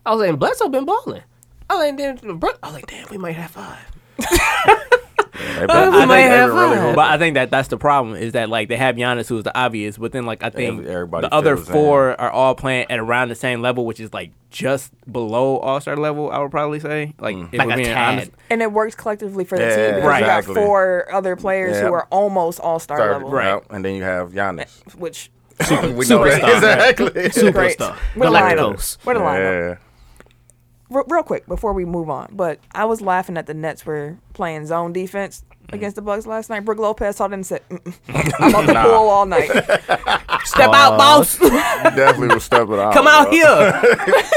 Speaker 2: I was like, and Bledsoe been balling. I was like, damn, Bro- I was like, damn, we might have five. we
Speaker 3: They been-
Speaker 2: might
Speaker 3: they
Speaker 2: have
Speaker 3: been really
Speaker 2: fun.
Speaker 3: good.
Speaker 4: But I think that that's the problem is that like they have Giannis who's the obvious, but then like I think
Speaker 3: Every- everybody
Speaker 4: the other
Speaker 3: fills in.
Speaker 4: four are all playing at around the same level, which is like just below All Star level. I would probably say like
Speaker 3: Mm.
Speaker 4: if
Speaker 2: Like
Speaker 4: we're
Speaker 2: a
Speaker 4: being
Speaker 2: tad.
Speaker 4: honest.
Speaker 1: And it works collectively for the
Speaker 3: Yeah,
Speaker 1: team because you got
Speaker 3: exactly.
Speaker 1: four other players
Speaker 3: Yeah.
Speaker 1: who are almost all star
Speaker 3: Third,
Speaker 1: level.
Speaker 4: Right.
Speaker 3: yep, And then you have Giannis.
Speaker 1: Which
Speaker 3: we know that. Exactly.
Speaker 1: great.
Speaker 2: Superstar.
Speaker 1: What a lineup.
Speaker 2: Galacticos.
Speaker 1: What a lineup.
Speaker 3: Yeah.
Speaker 1: Re- real quick before we move on, but I was laughing at the Nets were playing zone defense against the Bucks last night. Brooke Lopez saw them and said, Mm-mm. "I'm on the pool all night."
Speaker 2: Step out, boss.
Speaker 3: You definitely was stepping out.
Speaker 2: Come out
Speaker 3: bro.
Speaker 2: here.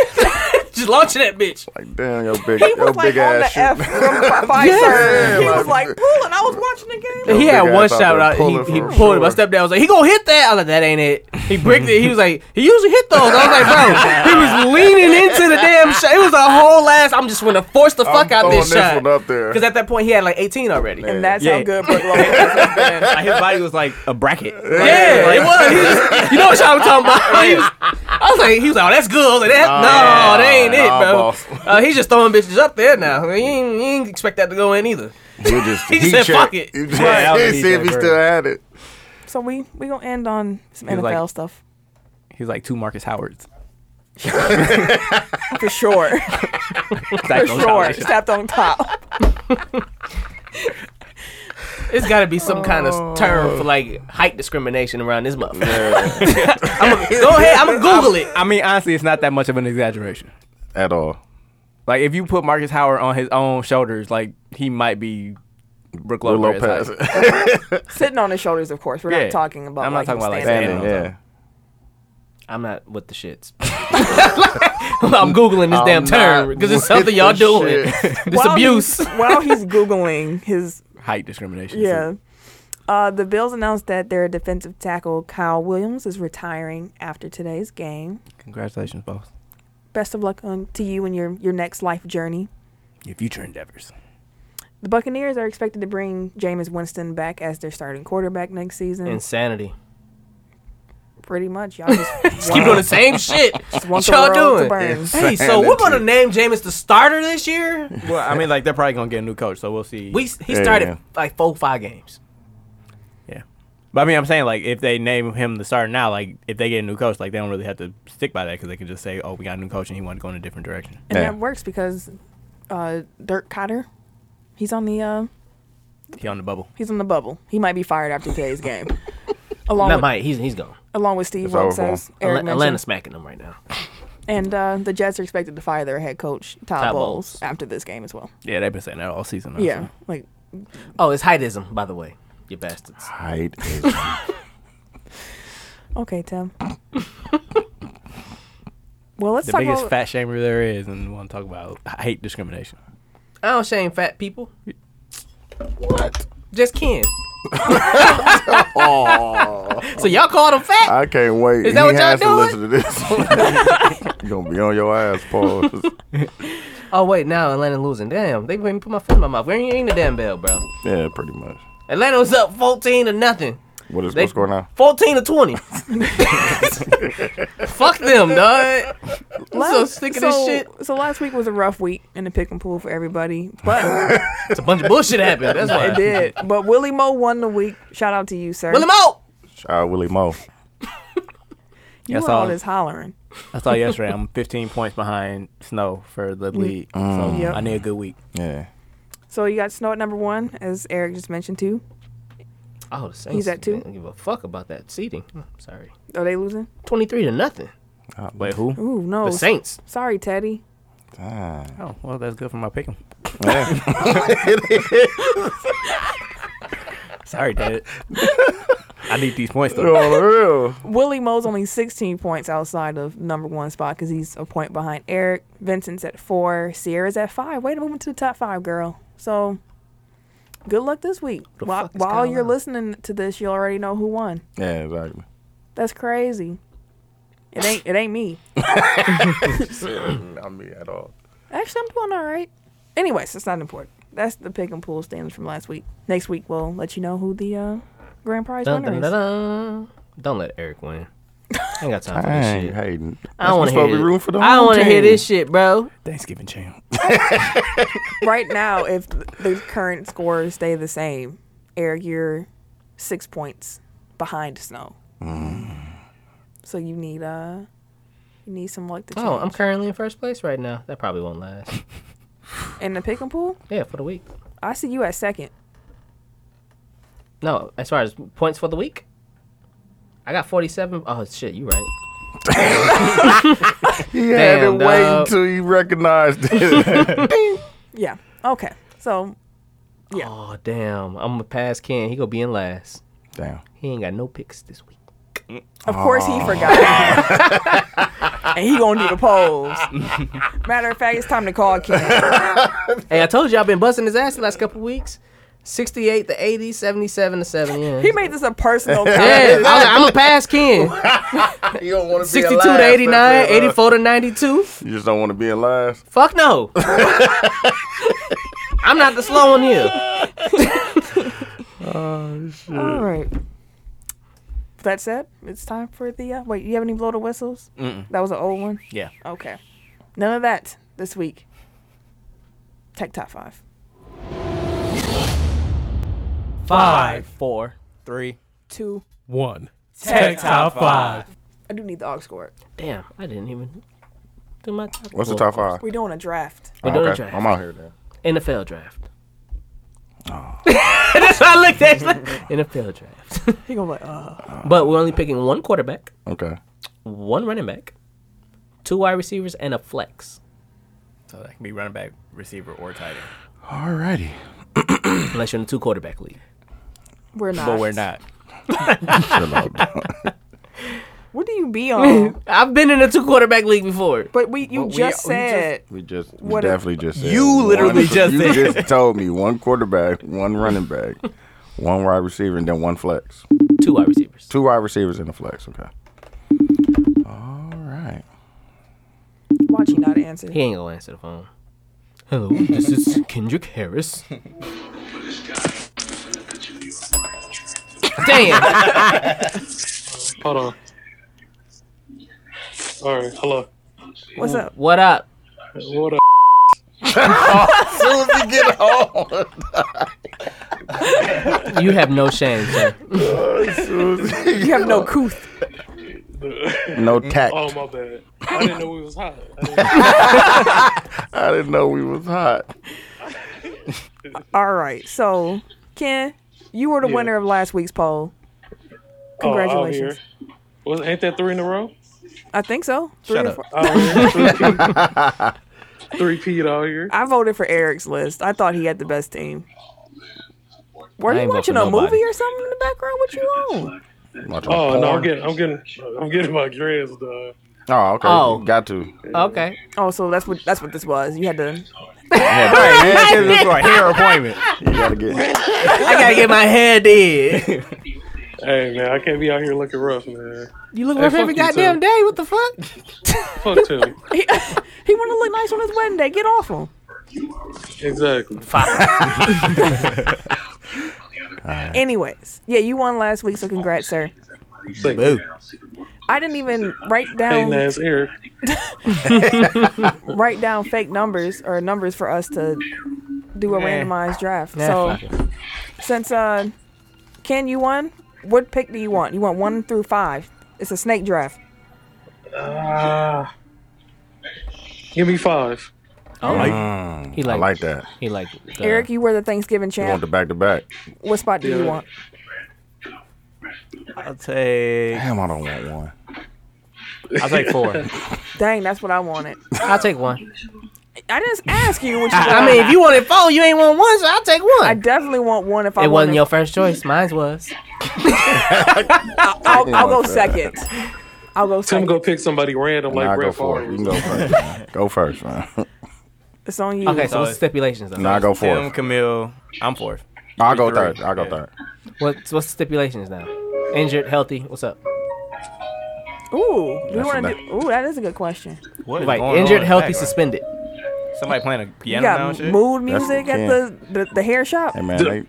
Speaker 2: Just launching that bitch.
Speaker 3: Like, damn, your big,
Speaker 1: He
Speaker 3: your
Speaker 1: was like
Speaker 3: big
Speaker 1: on the
Speaker 3: ass
Speaker 1: F
Speaker 3: shoot.
Speaker 1: from Pfizer.
Speaker 3: Yeah,
Speaker 1: he was
Speaker 3: like-
Speaker 1: like pool, and I was watching the game.
Speaker 2: he
Speaker 3: big
Speaker 2: had one
Speaker 3: ass out
Speaker 2: shot
Speaker 3: there
Speaker 2: out. He,
Speaker 3: pulling
Speaker 2: he
Speaker 3: for
Speaker 2: pulled it. My
Speaker 3: sure.
Speaker 2: stepdad was like, "He gonna hit that." I was like, "That ain't it." He bricked it. He was like, "He usually hit those." I was like, "Bro, he was leaning into the damn shot." It was a whole ass. I'm just gonna force the fuck out
Speaker 3: throwing
Speaker 2: this
Speaker 3: this
Speaker 2: shot
Speaker 3: one up there.
Speaker 2: because at that point he had like 18 already. Yeah,
Speaker 1: And that's
Speaker 4: Yeah.
Speaker 1: how good Brooke Lopez has been.
Speaker 4: Like, his body was like a bracket. Like,
Speaker 2: it was. He was- you know what y'all was talking about? He was- I was like, he was like, "Oh, that's good." I was like, that, "No,
Speaker 3: yeah.
Speaker 2: that ain't
Speaker 3: Nah,
Speaker 2: it,
Speaker 3: boss.
Speaker 2: bro." Uh, he's just throwing bitches up there now. He ain't, he ain't expect that to go in either.
Speaker 3: You just,
Speaker 2: He said, "Fuck it."
Speaker 3: You just
Speaker 4: Yeah, that was
Speaker 3: see if
Speaker 4: decent,
Speaker 3: he
Speaker 4: bro.
Speaker 3: still had it.
Speaker 1: So we we gonna end on some
Speaker 4: He
Speaker 1: NFL
Speaker 4: was like-
Speaker 1: stuff
Speaker 4: He's like two Marcus Howards.
Speaker 1: for sure. for sure, stepped on top.
Speaker 2: It's got to be some kind of term for like height discrimination around this motherfucker. Go ahead, I'm gonna Google it.
Speaker 4: I mean, honestly, it's not that much of an exaggeration.
Speaker 3: At all.
Speaker 4: Like if you put Marcus Howard on his own shoulders, like he might be Brook
Speaker 3: Or
Speaker 4: Lopez.
Speaker 3: Lopez.
Speaker 4: Like,
Speaker 1: Sitting on his shoulders, of course. We're
Speaker 4: Yeah.
Speaker 1: not talking about.
Speaker 4: I'm not
Speaker 1: like,
Speaker 4: talking
Speaker 1: him
Speaker 4: about, like,
Speaker 1: standing.
Speaker 4: standing.
Speaker 3: Damn, yeah.
Speaker 2: I'm not with the shits. I'm googling this damn
Speaker 3: I'm
Speaker 2: term
Speaker 3: not
Speaker 2: because it's
Speaker 3: with
Speaker 2: something y'all
Speaker 3: the
Speaker 2: doing. This
Speaker 1: While
Speaker 2: abuse.
Speaker 1: He's, while he's googling his
Speaker 4: height discrimination.
Speaker 1: yeah. Uh, the Bills announced that their defensive tackle Kyle Williams is retiring after today's game.
Speaker 4: Congratulations, boss.
Speaker 1: Best of luck on, to you and your, your next life journey.
Speaker 4: Your future endeavors.
Speaker 1: The Buccaneers are expected to bring Jameis Winston back as their starting quarterback next season.
Speaker 2: Insanity.
Speaker 1: Pretty much, y'all just,
Speaker 2: Just keep doing the same shit. What
Speaker 1: want the
Speaker 2: y'all
Speaker 1: world to
Speaker 2: doing?
Speaker 1: burn.
Speaker 2: Hey, so we're gonna name Jameis the starter this year.
Speaker 4: Well, I mean, like they're probably gonna get a new coach, so we'll see.
Speaker 2: We he
Speaker 3: Yeah.
Speaker 2: started like four five games.
Speaker 4: yeah. But I mean, I'm saying like if they name him the starter now, like if they get a new coach, like they don't really have to stick by that because they can just say, "Oh, we got a new coach and he wanted to go in a different direction."
Speaker 1: And
Speaker 3: Yeah.
Speaker 1: that works because uh, Dirk Cotter, he's on the uh,
Speaker 4: He on the bubble.
Speaker 1: he's on the bubble. He might be fired after today's game. Along
Speaker 2: Not
Speaker 1: with,
Speaker 2: Mike. He's he's gone.
Speaker 1: along with Steve
Speaker 3: It's over
Speaker 1: Wilkes,
Speaker 3: for him.
Speaker 1: as Eric
Speaker 2: Atla-
Speaker 1: mentioned.
Speaker 2: Atlanta's smacking him right now.
Speaker 1: and uh, the Jets are expected to fire their head coach Todd,
Speaker 2: Todd
Speaker 1: Bowles,
Speaker 2: Bowles.
Speaker 1: after this game as well.
Speaker 4: Yeah, they've been saying that all season. now,
Speaker 1: Yeah,
Speaker 4: so.
Speaker 1: like
Speaker 2: Oh, it's heightism, by the way. You bastards.
Speaker 3: Height is
Speaker 1: okay, Tim. well, let's
Speaker 4: the
Speaker 1: talk
Speaker 4: biggest
Speaker 1: about
Speaker 4: fat shamer there is, and want to talk about hate discrimination.
Speaker 2: I don't shame fat people.
Speaker 3: what?
Speaker 2: Just Ken. so y'all called him fat?
Speaker 3: I can't wait.
Speaker 2: Is that
Speaker 3: he
Speaker 2: what y'all
Speaker 3: has
Speaker 2: doing?
Speaker 3: to listen to this. you gonna be on your ass, Paul.
Speaker 2: Oh wait, now Atlanta losing. Damn, they wouldn't put my foot in my mouth. We ain't ring the damn bell, bro.
Speaker 3: yeah, pretty much.
Speaker 2: Atlanta was up fourteen to nothing.
Speaker 3: What is
Speaker 2: They-
Speaker 3: what's going on?
Speaker 2: Fourteen to twenty. Fuck them, dog. I'm so sick of this
Speaker 1: so-
Speaker 2: shit.
Speaker 1: So last week was a rough week in the pick and pool for everybody, but
Speaker 2: It's a bunch of bullshit happened. That's why.
Speaker 1: it did. But Willie Mo won the week. Shout out to you, sir.
Speaker 2: Willie Mo.
Speaker 3: Shout out Uh, Willie Mo.
Speaker 1: you
Speaker 4: I
Speaker 1: were
Speaker 4: saw-
Speaker 1: all this hollering.
Speaker 4: I saw yesterday I'm 15 points behind Snow for the lead, so
Speaker 1: Yep.
Speaker 4: I need a good week.
Speaker 3: Yeah.
Speaker 1: So you got Snow at number one, as Eric just mentioned too.
Speaker 2: Oh, the Saints.
Speaker 1: He's at two.
Speaker 2: I don't give a fuck about that seating. I'm sorry.
Speaker 1: Are they losing?
Speaker 2: Twenty-three to nothing.
Speaker 3: Uh,
Speaker 4: Wait, who?
Speaker 1: Ooh no.
Speaker 2: The Saints.
Speaker 1: Sorry, Teddy.
Speaker 3: Ah.
Speaker 4: Oh, well, that's good for my pick 'em. Sorry, Dad. I need these points though.
Speaker 3: Oh, real.
Speaker 1: Willie Mo's only 16 points outside of number one spot because he's a point behind Eric. Vincent's at four. Sierra's at five. Way to move into the top five, girl. So good luck this week. While,
Speaker 2: fuck is
Speaker 1: while
Speaker 2: going
Speaker 1: you're
Speaker 2: on?
Speaker 1: listening to this, you already know who won.
Speaker 3: Yeah, exactly.
Speaker 1: That's crazy. It ain't it ain't me.
Speaker 3: Not me at all.
Speaker 1: Actually, I'm doing all right. Anyways, it's not important. That's the pick and pool standings from last week. Next week, we'll let you know who the uh, grand prize
Speaker 2: Dun,
Speaker 1: winner
Speaker 2: dun,
Speaker 1: is.
Speaker 2: dun, dun. Don't let Eric win. I ain't got time for this
Speaker 3: Dang,
Speaker 2: shit.
Speaker 3: Hayden.
Speaker 2: I don't want to hear.
Speaker 3: That's supposed to be
Speaker 2: this.
Speaker 3: room for the
Speaker 2: I don't
Speaker 3: home
Speaker 2: want to hear
Speaker 3: team.
Speaker 2: this shit, bro.
Speaker 4: Thanksgiving channel.
Speaker 1: right now, if the current scores stay the same, Eric, you're six points behind Snow. So you need uh, you need some luck to change.
Speaker 2: Oh, I'm currently in first place right now. That probably won't last.
Speaker 1: in the pick and pool.
Speaker 2: Yeah, for the week.
Speaker 1: I see you at second.
Speaker 2: No, as far as points for the week, I got 47. Oh, shit, you right.
Speaker 3: He had
Speaker 2: Damn,
Speaker 3: to wait
Speaker 2: dog.
Speaker 3: until he recognized it.
Speaker 1: Yeah. Okay. So Yeah.
Speaker 2: Oh, damn. I'm going to pass Ken. He going to be in last.
Speaker 3: Damn.
Speaker 2: He ain't got no picks this week.
Speaker 1: of course he forgot, and he gonna do the polls. Matter of fact, it's time to call Ken.
Speaker 2: Hey, I told you I've been busting his ass the last couple weeks. 68 to 80, 77 to 7. Yeah.
Speaker 1: He made this a personal.
Speaker 2: yeah,
Speaker 1: comment.
Speaker 2: I am going to pass Ken.
Speaker 3: You don't want
Speaker 2: 62 to 89,
Speaker 3: Uh,
Speaker 2: 84 to 92.
Speaker 3: You just don't want to be in last.
Speaker 2: Fuck no. I'm not the slow one here.
Speaker 1: All right. That said, it's time for the uh, wait. You have any blow the whistles? That was an old one.
Speaker 4: Yeah.
Speaker 1: Okay. None of that this week. Tech top five.
Speaker 5: Five,
Speaker 4: Four, three.
Speaker 1: Two.
Speaker 5: one. Tech top five.
Speaker 1: I do need the aux score.
Speaker 2: Damn, I didn't even do my top
Speaker 3: What's the
Speaker 2: four.
Speaker 3: top five?
Speaker 1: We're doing a draft.
Speaker 2: We're doing a draft.
Speaker 3: I'm out here then.
Speaker 2: NFL draft.
Speaker 3: Oh.
Speaker 2: That's why I looked at it. NFL draft.
Speaker 1: He gonna be like, uh,
Speaker 2: But we're only picking one quarterback,
Speaker 3: Okay.
Speaker 2: one running back, two wide receivers, and a flex.
Speaker 4: So that can be running back, receiver, or tight end.
Speaker 3: Alrighty.
Speaker 2: Unless you're in a two quarterback league.
Speaker 1: we're not.
Speaker 4: But we're not.
Speaker 3: Chill out.
Speaker 1: What do you be on?
Speaker 2: I've been in a two quarterback league before.
Speaker 1: but we, you
Speaker 3: But we-
Speaker 1: just
Speaker 3: we just-
Speaker 1: said.
Speaker 3: We just we
Speaker 1: What a-
Speaker 3: definitely just said
Speaker 4: You literally
Speaker 3: one-
Speaker 4: just
Speaker 3: you
Speaker 4: said-
Speaker 3: just told me one quarterback, one running back, one wide receiver, and then one flex.
Speaker 2: Two wide receivers.
Speaker 3: Two wide receivers and a flex. Okay. All right.
Speaker 1: Watch you not answer.
Speaker 2: He ain't gonna answer the phone. Hello, this is Kendrick Harris. Damn!
Speaker 8: Hold on. All right, hello.
Speaker 1: What's up?
Speaker 2: What up?
Speaker 8: What up?
Speaker 3: As soon as we get home,
Speaker 2: You have no shame, sir.
Speaker 3: as soon
Speaker 1: You have no couth.
Speaker 3: No tact.
Speaker 8: oh my bad. I didn't know we was hot. I didn't-
Speaker 3: I didn't know we was hot.
Speaker 1: All right. So, Ken, you were the
Speaker 8: Yeah.
Speaker 1: winner of last week's poll.
Speaker 8: oh, out
Speaker 1: Congratulations.
Speaker 8: here. Was ain't that three in a row?
Speaker 1: I think so. Three
Speaker 4: Shut
Speaker 1: or
Speaker 4: up.
Speaker 1: four-
Speaker 8: Three P out here.
Speaker 1: I voted for Eric's list. I thought he had the best team. Were
Speaker 2: I
Speaker 1: you
Speaker 2: ain't vote for
Speaker 1: watching a
Speaker 2: nobody.
Speaker 1: movie or something in the background? What you on?
Speaker 8: Oh no, I'm
Speaker 3: Porn.
Speaker 8: getting, I'm getting, I'm getting my grades done.
Speaker 3: Oh, okay.
Speaker 2: Oh.
Speaker 3: Got to.
Speaker 2: Okay.
Speaker 1: Oh, so that's what that's what this was. You had to.
Speaker 4: This is for a hair appointment.
Speaker 3: You gotta get.
Speaker 2: I gotta get my hair did.
Speaker 8: Hey man, I can't be out here looking rough, man.
Speaker 2: You look
Speaker 8: Hey,
Speaker 2: rough
Speaker 8: fuck
Speaker 2: every
Speaker 8: you,
Speaker 2: goddamn
Speaker 8: too.
Speaker 2: day. What the fuck?
Speaker 8: Fuck Tim.
Speaker 1: He, he want to look nice on his wedding day. Get off him.
Speaker 8: Exactly.
Speaker 5: Um,
Speaker 1: Anyways, yeah, you won last week, so congrats, sir.
Speaker 8: Thank you.
Speaker 1: I didn't even write
Speaker 8: Hey,
Speaker 1: down
Speaker 8: Nas Eric.
Speaker 1: write down fake numbers or numbers for us to do a randomized draft. so since uh, Ken, you won. What pick do you want? You want one through five? It's a snake draft.
Speaker 8: Ah. Give me five.
Speaker 2: He
Speaker 3: Mm, I
Speaker 2: like,
Speaker 3: like that.
Speaker 2: He like. uh, the-
Speaker 1: Eric, you were the Thanksgiving
Speaker 3: You want
Speaker 1: champ.
Speaker 3: the back to back.
Speaker 1: What spot do you
Speaker 8: Yeah.
Speaker 1: want?
Speaker 4: I'll take.
Speaker 3: Damn, I don't want one.
Speaker 4: I'll take four.
Speaker 1: Dang, that's what I wanted.
Speaker 2: I'll take one.
Speaker 1: I didn't ask you what you
Speaker 2: I
Speaker 1: want.
Speaker 2: mean, if you wanted four, you ain't want one, so I'll take
Speaker 1: I
Speaker 2: one.
Speaker 1: definitely want one if I
Speaker 2: it wasn't
Speaker 1: wanted-
Speaker 2: your first choice. Mine was.
Speaker 1: I'll, I'll go
Speaker 3: Yeah.
Speaker 1: second. I'll go
Speaker 8: Tim
Speaker 1: second.
Speaker 8: go pick somebody random
Speaker 3: Nah,
Speaker 8: like
Speaker 3: I go
Speaker 8: Brett
Speaker 3: for it.
Speaker 8: Favre.
Speaker 3: You can go first. man. go first, man.
Speaker 1: It's on you.
Speaker 2: Okay, so what's
Speaker 4: Sorry.
Speaker 2: the stipulations though?
Speaker 3: Nah, I go
Speaker 4: Tim,
Speaker 3: fourth.
Speaker 4: Camille. I'm fourth.
Speaker 3: I'll go
Speaker 4: three.
Speaker 3: third. I'll go
Speaker 4: Yeah.
Speaker 3: third.
Speaker 2: What's what's the stipulations now? Injured, healthy. What's up?
Speaker 1: Ooh, do we
Speaker 3: That's
Speaker 1: want to
Speaker 3: enough.
Speaker 1: do? Ooh, that is a good question.
Speaker 4: What is
Speaker 2: Right,
Speaker 4: going
Speaker 2: injured,
Speaker 4: on in the
Speaker 2: healthy,
Speaker 4: background?
Speaker 2: suspended.
Speaker 4: Somebody playing a
Speaker 1: You
Speaker 4: piano now and
Speaker 1: got
Speaker 4: shit.
Speaker 1: mood
Speaker 3: That's what
Speaker 1: music at
Speaker 3: we
Speaker 1: the, the the hair shop.
Speaker 3: Hey, man. They,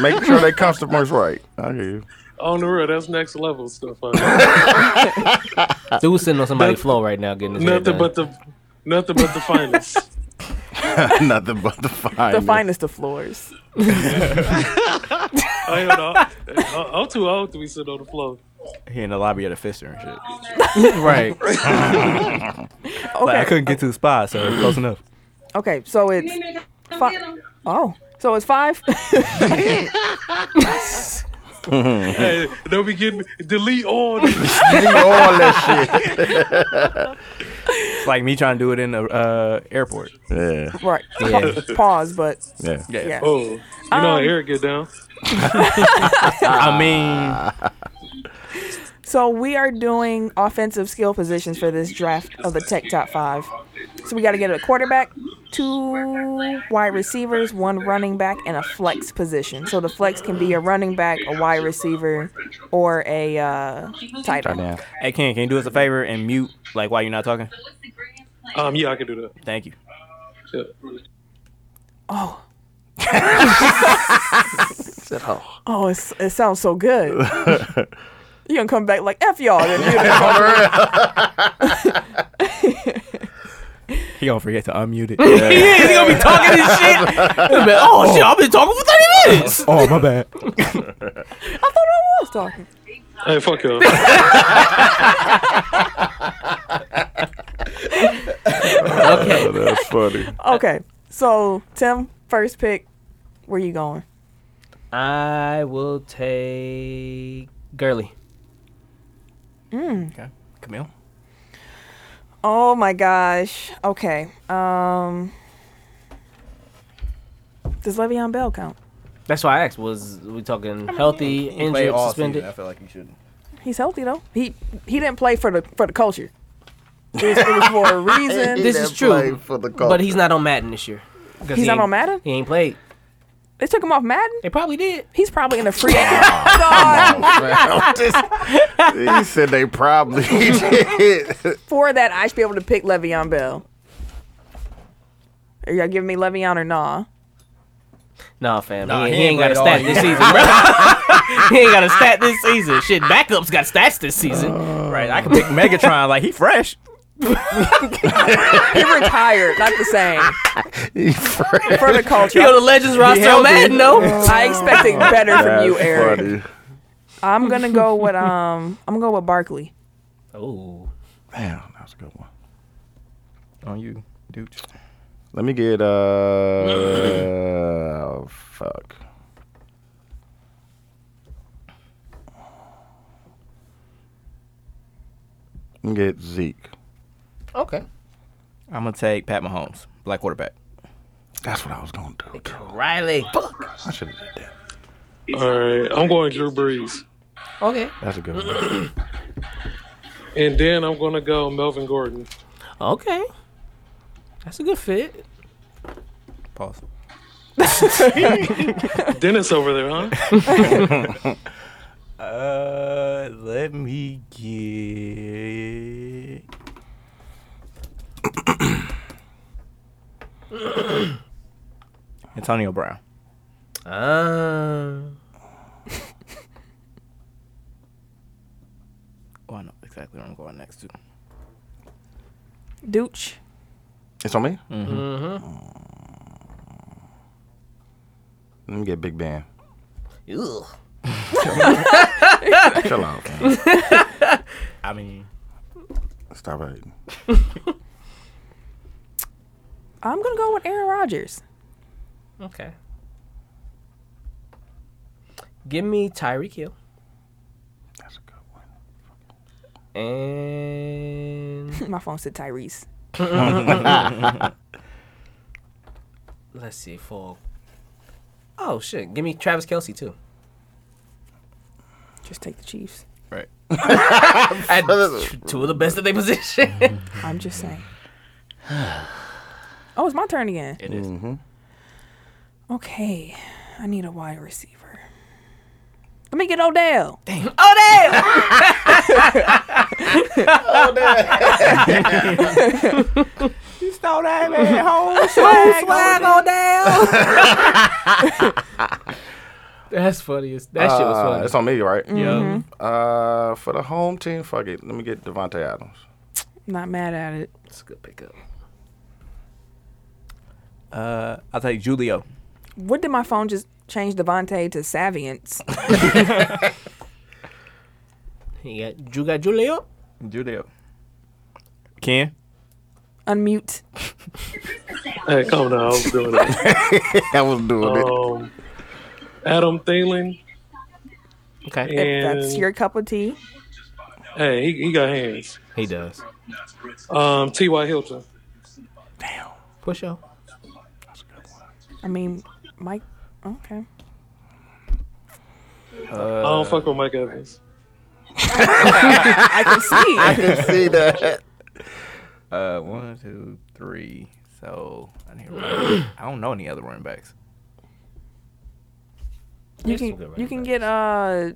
Speaker 3: make sure they customers right. I hear you.
Speaker 8: On the real, that's next level stuff. I
Speaker 2: Dude's sitting on somebody's floor right now getting his
Speaker 8: know.
Speaker 2: hair
Speaker 8: nothing
Speaker 2: done.
Speaker 8: but the, nothing but the finest.
Speaker 3: Nothing but the
Speaker 1: The
Speaker 3: finest.
Speaker 1: finest of floors.
Speaker 8: I don't know. I- I'm too old to be sitting on the floor.
Speaker 4: He in the lobby at a fister and shit.
Speaker 2: right.
Speaker 4: Like, I
Speaker 1: Okay.
Speaker 4: couldn't get to the spot, so it's close enough.
Speaker 1: Okay. So it's five. Oh, so it's five.
Speaker 8: Hey, don't be getting delete all. This.
Speaker 3: all that shit.
Speaker 4: It's like me trying to do it in the uh, airport.
Speaker 3: Yeah.
Speaker 1: right. Pa-
Speaker 2: Yeah.
Speaker 1: Pause. But
Speaker 3: Yeah.
Speaker 1: yeah.
Speaker 8: Oh, you know
Speaker 2: Um,
Speaker 8: how Eric get down.
Speaker 4: I mean,
Speaker 1: So we are doing offensive skill positions for this draft of the Tech Top Five. So we got to get a quarterback, two wide receivers, one running back, and a flex position. So the flex can be a running back, a wide receiver, or a uh, tight end.
Speaker 3: Yeah.
Speaker 4: hey Ken, can you do us a favor and mute like while you're not talking?
Speaker 8: Um, yeah, I can do that.
Speaker 4: Thank you.
Speaker 8: Yeah.
Speaker 1: Oh. oh, it's, it sounds so good. you gonna come back like f y'all? then you know.
Speaker 4: He gonna forget to unmute it. Yeah.
Speaker 2: He's gonna be talking this shit. He'll be like, oh, shit, I've been talking for thirty minutes.
Speaker 4: oh my bad.
Speaker 1: I thought I was talking.
Speaker 8: Hey, fuck y'all.
Speaker 3: Oh, that's funny.
Speaker 1: Okay, so Tim, first pick. Where you going?
Speaker 2: I will take Gurley.
Speaker 4: Okay, Camille.
Speaker 1: Oh my gosh. Okay. Um Does Le'Veon Bell count?
Speaker 2: That's why I asked. Was we talking healthy, injured, suspended?
Speaker 4: feel like you should.
Speaker 1: He's healthy though. He he didn't play for the for the culture. It was, it was for a reason.
Speaker 2: This is true,
Speaker 3: For the
Speaker 2: but he's not on Madden this year. 'Cause
Speaker 1: He's
Speaker 2: he
Speaker 1: not
Speaker 2: ain't-
Speaker 1: on Madden?
Speaker 2: He ain't played.
Speaker 1: They took him off Madden.
Speaker 2: They probably did.
Speaker 1: He's probably in the free agent. God,
Speaker 3: he said they probably did.
Speaker 1: for that, I should be able to pick Le'Veon Bell. Are y'all giving me Le'Veon or nah?
Speaker 2: Nah, fam.
Speaker 4: Nah,
Speaker 2: he,
Speaker 4: he
Speaker 2: he ain't
Speaker 4: ain't
Speaker 2: got a
Speaker 4: played all
Speaker 2: stat this season, bro. he ain't got a stat this season. Shit, backups got stats this season.
Speaker 4: Right, I can pick Megatron. Like he fresh.
Speaker 1: He retired, not the same.
Speaker 3: He fresh.
Speaker 1: For the
Speaker 2: You
Speaker 1: culture.
Speaker 2: know the Legends roster on
Speaker 4: healthy.
Speaker 2: Madden, though.
Speaker 1: I expected better from you,
Speaker 3: That's
Speaker 1: Eric.
Speaker 3: funny.
Speaker 1: I'm gonna go with um. I'm gonna go with Barkley.
Speaker 2: Oh.
Speaker 3: Damn, that was a good one.
Speaker 4: On you, dudes.
Speaker 3: Let me get uh oh, fuck. Let me get Zeke.
Speaker 2: Okay.
Speaker 4: I'm gonna take Pat Mahomes, black quarterback.
Speaker 3: That's what I was gonna do. too.
Speaker 2: Riley.
Speaker 3: I should have did that.
Speaker 8: All right, I'm going Drew Brees,
Speaker 2: Okay.
Speaker 3: That's a good one.
Speaker 8: and then I'm gonna go Melvin Gordon.
Speaker 2: Okay. That's a good fit.
Speaker 4: Pause.
Speaker 8: Dennis over there, huh?
Speaker 4: Uh, let me get. Antonio Brown. Ah.
Speaker 2: Um.
Speaker 4: Oh, I know exactly where I'm going next to.
Speaker 1: Dooch.
Speaker 3: It's on me? Mm-hmm. Let me get Big Ben.
Speaker 2: Ugh.
Speaker 3: Chill out, man.
Speaker 4: I mean,
Speaker 3: Stop hating.
Speaker 1: I'm gonna go with Aaron Rodgers.
Speaker 2: Okay. Give me Tyreek Hill
Speaker 3: That's a good one.
Speaker 2: and
Speaker 1: My phone said Tyrese.
Speaker 2: let's see for. Oh shit! Give me Travis Kelsey too.
Speaker 1: Just take the Chiefs.
Speaker 4: right.
Speaker 2: At two of the best of their position.
Speaker 1: I'm just saying. Oh, it's my turn again.
Speaker 4: It is.
Speaker 1: Okay, I need a wide receiver. Let me get Odell.
Speaker 2: oh damn!
Speaker 1: You stole that man whole
Speaker 2: Swag on down. That's funny. as- That shit was
Speaker 3: Uh,
Speaker 2: funny.
Speaker 3: it's on me, right?
Speaker 4: Yo,
Speaker 8: Mm-hmm.
Speaker 3: Uh, for the home team, fuck it. Let me get Devontae Adams.
Speaker 1: Not mad at it.
Speaker 2: That's a good pickup.
Speaker 4: uh, I'll take Julio.
Speaker 1: What did my phone just change Devontae to Saviance?
Speaker 2: You got, you got Julio.
Speaker 4: Julio. Ken.
Speaker 1: Unmute.
Speaker 8: Hey, come on, I was doing it.
Speaker 3: I was doing it.
Speaker 8: Um, Adam Thielen,
Speaker 2: Okay.
Speaker 1: If
Speaker 8: and
Speaker 1: that's your cup of tea.
Speaker 8: hey, he, he got hands.
Speaker 2: He does.
Speaker 8: Um, T. Y. Hilton.
Speaker 2: Push up.
Speaker 1: I mean, Mike. Okay.
Speaker 8: I don't fuck with Mike Evans.
Speaker 1: I can see.
Speaker 3: can see that.
Speaker 4: Uh, one, two, three. So I need. a running back. I don't know any other running backs.
Speaker 1: You
Speaker 2: some
Speaker 1: can
Speaker 2: good
Speaker 1: you can
Speaker 2: running
Speaker 1: get uh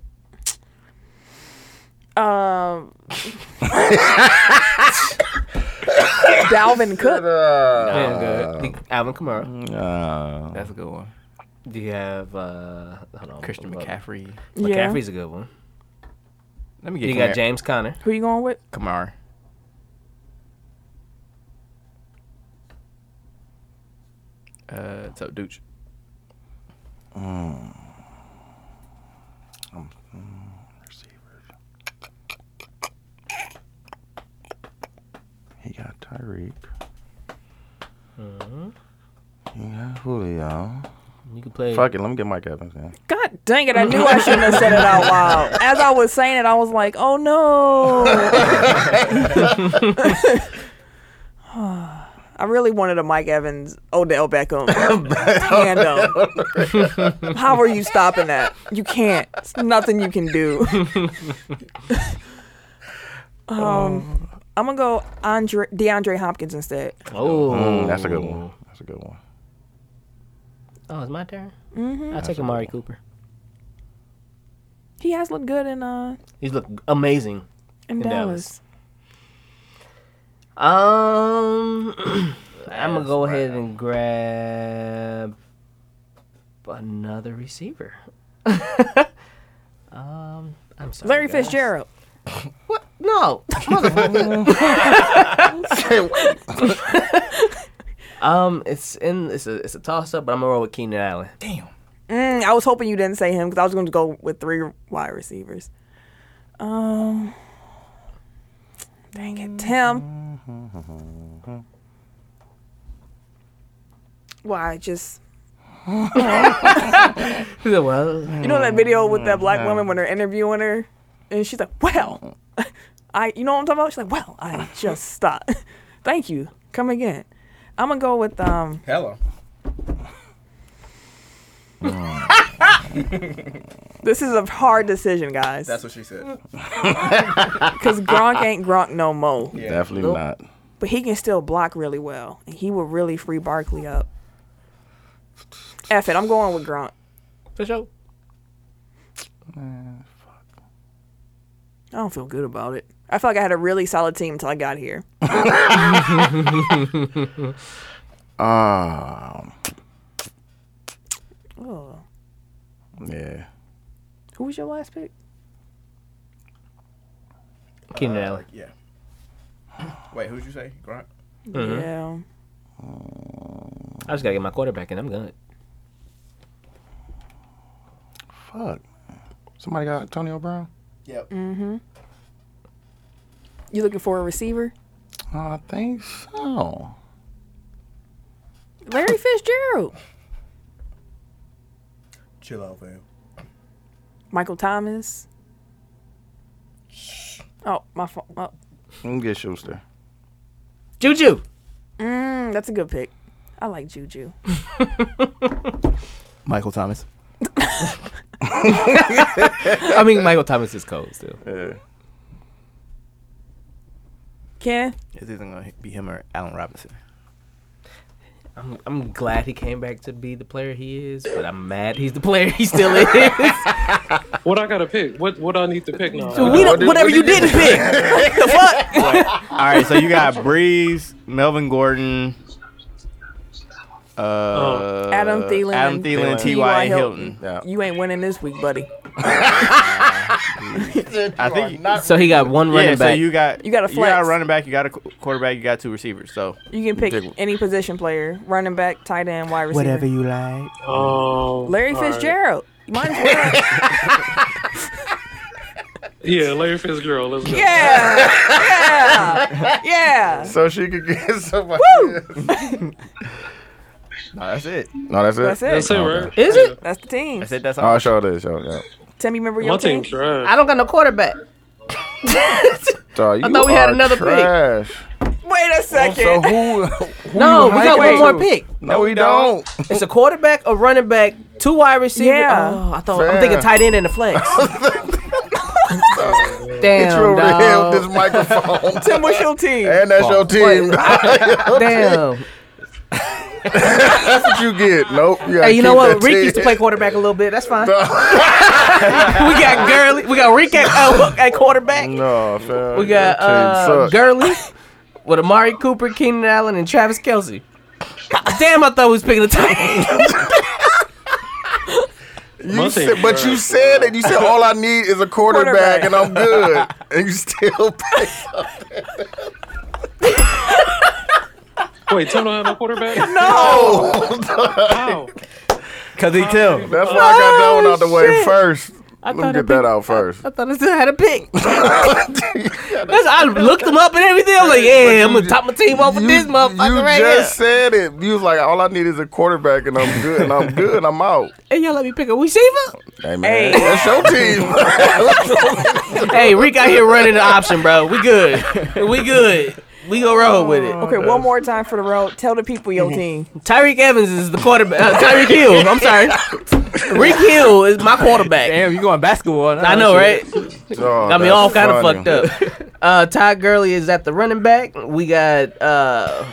Speaker 1: um Dalvin Cook.
Speaker 2: Damn good. The- Alvin Kamara.
Speaker 3: Uh,
Speaker 4: That's a good one.
Speaker 2: Do you have uh, hold on,
Speaker 4: Christian
Speaker 2: hold up.
Speaker 4: McCaffrey.
Speaker 1: Yeah.
Speaker 2: McCaffrey's a good one.
Speaker 4: Let me get
Speaker 2: You got James Conner.
Speaker 1: Who you going with?
Speaker 4: Kamara. Uh, so Dooch. Mm.
Speaker 3: Um, mm, receivers. He got Tyreek. He got Julio.
Speaker 2: You can play.
Speaker 3: Fuck it, let me get Mike Evans. Yeah.
Speaker 1: God dang it! I knew I shouldn't have said it out loud. As I was saying it, I was like, "Oh no!" I really wanted a Mike Evans, Odell Beckham tandem. How are you stopping that? You can't. It's nothing you can do. um, I'm gonna go Andre DeAndre Hopkins instead.
Speaker 2: Oh,
Speaker 3: Mm, that's a good one. That's a good one.
Speaker 2: Oh, it's my turn. Mm-hmm. I'll take Amari Cooper.
Speaker 1: He has looked good in uh
Speaker 2: He's look amazing.
Speaker 1: in,
Speaker 2: In
Speaker 1: Dallas.
Speaker 2: Dallas. Um, I'm gonna go ahead and grab another receiver. um, I'm sorry,
Speaker 1: Larry
Speaker 2: guys.
Speaker 1: Fitzgerald.
Speaker 2: What? No, motherfucker. um, it's in. It's a. It's a toss up, but I'm gonna roll with Keenan Allen.
Speaker 4: Damn.
Speaker 1: Mm, I was hoping you didn't say him because I was going to go with three wide receivers. Um, dang it, Tim. Well, I just
Speaker 2: well,
Speaker 1: you know that video with that black woman when they're interviewing her, and she's like, "Well, I," you know what I'm talking about? She's like, "Well, I just stopped. Thank you. Come again." I'm gonna go with um.
Speaker 4: Hello.
Speaker 1: This is a hard decision, guys.
Speaker 4: That's what she said.
Speaker 1: Because Gronk ain't Gronk no more.
Speaker 3: Definitely not.
Speaker 1: But he can still block really well. And he would really free Barkley up. F it. I'm going with Gronk.
Speaker 4: For sure.
Speaker 1: I don't feel good about it. I feel like I had a really solid team until I got here.
Speaker 3: Um,
Speaker 1: Oh.
Speaker 3: yeah.
Speaker 1: Who was your last pick?
Speaker 2: Keenan Allen.
Speaker 4: Yeah. Wait, who'd you say? Grunt? Uh-huh.
Speaker 1: Yeah.
Speaker 2: I just gotta get my quarterback, and I'm good.
Speaker 3: Fuck. Somebody got Antonio Brown?
Speaker 4: Yep.
Speaker 1: You looking for a receiver?
Speaker 3: Uh, I think so.
Speaker 1: Larry Fitzgerald.
Speaker 4: Chill out, fam.
Speaker 1: Michael Thomas. Oh, my phone. Oh.
Speaker 3: Let me get Schuster.
Speaker 2: Juju.
Speaker 1: Mm, that's a good pick. I like Juju.
Speaker 4: Michael Thomas.
Speaker 2: I mean, Michael Thomas is cold still.
Speaker 1: Ken?
Speaker 4: It's either gonna be him or Allen Robinson.
Speaker 2: I'm, I'm glad he came back to be the player he is, but I'm mad he's the player he still is.
Speaker 8: What I gotta pick? What what I need to pick now?
Speaker 2: So we don't, whatever you didn't pick. the fuck?
Speaker 4: All right, so you got Breeze, Melvin Gordon, uh,
Speaker 1: Oh. Adam Thielen
Speaker 4: Adam
Speaker 1: and
Speaker 4: Thielen,
Speaker 3: Thielen.
Speaker 4: T.Y. Hilton.
Speaker 3: Yeah.
Speaker 1: You ain't winning this week, buddy.
Speaker 4: I think
Speaker 2: So he got one running
Speaker 4: yeah. So
Speaker 2: back.
Speaker 4: you got
Speaker 1: You got a
Speaker 4: you got
Speaker 1: flex.
Speaker 4: a running back, you got a qu- quarterback, you got two receivers. So
Speaker 1: You can pick
Speaker 3: Ridiculous.
Speaker 1: any position player, running back, tight end, wide receiver.
Speaker 4: you like.
Speaker 8: Um,
Speaker 1: Larry
Speaker 8: all right.
Speaker 1: Fitzgerald. You might as well.
Speaker 8: Yeah, Larry Fitzgerald. Let's go.
Speaker 1: yeah. Yeah. Yeah.
Speaker 3: So she could get somebody. else.
Speaker 4: No, that's it.
Speaker 3: No, that's it.
Speaker 1: That's it.
Speaker 8: That's it,
Speaker 3: Okay.
Speaker 8: right?
Speaker 2: is it?
Speaker 1: That's the team.
Speaker 4: That's it. That's
Speaker 3: Oh,
Speaker 4: all.
Speaker 3: show this. Show yeah.
Speaker 1: Tim, you remember
Speaker 8: My
Speaker 1: your team?
Speaker 8: team trash.
Speaker 2: I don't got no quarterback.
Speaker 3: Dawg, you
Speaker 2: thought we had
Speaker 3: are
Speaker 2: another pick.
Speaker 3: trash.
Speaker 1: Wait a second.
Speaker 3: So who? who
Speaker 2: No,
Speaker 3: you
Speaker 2: we got
Speaker 3: hyping?
Speaker 2: one more pick.
Speaker 3: No, we don't.
Speaker 2: It's a quarterback, a running back, two wide receivers.
Speaker 1: Yeah.
Speaker 2: Oh, I thought I'm
Speaker 3: Fair.
Speaker 2: thinking tight end and a flex.
Speaker 3: Get you
Speaker 2: Damn,
Speaker 3: over the hell
Speaker 2: dog.
Speaker 3: with this microphone.
Speaker 1: Tim, what's your team?
Speaker 3: and that's your team.
Speaker 2: Damn.
Speaker 3: that's what you get. Nope. You
Speaker 2: Hey, you know what? Reek used to play quarterback a little bit. That's fine. we got Gurley. We got Reek at, uh, Hook at quarterback.
Speaker 3: No, fam.
Speaker 2: We got
Speaker 3: Your team
Speaker 2: uh,
Speaker 3: sucks.
Speaker 2: Gurley with Amari Cooper, Keenan Allen, and Travis Kelsey. Damn, I thought we was picking a tight end.
Speaker 3: You
Speaker 8: team
Speaker 3: said, but you said that you said all I need is a quarterback,
Speaker 1: Quarterback.
Speaker 3: and I'm good, and you still pay.
Speaker 8: Wait, Tim don't have no quarterback? How?
Speaker 4: Cause he too.
Speaker 3: That's why I got that one out the way first. Let
Speaker 2: Oh,
Speaker 3: me
Speaker 2: thought
Speaker 3: get
Speaker 2: it
Speaker 3: that
Speaker 2: be-
Speaker 3: out first.
Speaker 2: I thought I still had a pick. That's- I looked them up and everything. I'm like, yeah, I'm gonna top my team off with this motherfucker
Speaker 3: you
Speaker 2: right
Speaker 3: just
Speaker 2: here.
Speaker 3: said it. You was like, all I need is a quarterback, and I'm good, and I'm good, I'm out.
Speaker 2: And y'all let me pick a receiver.
Speaker 3: Hey,
Speaker 1: Hey.
Speaker 3: man, that's your team.
Speaker 2: hey, Reek out here running the option, bro. We good. We good. We go roll with it.
Speaker 1: Okay, one more time for the road. Tell the people your team.
Speaker 2: Tyreek Evans is the quarterback. Uh, Tyreek Hill. I'm sorry. Reek Hill is my quarterback.
Speaker 4: Damn, you going basketball?
Speaker 2: I know, right?
Speaker 3: Oh,
Speaker 2: Got me
Speaker 3: that's
Speaker 2: all kind of
Speaker 3: funny.
Speaker 2: fucked up. Uh, Todd Gurley is at the running back. We got uh,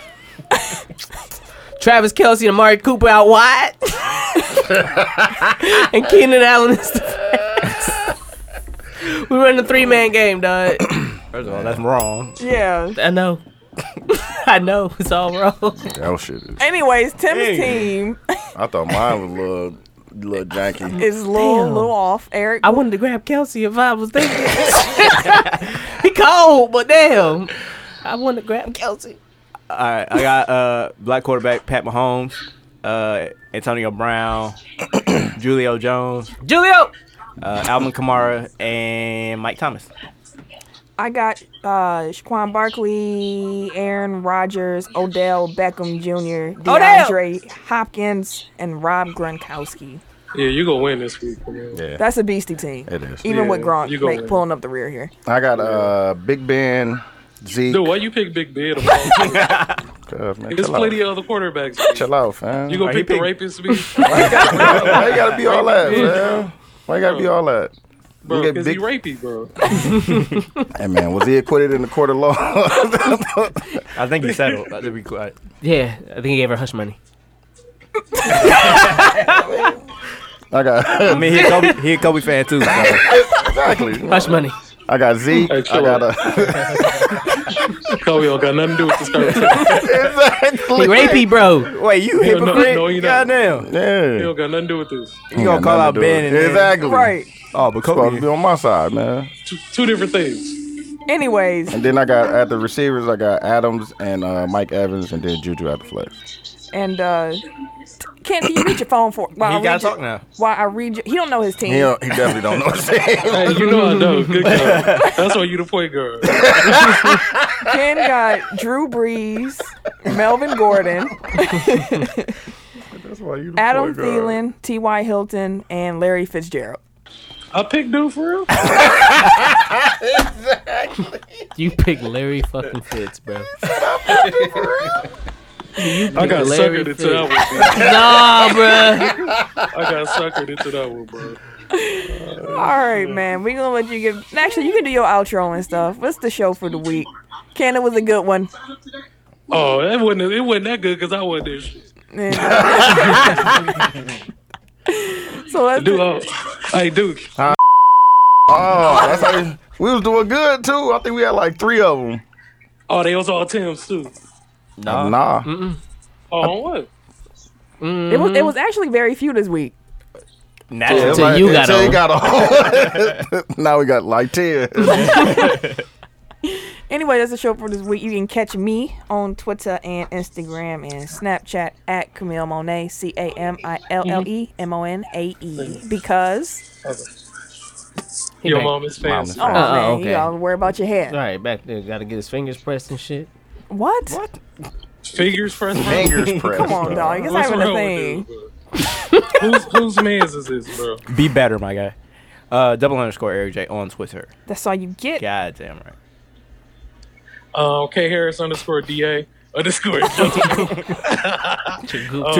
Speaker 2: Travis Kelsey and Amari Cooper out wide, and Keenan Allen is the flex. We run a three man game, dog.
Speaker 4: First of all, that's wrong.
Speaker 1: Yeah.
Speaker 2: I know. I know it's all wrong.
Speaker 3: That shit is-
Speaker 1: Anyways, Tim's team
Speaker 3: I thought mine was a little, little janky.
Speaker 1: is a little,
Speaker 2: Damn.
Speaker 1: little off. Eric,
Speaker 2: I wanted to grab Kelsey if I was there. he cold, but damn, I wanted to grab Kelsey.
Speaker 4: All right, I got uh black quarterback Pat Mahomes, uh, Antonio Brown, Julio Jones,
Speaker 2: Julio.
Speaker 4: uh, Alvin Kamara, and Mike Thomas.
Speaker 1: I got uh Shaquan Barkley, Aaron Rodgers, Odell Beckham Jr., DeAndre Hopkins, and Rob Gronkowski.
Speaker 8: Yeah, you gonna win this week. man.
Speaker 3: Yeah.
Speaker 1: That's a beastie team.
Speaker 3: It is.
Speaker 1: Even with
Speaker 8: Yeah,
Speaker 1: Gronk
Speaker 8: you gonna
Speaker 1: make-
Speaker 8: win.
Speaker 1: pulling up the rear here.
Speaker 3: I got uh Big Ben, Zeke.
Speaker 8: Dude, why you pick Big Ben? of all people?
Speaker 3: Cuz, man,
Speaker 8: There's
Speaker 3: chill, out.
Speaker 8: plenty of other quarterbacks. man.
Speaker 3: chill out, fam.
Speaker 8: You gonna
Speaker 4: Why he
Speaker 8: pick the
Speaker 4: pick-
Speaker 8: rapist? Me?
Speaker 3: Why you gotta be all that,
Speaker 8: Ben.
Speaker 3: man? Why you gotta be all that?
Speaker 8: Bro,
Speaker 3: get
Speaker 8: because he
Speaker 3: big-
Speaker 8: rapey, bro.
Speaker 3: Hey man, was he acquitted in the court of law?
Speaker 4: I think he settled. to be clear.
Speaker 2: Yeah, I think he gave her hush money.
Speaker 3: I got
Speaker 4: I mean, he a Kobe, he a Kobe fan too. So.
Speaker 3: exactly.
Speaker 2: Hush money.
Speaker 3: I got Zeke.
Speaker 8: Hey,
Speaker 3: I
Speaker 8: chill
Speaker 3: got
Speaker 8: out.
Speaker 3: a
Speaker 8: Kobe don't got nothing to do with this
Speaker 2: He
Speaker 8: conversation.
Speaker 3: exactly.
Speaker 2: rapey, bro.
Speaker 4: Wait, you
Speaker 8: Yeah, no, hypocrite? no, you not.
Speaker 4: Goddamn.
Speaker 8: He
Speaker 3: Yeah.
Speaker 8: don't got nothing to do with this.
Speaker 4: You gonna call out Ben and then-
Speaker 3: exactly
Speaker 1: Right.
Speaker 4: Oh, but
Speaker 3: Supposed to
Speaker 4: Kobe.
Speaker 3: be on my side, man.
Speaker 8: Two, two different things.
Speaker 1: Anyways,
Speaker 3: And then I got at the receivers, I got Adams and uh, Mike Evans, and then Juju at the flex.
Speaker 1: and uh Ken, can you reach your phone for while I
Speaker 4: He
Speaker 1: read
Speaker 4: gotta
Speaker 1: your-
Speaker 4: talk now.
Speaker 1: While I read your, he don't know his team.
Speaker 3: He, don't- he definitely don't know what I'm
Speaker 8: Hey, you know I know. Good guard. That's why you the point guard.
Speaker 1: Ken got Drew Brees, Melvin Gordon,
Speaker 3: saying.
Speaker 1: Adam Thielen, T.Y. Hilton, and Larry Fitzgerald.
Speaker 8: I picked dude for real.
Speaker 2: You pick Larry fucking Fitz, bro.
Speaker 8: I got
Speaker 2: Larry
Speaker 8: suckered into
Speaker 2: Fitz.
Speaker 8: that one. Bro.
Speaker 2: Nah, bro.
Speaker 8: I got suckered into that one, bro.
Speaker 1: All right, man. We're gonna let you get. Actually, you can do your outro and stuff. What's the show for the week? Ken, it was a good one.
Speaker 8: Oh, it wasn't. It wasn't that good because I wasn't there. shit.
Speaker 1: And- so let's
Speaker 8: Dude, oh, hey, Duke.
Speaker 3: Oh, that's how you- we was doing good too. I think we had like three of them.
Speaker 8: Oh, they was all Tim's too.
Speaker 3: Nah, nah.
Speaker 8: Oh, on what?
Speaker 1: It was it was actually very few this week.
Speaker 3: It
Speaker 4: Natural.
Speaker 3: was
Speaker 2: Until you got
Speaker 3: until
Speaker 2: on.
Speaker 3: got on. now we got like ten.
Speaker 1: Anyway, that's the show for this week. You can catch me on Twitter and Instagram and Snapchat at Camille Monet, C A M I L L E M O N A E. Because
Speaker 8: Your
Speaker 2: back.
Speaker 8: mom is
Speaker 3: Mom is
Speaker 8: fast.
Speaker 1: oh,
Speaker 3: fast.
Speaker 1: man,
Speaker 2: okay.
Speaker 1: you gotta worry about your hair.
Speaker 2: All right, back there. Got to get his fingers pressed and shit.
Speaker 1: What?
Speaker 8: Figures first. bro?
Speaker 3: Fingers pressed.
Speaker 1: Come on, dog. It's not
Speaker 8: What's
Speaker 1: even a
Speaker 8: wrong
Speaker 1: thing.
Speaker 8: with this, bro? Who's whose man's is this, bro?
Speaker 4: Be better, my guy. Uh, double underscore Eric J on Twitter.
Speaker 1: That's all you get.
Speaker 4: God damn right.
Speaker 8: Uh, okay, Harris underscore da underscore.
Speaker 4: Too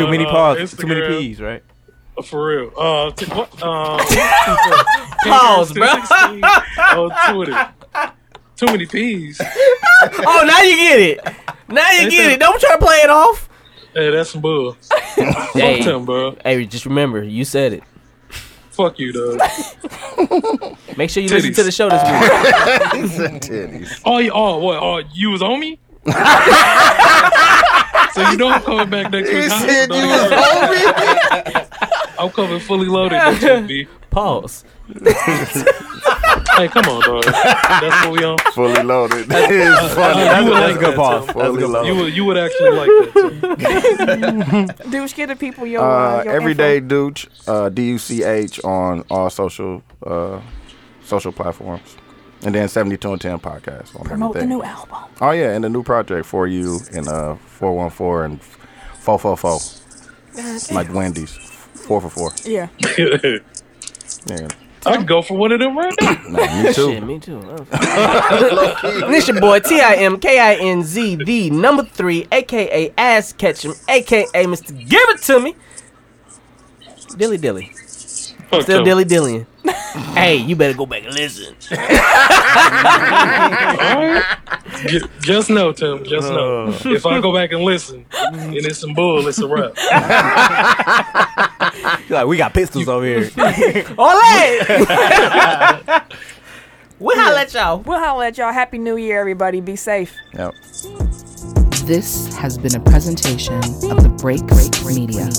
Speaker 4: many
Speaker 8: uh,
Speaker 4: paws. Too many
Speaker 8: Instagram.
Speaker 4: peas, right?
Speaker 8: For real. Uh, t- what? Um,
Speaker 2: Pause, bro.
Speaker 8: on Twitter. Too many P's.
Speaker 2: Oh, now you get it. Now you get it. Don't try to play it off.
Speaker 8: Hey, that's some bull. Fuck
Speaker 2: Hey,
Speaker 8: them, bro.
Speaker 2: hey, just remember, you said it.
Speaker 8: Fuck you, dog.
Speaker 2: Make sure you listen
Speaker 8: Titties.
Speaker 2: to the show this week.
Speaker 3: Titties.
Speaker 8: Oh, you, oh, what? Oh, you was on me? so you know I'm coming back next week.
Speaker 3: He
Speaker 8: Huh?
Speaker 3: said
Speaker 8: Dog,
Speaker 3: you was homie.
Speaker 8: I'm coming fully loaded next week, B.
Speaker 2: Pause.
Speaker 8: Hey, come on, dog. That's what we on.
Speaker 3: Fully loaded. It is funny.
Speaker 8: you would like
Speaker 4: That's a good
Speaker 8: that,
Speaker 4: pause.
Speaker 8: Tim.
Speaker 4: That's a
Speaker 3: Fully
Speaker 4: good
Speaker 8: You
Speaker 3: loaded.
Speaker 8: would, you would actually like that. Too.
Speaker 1: Douche, give the people your, uh,
Speaker 3: Uh,
Speaker 1: your
Speaker 3: everyday
Speaker 1: info.
Speaker 3: Dooch, uh, D U C H on all social uh, social platforms, and then seventy two and ten podcast on
Speaker 1: Promote the
Speaker 3: everything.
Speaker 1: new album.
Speaker 3: oh yeah, and the new project for you and uh four one four and four four four like Wendy's four for four.
Speaker 1: Yeah.
Speaker 3: Yeah,
Speaker 8: I can go for one of them right now.
Speaker 3: nah, me
Speaker 2: Shit,
Speaker 3: too.
Speaker 2: me too. and it's your boy T I M K I N Z the number three, aka Ass Ketchum, aka Mr. Give It To Me. Dilly dilly,
Speaker 8: Fuck
Speaker 2: still
Speaker 8: them.
Speaker 2: dilly dillying. hey, you better go back and listen.
Speaker 8: Ju- Just know, Tim. Just know.
Speaker 3: Oh.
Speaker 8: If I go back and listen, and it's some bull, it's a wrap.
Speaker 4: Like we got pistols over here.
Speaker 2: Ole! we holla at y'all.
Speaker 1: We'll holler at y'all. Happy New Year, everybody. Be safe.
Speaker 3: Yep.
Speaker 9: This has been a presentation of the Break Break Media.